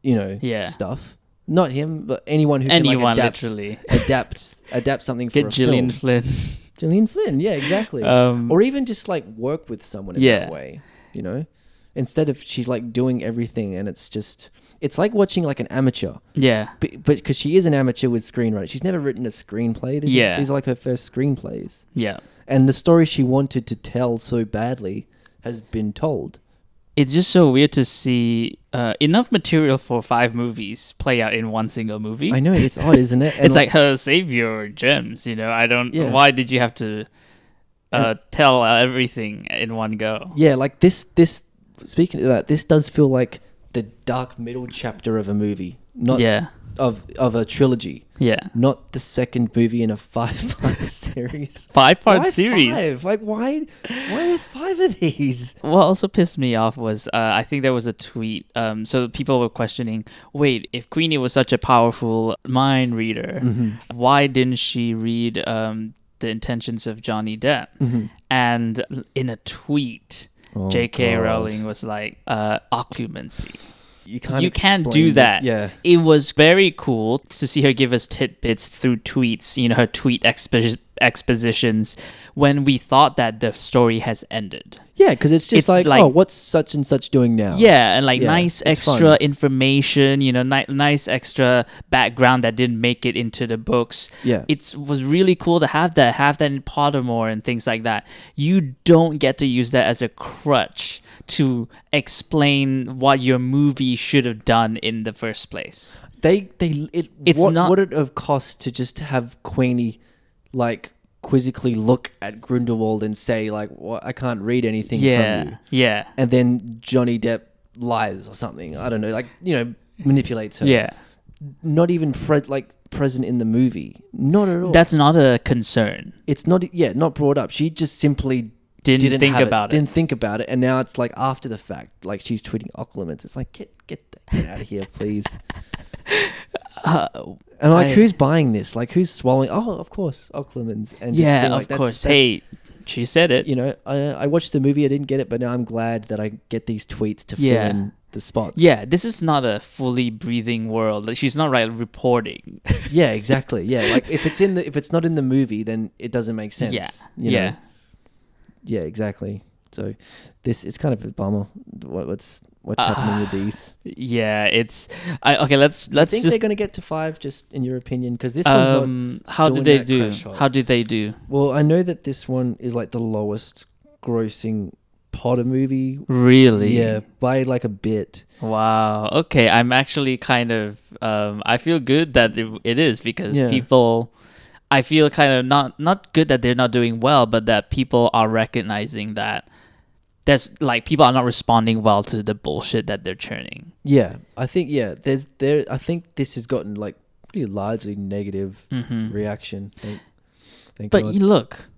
Speaker 4: you know,
Speaker 3: Yeah.
Speaker 4: stuff. Not him, but anyone who can,
Speaker 3: Anyone
Speaker 4: like, adapts,
Speaker 3: literally
Speaker 4: adapts adapt something for
Speaker 3: get
Speaker 4: a
Speaker 3: Gillian
Speaker 4: film.
Speaker 3: Flynn.
Speaker 4: Gillian Flynn, yeah, exactly.
Speaker 3: Um,
Speaker 4: or even just like work with someone in
Speaker 3: Yeah.
Speaker 4: that way, you know. Instead of she's like doing everything, and it's just it's like watching like an amateur.
Speaker 3: yeah,
Speaker 4: but because she is an amateur with screenwriting, she's never written a screenplay. This
Speaker 3: Yeah.
Speaker 4: is, these are like her first screenplays,
Speaker 3: yeah.
Speaker 4: and the story she wanted to tell so badly has been told.
Speaker 3: It's just so weird to see uh, enough material for five movies play out in one single movie.
Speaker 4: I know it's odd, isn't it? And
Speaker 3: it's like, oh, save your gems. You know, I don't.
Speaker 4: Yeah.
Speaker 3: Why did you have to uh, tell everything in one go?
Speaker 4: yeah, like this. This speaking of that, this does feel like the dark middle chapter of a movie, not
Speaker 3: yeah,
Speaker 4: of of a trilogy,
Speaker 3: yeah.
Speaker 4: not the second movie in a five part series.
Speaker 3: Five part
Speaker 4: Why
Speaker 3: series.
Speaker 4: Five? Like why? Why are five of these?
Speaker 3: What also pissed me off was uh, I think there was a tweet. Um, so people were questioning, wait, if Queenie was such a powerful mind reader,
Speaker 4: Mm-hmm.
Speaker 3: why didn't she read um, the intentions of Johnny Depp?
Speaker 4: Mm-hmm.
Speaker 3: And l- in a tweet, J.K.
Speaker 4: Oh, God.
Speaker 3: Rowling was like, uh, "Occlumency."
Speaker 4: You can't.
Speaker 3: you can't
Speaker 4: explain
Speaker 3: do
Speaker 4: this-
Speaker 3: that.
Speaker 4: Yeah.
Speaker 3: It was very cool to see her give us tidbits through tweets, you know, her tweet expo- expositions when we thought that the story has ended.
Speaker 4: Yeah, because it's
Speaker 3: It's
Speaker 4: just like,
Speaker 3: like-
Speaker 4: oh, what's such and such doing now?
Speaker 3: Yeah, and like
Speaker 4: Um, Yeah,
Speaker 3: nice
Speaker 4: it's
Speaker 3: extra
Speaker 4: fun.
Speaker 3: information, you know, ni- nice extra background that didn't make it into the books.
Speaker 4: Yeah.
Speaker 3: It was really cool to have that, have that in Pottermore and things like that. You don't get to use that as a crutch to explain what your movie should have done in the first place.
Speaker 4: they they it.
Speaker 3: It's
Speaker 4: what
Speaker 3: not-
Speaker 4: would it have cost to just have Queenie, like quizzically look at Grindelwald and say like, well, I can't read anything from
Speaker 3: Yeah.
Speaker 4: you,
Speaker 3: Yeah.
Speaker 4: and then Johnny Depp lies or something. I don't know, like you know, manipulates her.
Speaker 3: Yeah.
Speaker 4: not even pre- like present in the movie. Not at all.
Speaker 3: That's not a concern.
Speaker 4: it's not yeah not brought up. She just simply.
Speaker 3: Didn't think
Speaker 4: have
Speaker 3: about it.
Speaker 4: Didn't think about it, and now it's like after the fact, like she's tweeting Occluments. It's like get get get out of here, please.
Speaker 3: Uh,
Speaker 4: And like,
Speaker 3: I-
Speaker 4: who's buying this? Like, who's swallowing? Oh, of course, Occlumans. And just
Speaker 3: yeah,
Speaker 4: feel
Speaker 3: of
Speaker 4: like that's-
Speaker 3: course.
Speaker 4: that's-
Speaker 3: hey, she said it.
Speaker 4: you know, I, I watched the movie, I didn't get it, but now I'm glad that I get these tweets to
Speaker 3: Yeah.
Speaker 4: fill in the spots.
Speaker 3: Yeah, this is not a fully breathing world. Like, She's not right reporting.
Speaker 4: yeah, exactly. Yeah, like if it's in the if it's not in the movie, then it doesn't make sense.
Speaker 3: yeah,
Speaker 4: you know?
Speaker 3: yeah,
Speaker 4: yeah, exactly. So this it's kind of a bummer. What, what's what's
Speaker 3: Ah,
Speaker 4: happening with these?
Speaker 3: yeah. It's I, okay. Let's let's
Speaker 4: I think
Speaker 3: just.
Speaker 4: they're going to get to five, just in your opinion, because this one's not
Speaker 3: Um, how did
Speaker 4: doing
Speaker 3: they
Speaker 4: that
Speaker 3: do?
Speaker 4: crash hole.
Speaker 3: How did they do?
Speaker 4: Well, I know that this one is like the lowest grossing Potter movie.
Speaker 3: Really?
Speaker 4: Yeah, by like a bit.
Speaker 3: Wow. Okay. I'm actually kind of. Um, I feel good that it, it is because
Speaker 4: Yeah.
Speaker 3: people. I feel kind of not not good that they're not doing well, but that people are recognizing that there's like people are not responding well to the bullshit that they're churning.
Speaker 4: Yeah, I think yeah. There's there. I think this has gotten like pretty largely negative reaction. Thank, thank
Speaker 3: Mm-hmm. But
Speaker 4: God.
Speaker 3: you look,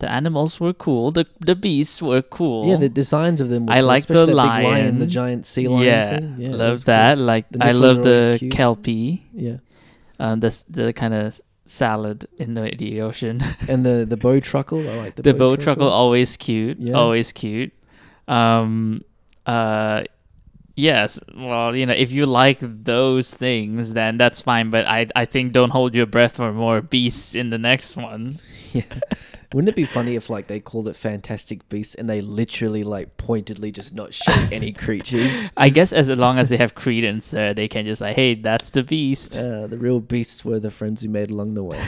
Speaker 3: the animals were cool. The the beasts were cool.
Speaker 4: yeah, the designs of them. Were
Speaker 3: I
Speaker 4: cool,
Speaker 3: like the
Speaker 4: especially that
Speaker 3: lion.
Speaker 4: big lion, the giant sea lion.
Speaker 3: yeah,
Speaker 4: thing. it was
Speaker 3: love
Speaker 4: cool.
Speaker 3: that. Like
Speaker 4: The
Speaker 3: I
Speaker 4: nipples
Speaker 3: love
Speaker 4: are always
Speaker 3: the
Speaker 4: cute.
Speaker 3: kelpie,
Speaker 4: Yeah,
Speaker 3: um, the s- the kind of salad in the, the ocean.
Speaker 4: and the the bow truckle. I like the,
Speaker 3: the bow truckle always cute,
Speaker 4: Yeah.
Speaker 3: always cute. Um, uh, Yes. Well, you know, if you like those things, then that's fine. But I, I think don't hold your breath for more beasts in the next one. oh.
Speaker 4: Wouldn't it be funny if like they called it Fantastic Beasts and they literally like pointedly just not show any creatures?
Speaker 3: I guess as long as they have credence, uh, they can just like, hey, that's the beast.
Speaker 4: Uh, the real beasts were the friends we made along the way.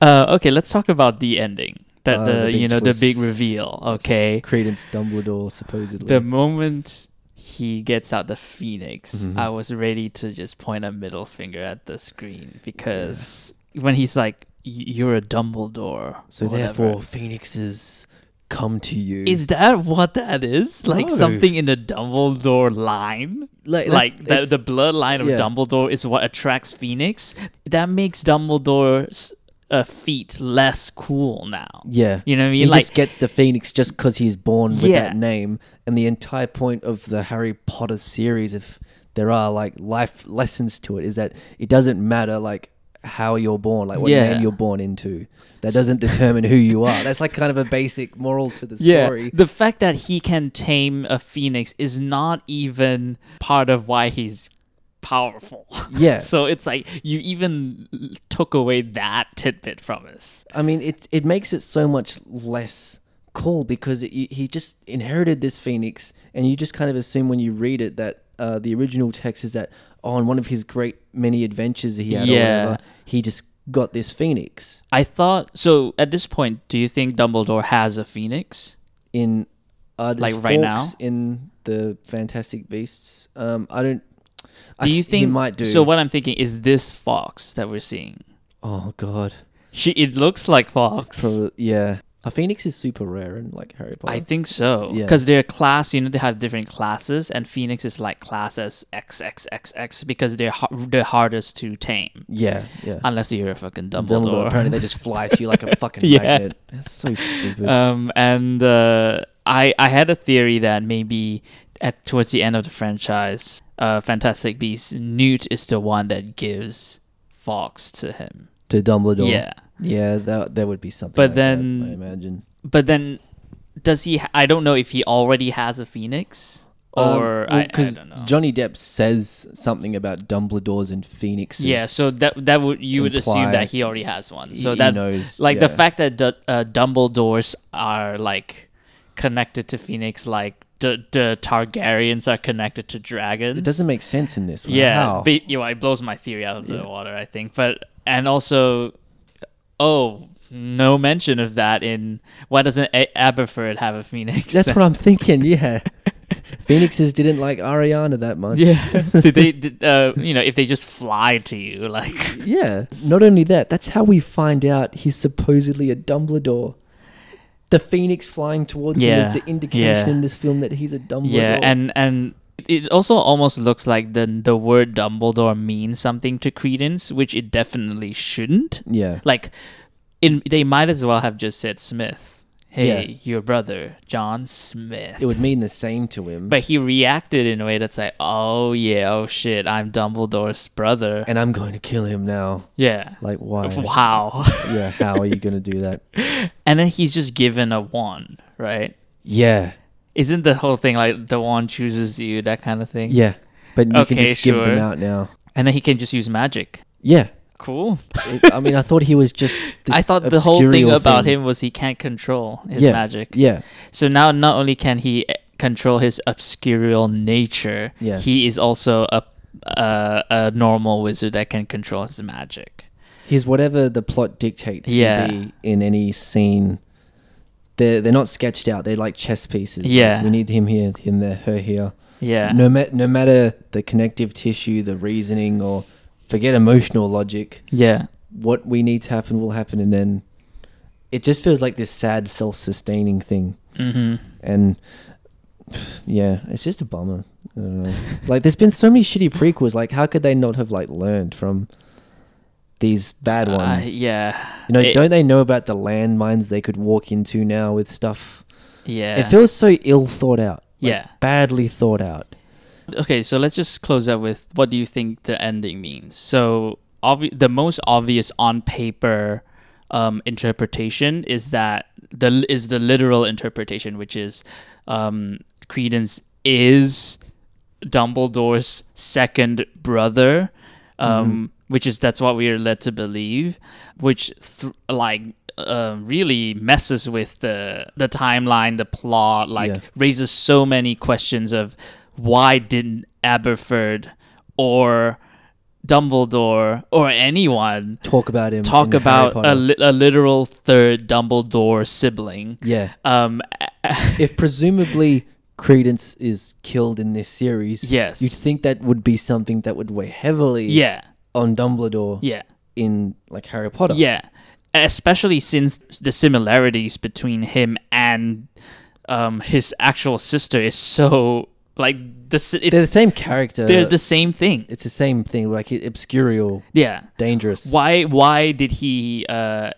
Speaker 3: Uh, okay, let's talk about the ending. That
Speaker 4: Uh,
Speaker 3: the,
Speaker 4: the big
Speaker 3: you know
Speaker 4: twist.
Speaker 3: the big reveal. Okay,
Speaker 4: Credence Dumbledore supposedly.
Speaker 3: the moment he gets out the phoenix,
Speaker 4: Mm-hmm.
Speaker 3: I was ready to just point a middle finger at the screen because when he's like, "Y- "You're a Dumbledore,"
Speaker 4: so
Speaker 3: or whatever.
Speaker 4: therefore, phoenixes come to you.
Speaker 3: Is that what that is? Like
Speaker 4: No.
Speaker 3: something in the Dumbledore line?
Speaker 4: Like, that's-
Speaker 3: like the,
Speaker 4: it's-
Speaker 3: the bloodline of
Speaker 4: yeah.
Speaker 3: Dumbledore is what attracts Phoenix? That makes Dumbledore's uh, feat less cool now.
Speaker 4: Yeah.
Speaker 3: You know what I mean?
Speaker 4: He
Speaker 3: like,
Speaker 4: just gets the Phoenix just because he's born with
Speaker 3: Yeah.
Speaker 4: that name. And the entire point of the Harry Potter series, if there are like life lessons to it, is that it doesn't matter like how you're born, like what
Speaker 3: Yeah.
Speaker 4: name you're born into. That doesn't determine who you are. That's like kind of a basic moral to the
Speaker 3: yeah,
Speaker 4: story.
Speaker 3: the fact that he can tame a Phoenix is not even part of why he's powerful.
Speaker 4: Yeah.
Speaker 3: so it's like you even took away that tidbit from us.
Speaker 4: I mean, it it makes it so much less cool because it, you- he just inherited this phoenix, and you just kind of assume when you read it that uh, the original text is that on one of his great many adventures he had,
Speaker 3: Yeah.
Speaker 4: or whatever, he just got this phoenix
Speaker 3: I thought so. At this point, do you think Dumbledore has a phoenix?
Speaker 4: in uh, there's
Speaker 3: Like right now?
Speaker 4: forks in the Fantastic Beasts. Um, I don't. I
Speaker 3: Do you
Speaker 4: th-
Speaker 3: think
Speaker 4: he might do?
Speaker 3: So what I'm thinking is this fox that we're seeing.
Speaker 4: Oh God,
Speaker 3: She, it looks like fox.
Speaker 4: Probably, yeah. A phoenix is super rare in like Harry Potter.
Speaker 3: I think so
Speaker 4: Yeah.
Speaker 3: because their class, you know, they have different classes, and Phoenix is like class as XXXX because they're har- the hardest to tame,
Speaker 4: yeah, yeah.
Speaker 3: unless you're a fucking
Speaker 4: Dumbledore.
Speaker 3: Dumbledore.
Speaker 4: Apparently, they just fly through like a fucking
Speaker 3: Yeah.
Speaker 4: magnet. That's so stupid.
Speaker 3: um, and uh, I I had a theory that maybe at towards the end of the franchise, uh, Fantastic Beasts, Newt is the one that gives Fox to him.
Speaker 4: to Dumbledore.
Speaker 3: Yeah.
Speaker 4: yeah, that that would be something.
Speaker 3: But
Speaker 4: like that,
Speaker 3: then-
Speaker 4: I imagine
Speaker 3: But then, does he? I don't know if he already has a phoenix
Speaker 4: Uh,
Speaker 3: or I, I
Speaker 4: because
Speaker 3: don't know.
Speaker 4: Um, Johnny Depp says something about Dumbledores and Phoenixes.
Speaker 3: yeah, so that that would you would assume
Speaker 4: imply-
Speaker 3: that he already has one. So
Speaker 4: he
Speaker 3: that
Speaker 4: knows,
Speaker 3: like the
Speaker 4: yeah.
Speaker 3: fact that du- uh, Dumbledores are like connected to Phoenix, like the the Targaryens are connected to dragons.
Speaker 4: it doesn't make sense in this. One.
Speaker 3: Yeah,
Speaker 4: How?
Speaker 3: but, you know, it blows my theory out of the water. I think, but and also, oh, no mention of that in why doesn't a- Aberford have a Phoenix?
Speaker 4: that's what I'm thinking. Yeah, Phoenixes didn't like Ariana that much.
Speaker 3: Yeah. did they, did, uh, you know, if they just fly to you, like,
Speaker 4: Yeah. Not only that, that's how we find out he's supposedly a Dumbledore. The Phoenix flying towards
Speaker 3: Yeah,
Speaker 4: him is the indication
Speaker 3: yeah.
Speaker 4: in this film that he's a Dumbledore.
Speaker 3: yeah, and and it also almost looks like the the word Dumbledore means something to Credence, which it definitely shouldn't.
Speaker 4: yeah,
Speaker 3: Like, in they might as well have just said Smith. Hey,
Speaker 4: Yeah.
Speaker 3: your brother John Smith.
Speaker 4: it would mean the same to him.
Speaker 3: but he reacted in a way that's like, oh yeah, oh shit, I'm Dumbledore's brother.
Speaker 4: and I'm going to kill him now.
Speaker 3: yeah.
Speaker 4: Like why?
Speaker 3: Wow.
Speaker 4: yeah, how are you going to do that?
Speaker 3: and then he's just given a wand, right?
Speaker 4: Yeah,
Speaker 3: Isn't the whole thing like the wand chooses you, that kind of thing?
Speaker 4: yeah. But you can
Speaker 3: Okay,
Speaker 4: just give them
Speaker 3: sure.
Speaker 4: out now.
Speaker 3: And then he can just use magic.
Speaker 4: Yeah.
Speaker 3: Cool.
Speaker 4: It- I mean, I thought he was just. This
Speaker 3: I thought the whole thing
Speaker 4: obscurial
Speaker 3: about
Speaker 4: thing.
Speaker 3: him was he can't control his
Speaker 4: yeah.
Speaker 3: magic.
Speaker 4: Yeah.
Speaker 3: So now not only can he eh, control his obscurial nature,
Speaker 4: Yeah.
Speaker 3: he is also a uh, a normal wizard that can control his magic.
Speaker 4: He's whatever the plot dictates.
Speaker 3: Yeah.
Speaker 4: Yeah. Be in any scene. They're, they're not sketched out. They're like chess pieces. Like,
Speaker 3: Yeah.
Speaker 4: we need him here, him there, her here.
Speaker 3: Yeah.
Speaker 4: No, ma- no matter the connective tissue, the reasoning, or forget emotional logic,
Speaker 3: Yeah.
Speaker 4: what we need to happen will happen. And then it just feels like this sad, self sustaining thing.
Speaker 3: hmm
Speaker 4: and yeah, it's just a bummer. I don't know. Like, there's been so many shitty prequels. Like, how could they not have like learned from these bad
Speaker 3: Uh,
Speaker 4: ones?
Speaker 3: yeah.
Speaker 4: you know,
Speaker 3: it-
Speaker 4: don't they know about the landmines they could walk into now with stuff?
Speaker 3: Yeah.
Speaker 4: It feels so ill thought out. like,
Speaker 3: Yeah.
Speaker 4: badly thought out.
Speaker 3: Okay, so let's just close out with what do you think the ending means? So, obvi- the most obvious on paper um, interpretation is that the is the literal interpretation, which is um, Credence is Dumbledore's second brother, um,
Speaker 4: Mm-hmm.
Speaker 3: which is that's what we are led to believe, which th- like uh, really messes with the the timeline, the plot, like
Speaker 4: Yeah.
Speaker 3: raises so many questions of why didn't Aberford or Dumbledore or anyone
Speaker 4: Talk about him.
Speaker 3: talk
Speaker 4: in Harry
Speaker 3: about
Speaker 4: Potter.
Speaker 3: a, li- a literal third Dumbledore sibling?
Speaker 4: yeah.
Speaker 3: Um,
Speaker 4: if presumably Credence is killed in this series,
Speaker 3: Yes.
Speaker 4: you'd think that would be something that would weigh heavily
Speaker 3: yeah,
Speaker 4: on Dumbledore
Speaker 3: yeah.
Speaker 4: in like Harry Potter.
Speaker 3: Yeah, especially since the similarities between him and um, his actual sister is so like the s- it's,
Speaker 4: they're the same character.
Speaker 3: they're the same thing.
Speaker 4: it's the same thing, like obscurial,
Speaker 3: Yeah.
Speaker 4: dangerous.
Speaker 3: Why why did he uh,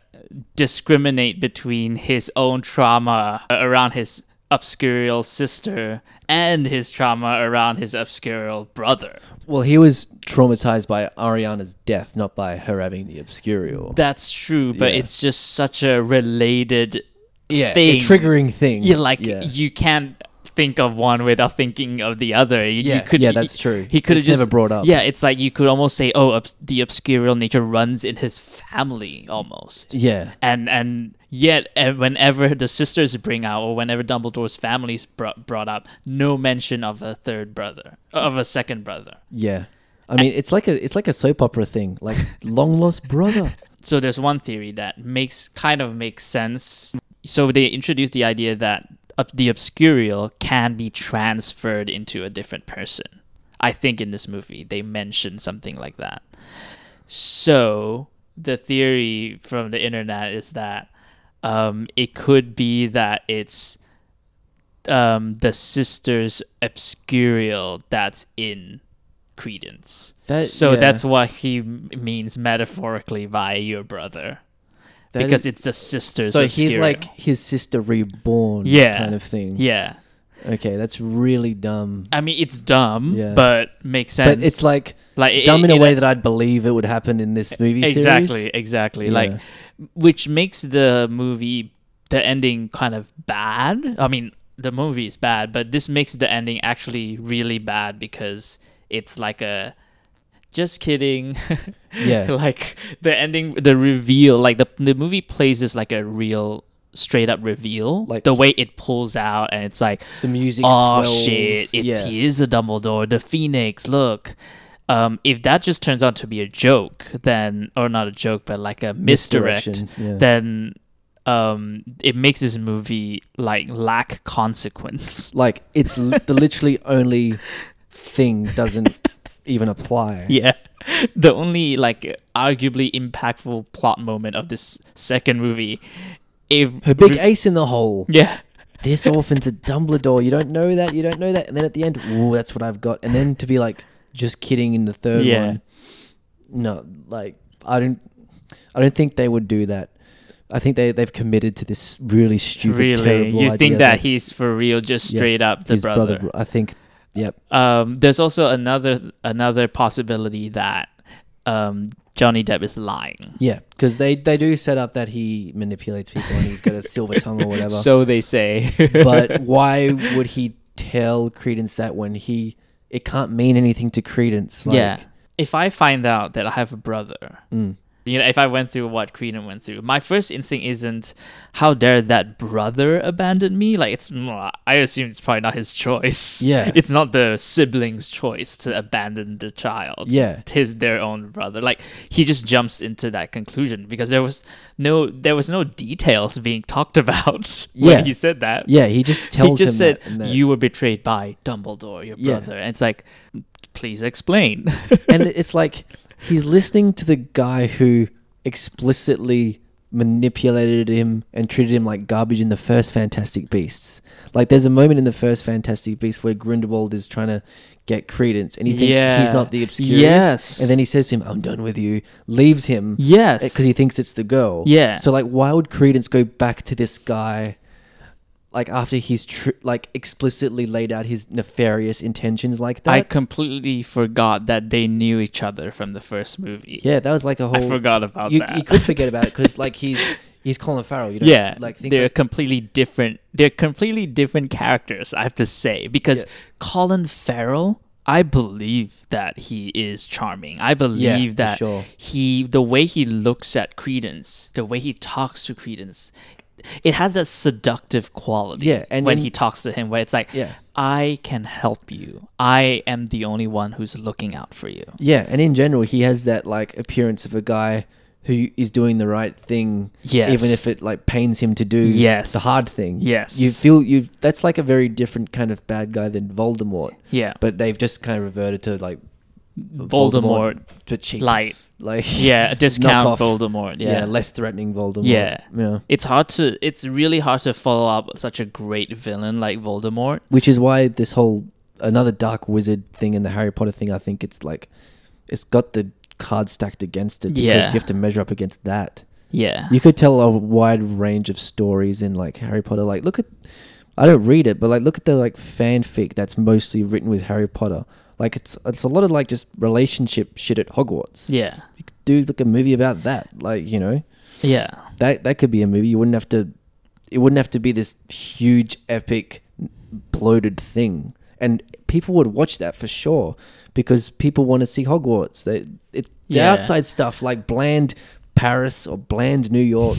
Speaker 3: discriminate between his own trauma around his obscurial sister and his trauma around his obscurial brother?
Speaker 4: Well, he was traumatized by Ariana's death, not by her having the obscurial.
Speaker 3: That's true, but
Speaker 4: Yeah.
Speaker 3: it's just such a related
Speaker 4: yeah,
Speaker 3: thing.
Speaker 4: a triggering thing.
Speaker 3: Yeah, like
Speaker 4: yeah.
Speaker 3: you can't think of one without thinking of the other. You, you
Speaker 4: Yeah.
Speaker 3: could,
Speaker 4: Yeah, that's true.
Speaker 3: He could have
Speaker 4: It's never
Speaker 3: just
Speaker 4: brought up.
Speaker 3: Yeah, it's like you could almost say, oh, obs- the obscurial nature runs in his family almost.
Speaker 4: yeah.
Speaker 3: And and yet, and whenever the sisters bring out, or whenever Dumbledore's family's brought brought up, no mention of a third brother, of a second brother.
Speaker 4: Yeah. I mean, it's like a it's like a soap opera thing, like long lost brother.
Speaker 3: so there's one theory that makes kind of makes sense. So they introduced the idea that ob- the obscurial can be transferred into a different person. I think in this movie they mentioned something like that. So the theory from the internet is that um, it could be that it's um, the sister's obscurial that's in Credence.
Speaker 4: That-
Speaker 3: so
Speaker 4: yeah.
Speaker 3: that's what he m- means metaphorically by your brother,
Speaker 4: That
Speaker 3: because
Speaker 4: is-
Speaker 3: it's the sister's.
Speaker 4: so he's
Speaker 3: obscurial.
Speaker 4: like his sister reborn,
Speaker 3: Yeah.
Speaker 4: kind of thing.
Speaker 3: yeah.
Speaker 4: Okay, that's really dumb.
Speaker 3: I mean, it's dumb,
Speaker 4: Yeah.
Speaker 3: but makes sense.
Speaker 4: But it's like,
Speaker 3: Like, it-
Speaker 4: dumb in
Speaker 3: it-
Speaker 4: a
Speaker 3: it-
Speaker 4: way that I'd believe it would happen in this movie series.
Speaker 3: exactly, exactly. Like,
Speaker 4: Yeah.
Speaker 3: which makes the movie, the ending, kind of bad. I mean, the movie is bad, but this makes the ending actually really bad because it's like a, just kidding.
Speaker 4: Yeah.
Speaker 3: like the ending, the reveal, like the the movie plays is like a real straight up reveal. Like
Speaker 4: Like-
Speaker 3: the way it pulls out, and it's like
Speaker 4: The music
Speaker 3: Oh
Speaker 4: swells.
Speaker 3: shit! It's
Speaker 4: Yeah.
Speaker 3: he is a Dumbledore, the Phoenix. Look, um, if that just turns out to be a joke, then or not a joke, but like a misdirect,
Speaker 4: Misdirection, yeah.
Speaker 3: then um, it makes this movie like lack consequence.
Speaker 4: Like it's li- the literally only thing doesn't even apply.
Speaker 3: yeah, the only like arguably impactful plot moment of this second movie, if
Speaker 4: Her big ace in the hole.
Speaker 3: yeah.
Speaker 4: This orphan's a Dumbledore. You don't know that. You don't know that. And then at the end, ooh, that's what I've got. And then to be like, just kidding in the third
Speaker 3: Yeah.
Speaker 4: one. No, like I don't, I don't think they would do that. I think they they've committed to this really stupid,
Speaker 3: Really,
Speaker 4: terrible
Speaker 3: you
Speaker 4: idea
Speaker 3: think that, he's for real? Just
Speaker 4: Yeah,
Speaker 3: straight up the
Speaker 4: his
Speaker 3: brother.
Speaker 4: bro- I think. Yep.
Speaker 3: um, there's also another another possibility that um, Johnny Depp is lying.
Speaker 4: Yeah, because they they do set up that he manipulates people and he's got a silver tongue or whatever.
Speaker 3: So they say.
Speaker 4: but why would he tell Credence that when he it can't mean anything to Credence? Like,
Speaker 3: yeah. If I find out that I have a brother,
Speaker 4: Mm.
Speaker 3: you know, if I went through what Creedon went through, my first instinct isn't how dare that brother abandon me. Like it's, I assume it's probably not his choice.
Speaker 4: Yeah.
Speaker 3: it's not the sibling's choice to abandon the child.
Speaker 4: Yeah.
Speaker 3: his their own brother. Like he just jumps into that conclusion because there was no there was no details being talked about
Speaker 4: Yeah.
Speaker 3: when he said that.
Speaker 4: Yeah, he just tells
Speaker 3: he just
Speaker 4: him
Speaker 3: said
Speaker 4: that and that.
Speaker 3: you were betrayed by Dumbledore, your
Speaker 4: Yeah.
Speaker 3: brother. And it's like, please explain.
Speaker 4: and it's like he's listening to the guy who explicitly manipulated him and treated him like garbage in the first Fantastic Beasts. Like there's a moment in the first Fantastic Beast where Grindelwald is trying to get credence and he thinks
Speaker 3: Yeah.
Speaker 4: he's not the obscurus.
Speaker 3: Yes.
Speaker 4: And then he says to him, I'm done with you, leaves him.
Speaker 3: yes,
Speaker 4: because he thinks it's the girl.
Speaker 3: Yeah.
Speaker 4: So like, why would Credence go back to this guy? Like after he's tr- like explicitly laid out his nefarious intentions like that.
Speaker 3: I completely forgot that they knew each other from the first movie.
Speaker 4: yeah, that was like a whole.
Speaker 3: I forgot about
Speaker 4: you,
Speaker 3: that.
Speaker 4: you could forget about it because like he's he's Colin Farrell. You don't
Speaker 3: yeah,
Speaker 4: like think
Speaker 3: they're
Speaker 4: like-
Speaker 3: completely different. They're completely different characters, I have to say, because
Speaker 4: Yeah.
Speaker 3: Colin Farrell, I believe that he is charming. I believe
Speaker 4: for
Speaker 3: that
Speaker 4: sure.
Speaker 3: he, the way he looks at Credence, the way he talks to Credence, it has that seductive quality.
Speaker 4: Yeah, and
Speaker 3: when
Speaker 4: then-
Speaker 3: he talks to him, where it's like,
Speaker 4: Yeah.
Speaker 3: I can help you. I am the only one who's looking out for you.
Speaker 4: yeah, and in general, he has that like appearance of a guy who is doing the right thing,
Speaker 3: Yes.
Speaker 4: even if it like pains him to do
Speaker 3: Yes.
Speaker 4: the hard thing.
Speaker 3: Yes.
Speaker 4: you feel you. That's like a very different kind of bad guy than Voldemort.
Speaker 3: Yeah.
Speaker 4: but they've just kind of reverted to like
Speaker 3: Voldemort,
Speaker 4: but cheap,
Speaker 3: light.
Speaker 4: like
Speaker 3: Yeah, discount
Speaker 4: knockoff.
Speaker 3: Voldemort.
Speaker 4: yeah,
Speaker 3: yeah
Speaker 4: less threatening Voldemort.
Speaker 3: Yeah.
Speaker 4: yeah.
Speaker 3: It's hard to it's really hard to follow up such a great villain like Voldemort.
Speaker 4: which is why this whole another dark wizard thing in the Harry Potter thing, I think it's like it's got the cards stacked against it because
Speaker 3: Yeah.
Speaker 4: you have to measure up against that.
Speaker 3: Yeah.
Speaker 4: You could tell a wide range of stories in like Harry Potter. Like look at I don't read it, but like look at the like fanfic that's mostly written with Harry Potter. Like it's it's a lot of like just relationship shit at Hogwarts.
Speaker 3: yeah.
Speaker 4: You could do like a movie about that. Like, you know.
Speaker 3: Yeah.
Speaker 4: That that could be a movie. You wouldn't have to. It wouldn't have to be this huge, epic, bloated thing, and people would watch that for sure because people want to see Hogwarts. They, it, the
Speaker 3: Yeah.
Speaker 4: outside stuff like bland Paris or bland New York.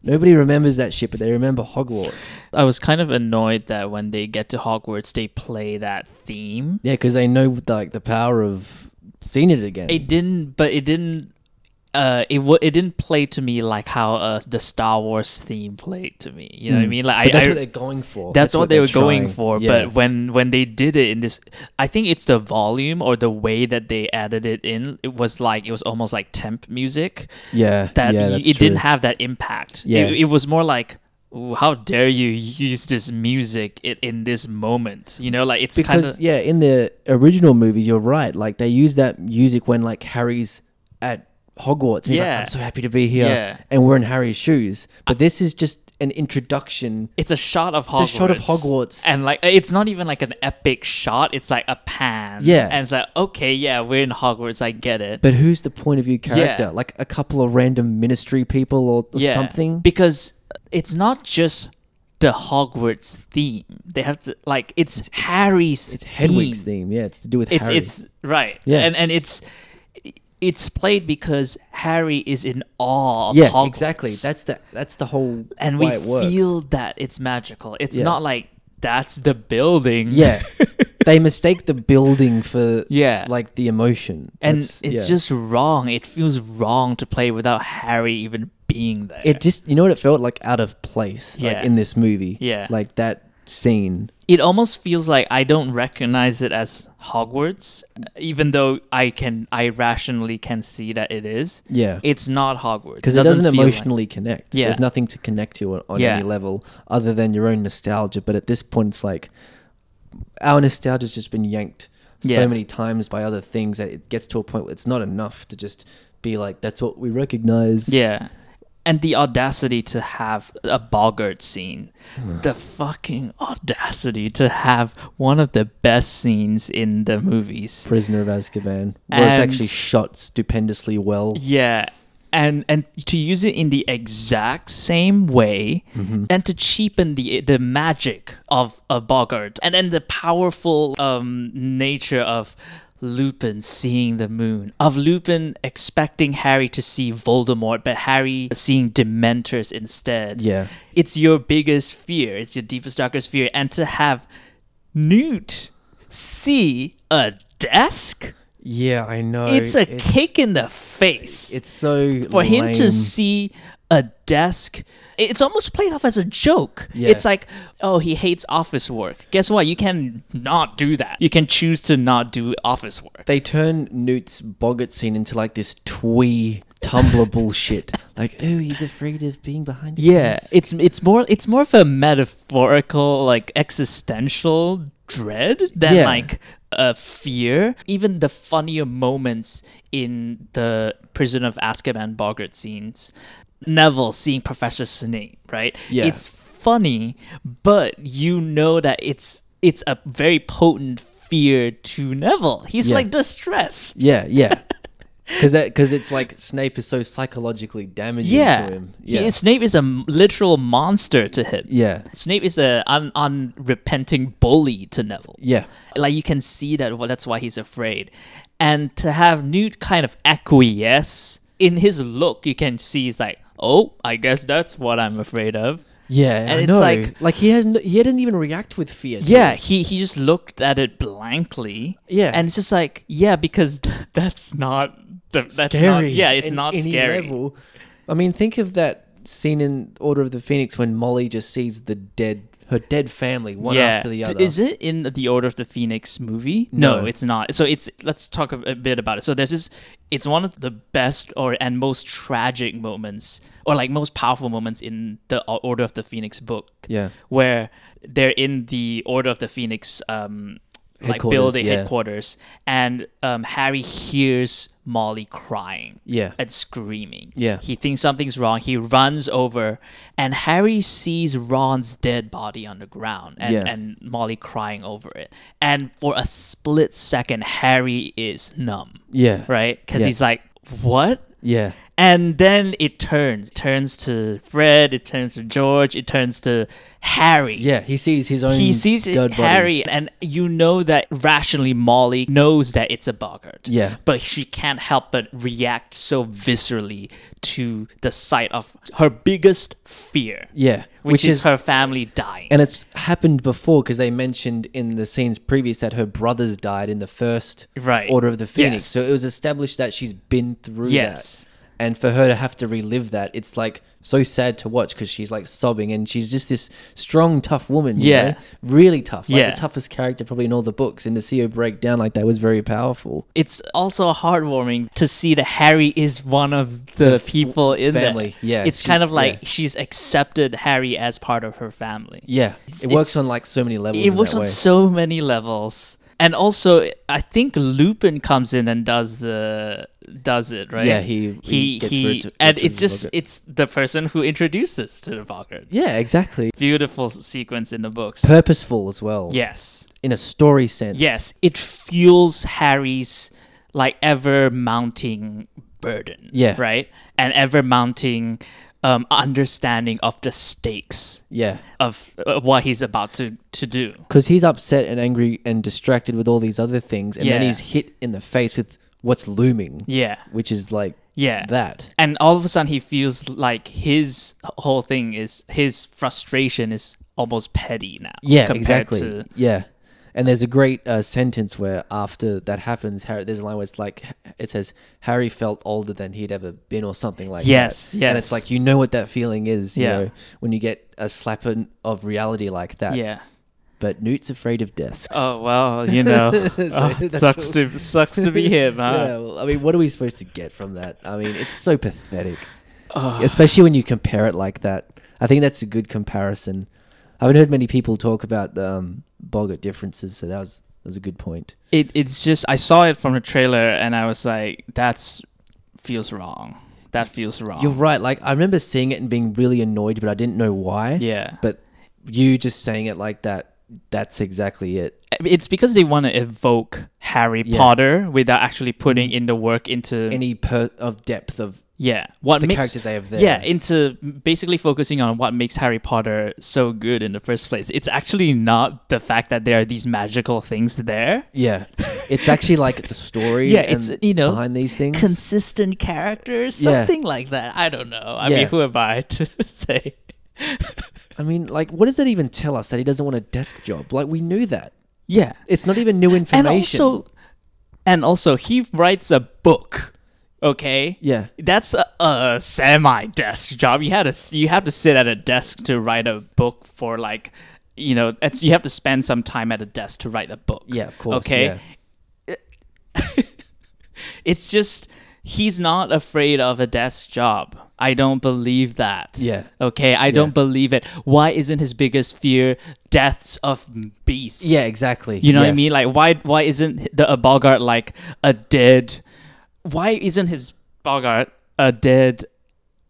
Speaker 4: Nobody remembers that shit, but they remember Hogwarts.
Speaker 3: I was kind of annoyed that when they get to Hogwarts they play that theme.
Speaker 4: Yeah, because they know like the power of seeing it again.
Speaker 3: It didn't but it didn't uh, it w- it didn't play to me like how uh, the Star Wars theme played to me. You know what I mean? Like
Speaker 4: Hmm. but
Speaker 3: I,
Speaker 4: that's
Speaker 3: I-
Speaker 4: what they're going for.
Speaker 3: that's, what, they
Speaker 4: they're
Speaker 3: were going
Speaker 4: trying.
Speaker 3: for
Speaker 4: Yeah.
Speaker 3: but when when they did it in this i think it's the volume or the way that they added it in it was like it was almost like temp music
Speaker 4: Yeah,
Speaker 3: that
Speaker 4: yeah,
Speaker 3: y-
Speaker 4: that's
Speaker 3: it didn't
Speaker 4: true.
Speaker 3: have that impact
Speaker 4: Yeah.
Speaker 3: it, it was more like "Ooh, how dare you use this music in, in this moment you know like it's kind
Speaker 4: because
Speaker 3: of
Speaker 4: yeah, in the original movies, you're right. Like they use that music when like Harry's at Hogwarts. He's
Speaker 3: Yeah.
Speaker 4: like, I'm so happy to be here,
Speaker 3: Yeah.
Speaker 4: and we're in Harry's shoes. But this is just an introduction.
Speaker 3: it's a shot of Hogwarts.
Speaker 4: It's a shot of Hogwarts.
Speaker 3: And like uh, it's not even like an epic shot, it's like a pan.
Speaker 4: Yeah.
Speaker 3: And it's like, okay, yeah, we're in Hogwarts, I get it.
Speaker 4: But who's the point of view character?
Speaker 3: Yeah.
Speaker 4: Like a couple of random ministry people or, or something.
Speaker 3: Because it's not just the Hogwarts theme. They have to like it's, Harry's.
Speaker 4: it's Hedwig's theme. Yeah, it's to do with
Speaker 3: It's
Speaker 4: Harry.
Speaker 3: it's right.
Speaker 4: Yeah.
Speaker 3: and and it's it's played because Harry is in awe. Of
Speaker 4: yeah,
Speaker 3: Hogwarts.
Speaker 4: exactly. That's the that's the whole
Speaker 3: and we
Speaker 4: why it works.
Speaker 3: feel that it's magical. It's
Speaker 4: Yeah.
Speaker 3: not like that's the building.
Speaker 4: yeah. they mistake the building for
Speaker 3: Yeah.
Speaker 4: like the emotion.
Speaker 3: And
Speaker 4: That's-
Speaker 3: it's
Speaker 4: yeah.
Speaker 3: just wrong. It feels wrong to play without Harry even being there.
Speaker 4: It just you know what it felt like out of place
Speaker 3: Yeah.
Speaker 4: like in this movie.
Speaker 3: Yeah.
Speaker 4: Like that scene.
Speaker 3: it almost feels like I don't recognize it as Hogwarts, even though I can, I rationally can see that it is.
Speaker 4: Yeah.
Speaker 3: it's not Hogwarts
Speaker 4: Because it doesn't,
Speaker 3: feel like-
Speaker 4: emotionally connect.
Speaker 3: Yeah.
Speaker 4: There's nothing to connect to on, on
Speaker 3: Yeah.
Speaker 4: any level other than your own nostalgia. But at this point it's like our nostalgia's just been yanked
Speaker 3: Yeah.
Speaker 4: so many times by other things that it gets to a point where it's not enough to just be like, that's what we recognize.
Speaker 3: yeah, and the audacity to have a Bogart scene, the fucking audacity to have one of the best scenes in the movies.
Speaker 4: Prisoner of Azkaban. Where it's
Speaker 3: And-
Speaker 4: actually shot stupendously well.
Speaker 3: Yeah. And, and to use it in the exact same way and to cheapen the the magic of a boggart and then the powerful um, nature of Lupin seeing the moon of Lupin expecting Harry to see Voldemort but Harry seeing dementors instead
Speaker 4: Yeah.
Speaker 3: it's your biggest fear it's your deepest darkest fear and to have Newt see a desk
Speaker 4: Yeah, I know.
Speaker 3: it's a kick in the face
Speaker 4: it's so
Speaker 3: for him to
Speaker 4: lame.
Speaker 3: see a desk it's almost played off as a joke
Speaker 4: Yeah.
Speaker 3: it's like oh he hates office work guess what you can not do that you can choose to not do office work
Speaker 4: they turn Newt's boggart scene into like this twee Tumblr bullshit. Like, oh, he's afraid of being behind. a
Speaker 3: yeah
Speaker 4: desk."
Speaker 3: it's it's more it's more of a metaphorical like existential dread than
Speaker 4: Yeah.
Speaker 3: like a fear even the funnier moments in the prison of azkaban bogart scenes neville seeing professor snape right
Speaker 4: Yeah.
Speaker 3: it's funny but you know that it's it's a very potent fear to neville he's
Speaker 4: Yeah.
Speaker 3: like distressed
Speaker 4: yeah, yeah. because that because it's like Snape is so psychologically damaging
Speaker 3: yeah.
Speaker 4: to him.
Speaker 3: He- Snape is a m- literal monster to him.
Speaker 4: yeah,
Speaker 3: Snape is a un- unrepenting bully to Neville.
Speaker 4: yeah,
Speaker 3: Like you can see that well, that's why he's afraid. And to have Newt kind of acquiesce in his look, you can see he's like, "Oh, I guess that's what I'm afraid of."
Speaker 4: yeah.
Speaker 3: And
Speaker 4: I
Speaker 3: it's
Speaker 4: know.
Speaker 3: like-
Speaker 4: like he has no, he didn't even react with fear. to
Speaker 3: Yeah,
Speaker 4: it.
Speaker 3: he he just looked at it blankly.
Speaker 4: Yeah.
Speaker 3: and it's just like, yeah, because that's not the, that's Not,
Speaker 4: scary.
Speaker 3: yeah, it's
Speaker 4: in
Speaker 3: not
Speaker 4: any
Speaker 3: scary.
Speaker 4: level. I mean, think of that scene in Order of the Phoenix when Molly just sees the dead her dead family one after the
Speaker 3: D-
Speaker 4: other.
Speaker 3: Is it in the Order of the Phoenix movie? No,
Speaker 4: No.
Speaker 3: it's not. So it's let's talk a, a bit about it. So there's this. It's one of the best or and most tragic moments, or like most powerful moments in the O- Order of the Phoenix book.
Speaker 4: Yeah.
Speaker 3: where they're in the Order of the Phoenix, um, like
Speaker 4: Headquarters,
Speaker 3: building
Speaker 4: yeah.
Speaker 3: headquarters, and um, Harry hears Molly crying
Speaker 4: Yeah.
Speaker 3: and screaming.
Speaker 4: Yeah.
Speaker 3: He thinks something's wrong. He runs over and Harry sees Ron's dead body on the ground and,
Speaker 4: Yeah.
Speaker 3: and Molly crying over it. And for a split second, Harry is numb.
Speaker 4: Yeah.
Speaker 3: Right? Because
Speaker 4: Yeah.
Speaker 3: he's like, what?
Speaker 4: Yeah.
Speaker 3: And then it turns. It turns to Fred, it turns to George, it turns to Harry
Speaker 4: Yeah. He sees his own.
Speaker 3: he sees it-
Speaker 4: dead body.
Speaker 3: Harry, and you know that rationally Molly knows that it's a boggart.
Speaker 4: Yeah.
Speaker 3: But she can't help but react so viscerally to the sight of her biggest fear.
Speaker 4: Yeah.
Speaker 3: Which, is, her family dying.
Speaker 4: And it's happened before because they mentioned in the scenes previous that her brothers died in the first
Speaker 3: Right.
Speaker 4: Order of the Phoenix.
Speaker 3: Yes.
Speaker 4: So it was established that she's been through
Speaker 3: Yes.
Speaker 4: that. And for her to have to relive that, it's like so sad to watch because she's like sobbing and she's just this strong, tough woman. you
Speaker 3: Yeah.
Speaker 4: know? Really tough. Like
Speaker 3: Yeah.
Speaker 4: the toughest character probably in all the books. And to see her break down like that was very powerful.
Speaker 3: it's also heartwarming to see that Harry is one of the,
Speaker 4: f-
Speaker 3: people in that.
Speaker 4: family, yeah,
Speaker 3: It's
Speaker 4: she-
Speaker 3: kind of like
Speaker 4: yeah.
Speaker 3: she's accepted Harry as part of her family.
Speaker 4: Yeah.
Speaker 3: It's-
Speaker 4: It works
Speaker 3: it's-
Speaker 4: on like so many levels.
Speaker 3: it works on so many levels and also i think lupin comes in and does the does it right
Speaker 4: Yeah, he-
Speaker 3: he
Speaker 4: he gets
Speaker 3: he,
Speaker 4: rid to-
Speaker 3: and
Speaker 4: gets rid
Speaker 3: it's
Speaker 4: of
Speaker 3: just
Speaker 4: Bogart.
Speaker 3: it's the person who introduces to the Bogart.
Speaker 4: Yeah, exactly.
Speaker 3: beautiful s- sequence in the books
Speaker 4: Purposeful as well.
Speaker 3: yes
Speaker 4: In a story sense.
Speaker 3: yes it fuels harry's like ever mounting burden
Speaker 4: Yeah.
Speaker 3: right and ever mounting um, understanding of the stakes
Speaker 4: Yeah.
Speaker 3: of uh, what he's about to to do
Speaker 4: because he's upset and angry and distracted with all these other things, and then
Speaker 3: Yeah.
Speaker 4: he's hit in the face with what's looming,
Speaker 3: yeah
Speaker 4: which is like
Speaker 3: Yeah.
Speaker 4: that.
Speaker 3: And all of a sudden, he feels like his whole thing is his frustration is almost petty now.
Speaker 4: Yeah,
Speaker 3: compared
Speaker 4: exactly.
Speaker 3: to-
Speaker 4: Yeah, and there's a great uh, sentence where after that happens, Harry, there's a line where it's like it says Harry felt older than he'd ever been, or something like
Speaker 3: Yes,
Speaker 4: that. and
Speaker 3: yes.
Speaker 4: it's like you know what that feeling is. You
Speaker 3: Yeah.
Speaker 4: know, when you get a slap in, of reality like that.
Speaker 3: yeah.
Speaker 4: but Newt's afraid of desks.
Speaker 3: Oh well, you know, oh,
Speaker 4: that's
Speaker 3: sucks to sucks to be him,
Speaker 4: Yeah,
Speaker 3: huh?
Speaker 4: well, I mean, what are we supposed to get from that? I mean, it's so pathetic, especially when you compare it like that. I think that's a good comparison. I haven't heard many people talk about the um, Boggart differences, so that was that was a good point.
Speaker 3: It it's just I saw it from the trailer and I was like, that's feels wrong. That feels wrong.
Speaker 4: You're right. Like I remember seeing it and being really annoyed, but I didn't know why.
Speaker 3: Yeah.
Speaker 4: But you just saying it like that. That's exactly it.
Speaker 3: It's because they want to evoke Harry
Speaker 4: Yeah. Mm.
Speaker 3: Potter without actually putting in the work into
Speaker 4: Any per of depth of
Speaker 3: Yeah, what
Speaker 4: the
Speaker 3: makes,
Speaker 4: characters they have there.
Speaker 3: Yeah, into basically focusing on what makes Harry Potter so good in the first place. It's actually not the fact that there are these magical things there.
Speaker 4: yeah. It's actually like the story.
Speaker 3: Yeah,
Speaker 4: and
Speaker 3: it's you know
Speaker 4: behind these things.
Speaker 3: consistent characters,
Speaker 4: Mm. Yeah.
Speaker 3: something like that. I don't know. I
Speaker 4: Yeah.
Speaker 3: mean, who am I to say?
Speaker 4: I mean, like, what does that even tell us that he doesn't want a desk job? Like, we knew that.
Speaker 3: Yeah,
Speaker 4: It's not even new
Speaker 3: and
Speaker 4: information.
Speaker 3: also, and also, he writes a book. Okay.
Speaker 4: yeah,
Speaker 3: That's a, a semi-desk job. You had to s- you have to sit at a desk to write a book for like, you know, it's, you have to spend some time at a desk to write a book.
Speaker 4: yeah, of course.
Speaker 3: Okay,
Speaker 4: yeah.
Speaker 3: it's just he's not afraid of a desk job. I don't believe that.
Speaker 4: Yeah.
Speaker 3: Okay, I don't believe it. Why isn't his biggest fear deaths of beasts?
Speaker 4: yeah, exactly.
Speaker 3: You know what I
Speaker 4: Yes.
Speaker 3: mean? Like why why isn't the a Bogart like a dead why isn't his Bogart a dead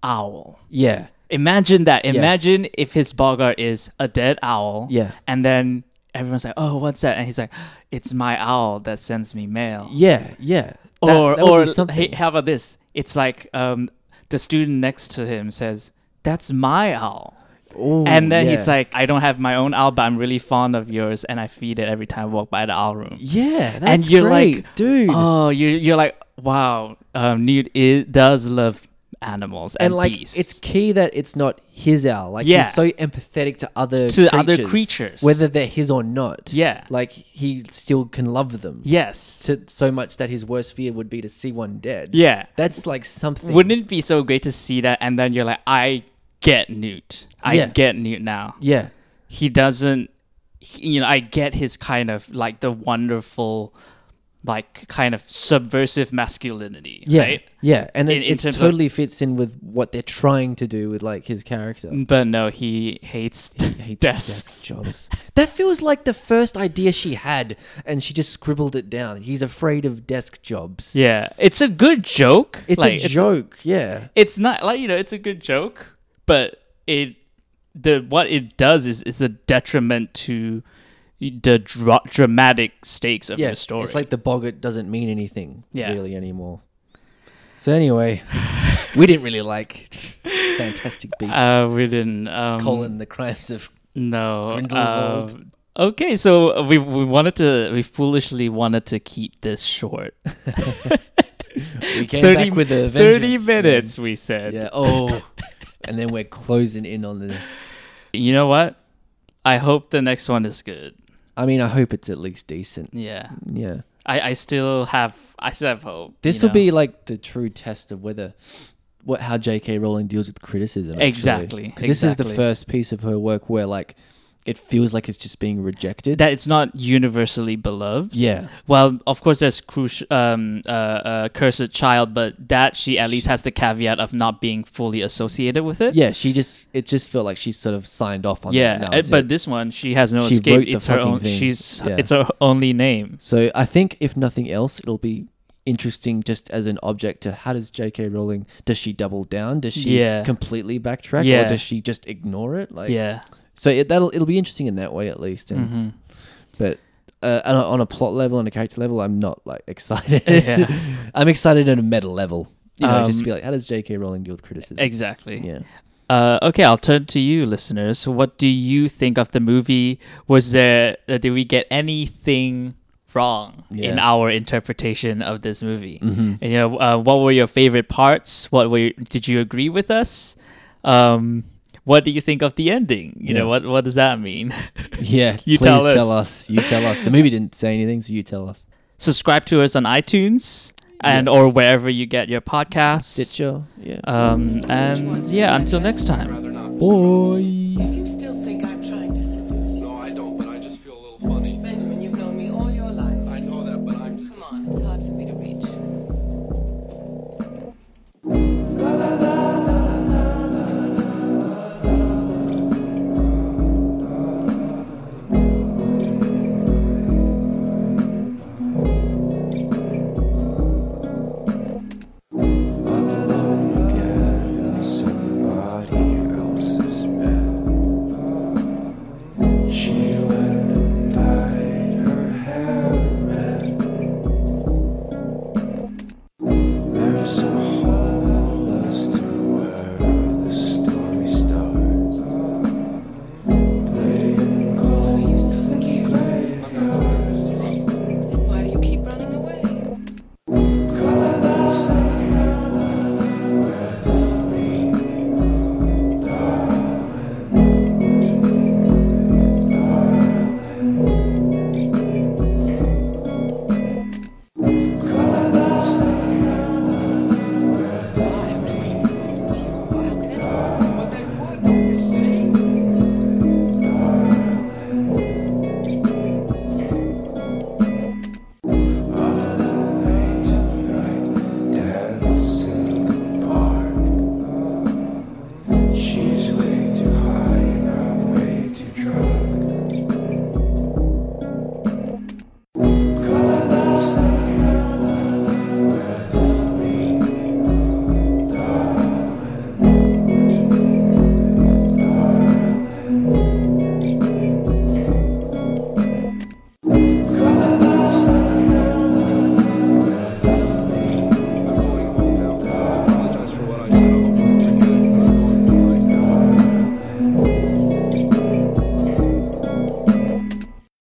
Speaker 3: owl?
Speaker 4: yeah,
Speaker 3: Imagine that. Imagine if his Bogart is a dead owl.
Speaker 4: Yeah.
Speaker 3: And then everyone's like, Oh, what's that? And he's like, It's my owl that sends me mail.
Speaker 4: yeah, yeah. That-
Speaker 3: or
Speaker 4: that would
Speaker 3: or
Speaker 4: be something.
Speaker 3: hey, how about this? It's like um, the student next to him says, "That's my owl,"
Speaker 4: Ooh,
Speaker 3: and then he's
Speaker 4: yeah.
Speaker 3: like, "I don't have my own owl, but I'm really fond of yours, and I feed it every time I walk by the owl room."
Speaker 4: "Yeah, that's
Speaker 3: and you're
Speaker 4: great,
Speaker 3: like,
Speaker 4: dude."
Speaker 3: oh, you're you're like, wow, um, Newt is, does love animals and,
Speaker 4: and like,
Speaker 3: beasts.
Speaker 4: it's key that it's not his owl. Like,
Speaker 3: Yeah.
Speaker 4: he's so empathetic to other
Speaker 3: To
Speaker 4: creatures,
Speaker 3: other creatures.
Speaker 4: whether they're his or not.
Speaker 3: Yeah.
Speaker 4: like he still can love them.
Speaker 3: yes,
Speaker 4: to so much that his worst fear would be to see one dead.
Speaker 3: yeah.
Speaker 4: that's like something.
Speaker 3: Wouldn't it be so great to see that? And then you're like, I get Newt. I
Speaker 4: Yeah.
Speaker 3: get Newt now.
Speaker 4: yeah,
Speaker 3: he doesn't he- you know i get his kind of like the wonderful like kind of subversive masculinity
Speaker 4: yeah,
Speaker 3: right
Speaker 4: yeah, and
Speaker 3: In-
Speaker 4: it,
Speaker 3: in
Speaker 4: it
Speaker 3: terms of-
Speaker 4: totally fits in with what they're trying to do with like his character.
Speaker 3: but no he hates,
Speaker 4: hates
Speaker 3: Mm, desks
Speaker 4: desk jobs. That feels like the first idea she had, and she just scribbled it down. He's afraid of desk jobs.
Speaker 3: yeah it's a good joke
Speaker 4: It's
Speaker 3: Like,
Speaker 4: a joke. yeah,
Speaker 3: it's, not like you know it's a good joke but it the what it does is it's a detriment to the dra- dramatic stakes of
Speaker 4: yeah.
Speaker 3: the story
Speaker 4: It's like the boggart doesn't mean anything
Speaker 3: Yeah.
Speaker 4: really anymore. So anyway, we didn't really like Fantastic Beasts:
Speaker 3: uh we didn't um
Speaker 4: colon the crimes of
Speaker 3: No.
Speaker 4: Grindelwald.
Speaker 3: um, okay, so we we wanted to we foolishly wanted to keep this short.
Speaker 4: We came
Speaker 3: 30
Speaker 4: back with a
Speaker 3: Thirty
Speaker 4: vengeance,
Speaker 3: minutes, we
Speaker 4: and-
Speaker 3: said.
Speaker 4: yeah. Oh, and then we're closing in on the.
Speaker 3: You know what? I hope the next one is good.
Speaker 4: I mean, I hope it's at least decent.
Speaker 3: Yeah.
Speaker 4: Yeah.
Speaker 3: I, I still have I still have hope.
Speaker 4: This
Speaker 3: you
Speaker 4: will
Speaker 3: know?
Speaker 4: be like the true test of whether what how J.K. Rowling deals with criticism. actually.
Speaker 3: Exactly,
Speaker 4: 'Cause this is the
Speaker 3: exactly.
Speaker 4: first piece of her work where like it feels like it's just being rejected.
Speaker 3: that it's not universally beloved.
Speaker 4: yeah.
Speaker 3: Well, of course, there's cruci- um, uh, uh, cursed child, but that she at least has the caveat of not being fully associated with it.
Speaker 4: Yeah, she just it just felt like she sort of signed off on
Speaker 3: yeah.
Speaker 4: Oh, that. and
Speaker 3: uh,
Speaker 4: that was
Speaker 3: but
Speaker 4: it.
Speaker 3: this one, she has no
Speaker 4: She
Speaker 3: escape.
Speaker 4: wrote the
Speaker 3: It's her
Speaker 4: fucking
Speaker 3: own.
Speaker 4: thing.
Speaker 3: She's
Speaker 4: Yeah.
Speaker 3: it's her only name.
Speaker 4: so I think if nothing else, it'll be interesting just as an object to how does J.K. Rowling does she double down? Does she
Speaker 3: Yeah.
Speaker 4: completely backtrack,
Speaker 3: Yeah.
Speaker 4: or does she just ignore it? Like
Speaker 3: yeah.
Speaker 4: So it, that'll it'll be interesting in that way at least. And,
Speaker 3: Mm-hmm.
Speaker 4: But uh, on, a, on a plot level and a character level, I'm not like excited.
Speaker 3: Yeah.
Speaker 4: I'm excited at a meta level. You know, just
Speaker 3: Um,
Speaker 4: to be like, how does J.K. Rowling deal with criticism?
Speaker 3: Exactly.
Speaker 4: yeah.
Speaker 3: Uh, okay, I'll turn to you, listeners. What do you think of the movie? Was there uh, did we get anything wrong in
Speaker 4: Yeah. Mm-hmm.
Speaker 3: our interpretation of this movie? And, you know, uh, what were your favorite parts? What were did you agree with us? Um, what do you think of the ending? You
Speaker 4: Yeah.
Speaker 3: know, what what does that mean?
Speaker 4: Yeah.
Speaker 3: You
Speaker 4: please
Speaker 3: tell us.
Speaker 4: tell us. You tell us. The movie didn't say anything, so you tell us.
Speaker 3: Subscribe to us on iTunes and
Speaker 4: Yes.
Speaker 3: or wherever you get your podcasts. Uh,
Speaker 4: Stitcher. Yeah.
Speaker 3: Um, and yeah, until next time.
Speaker 4: Boy.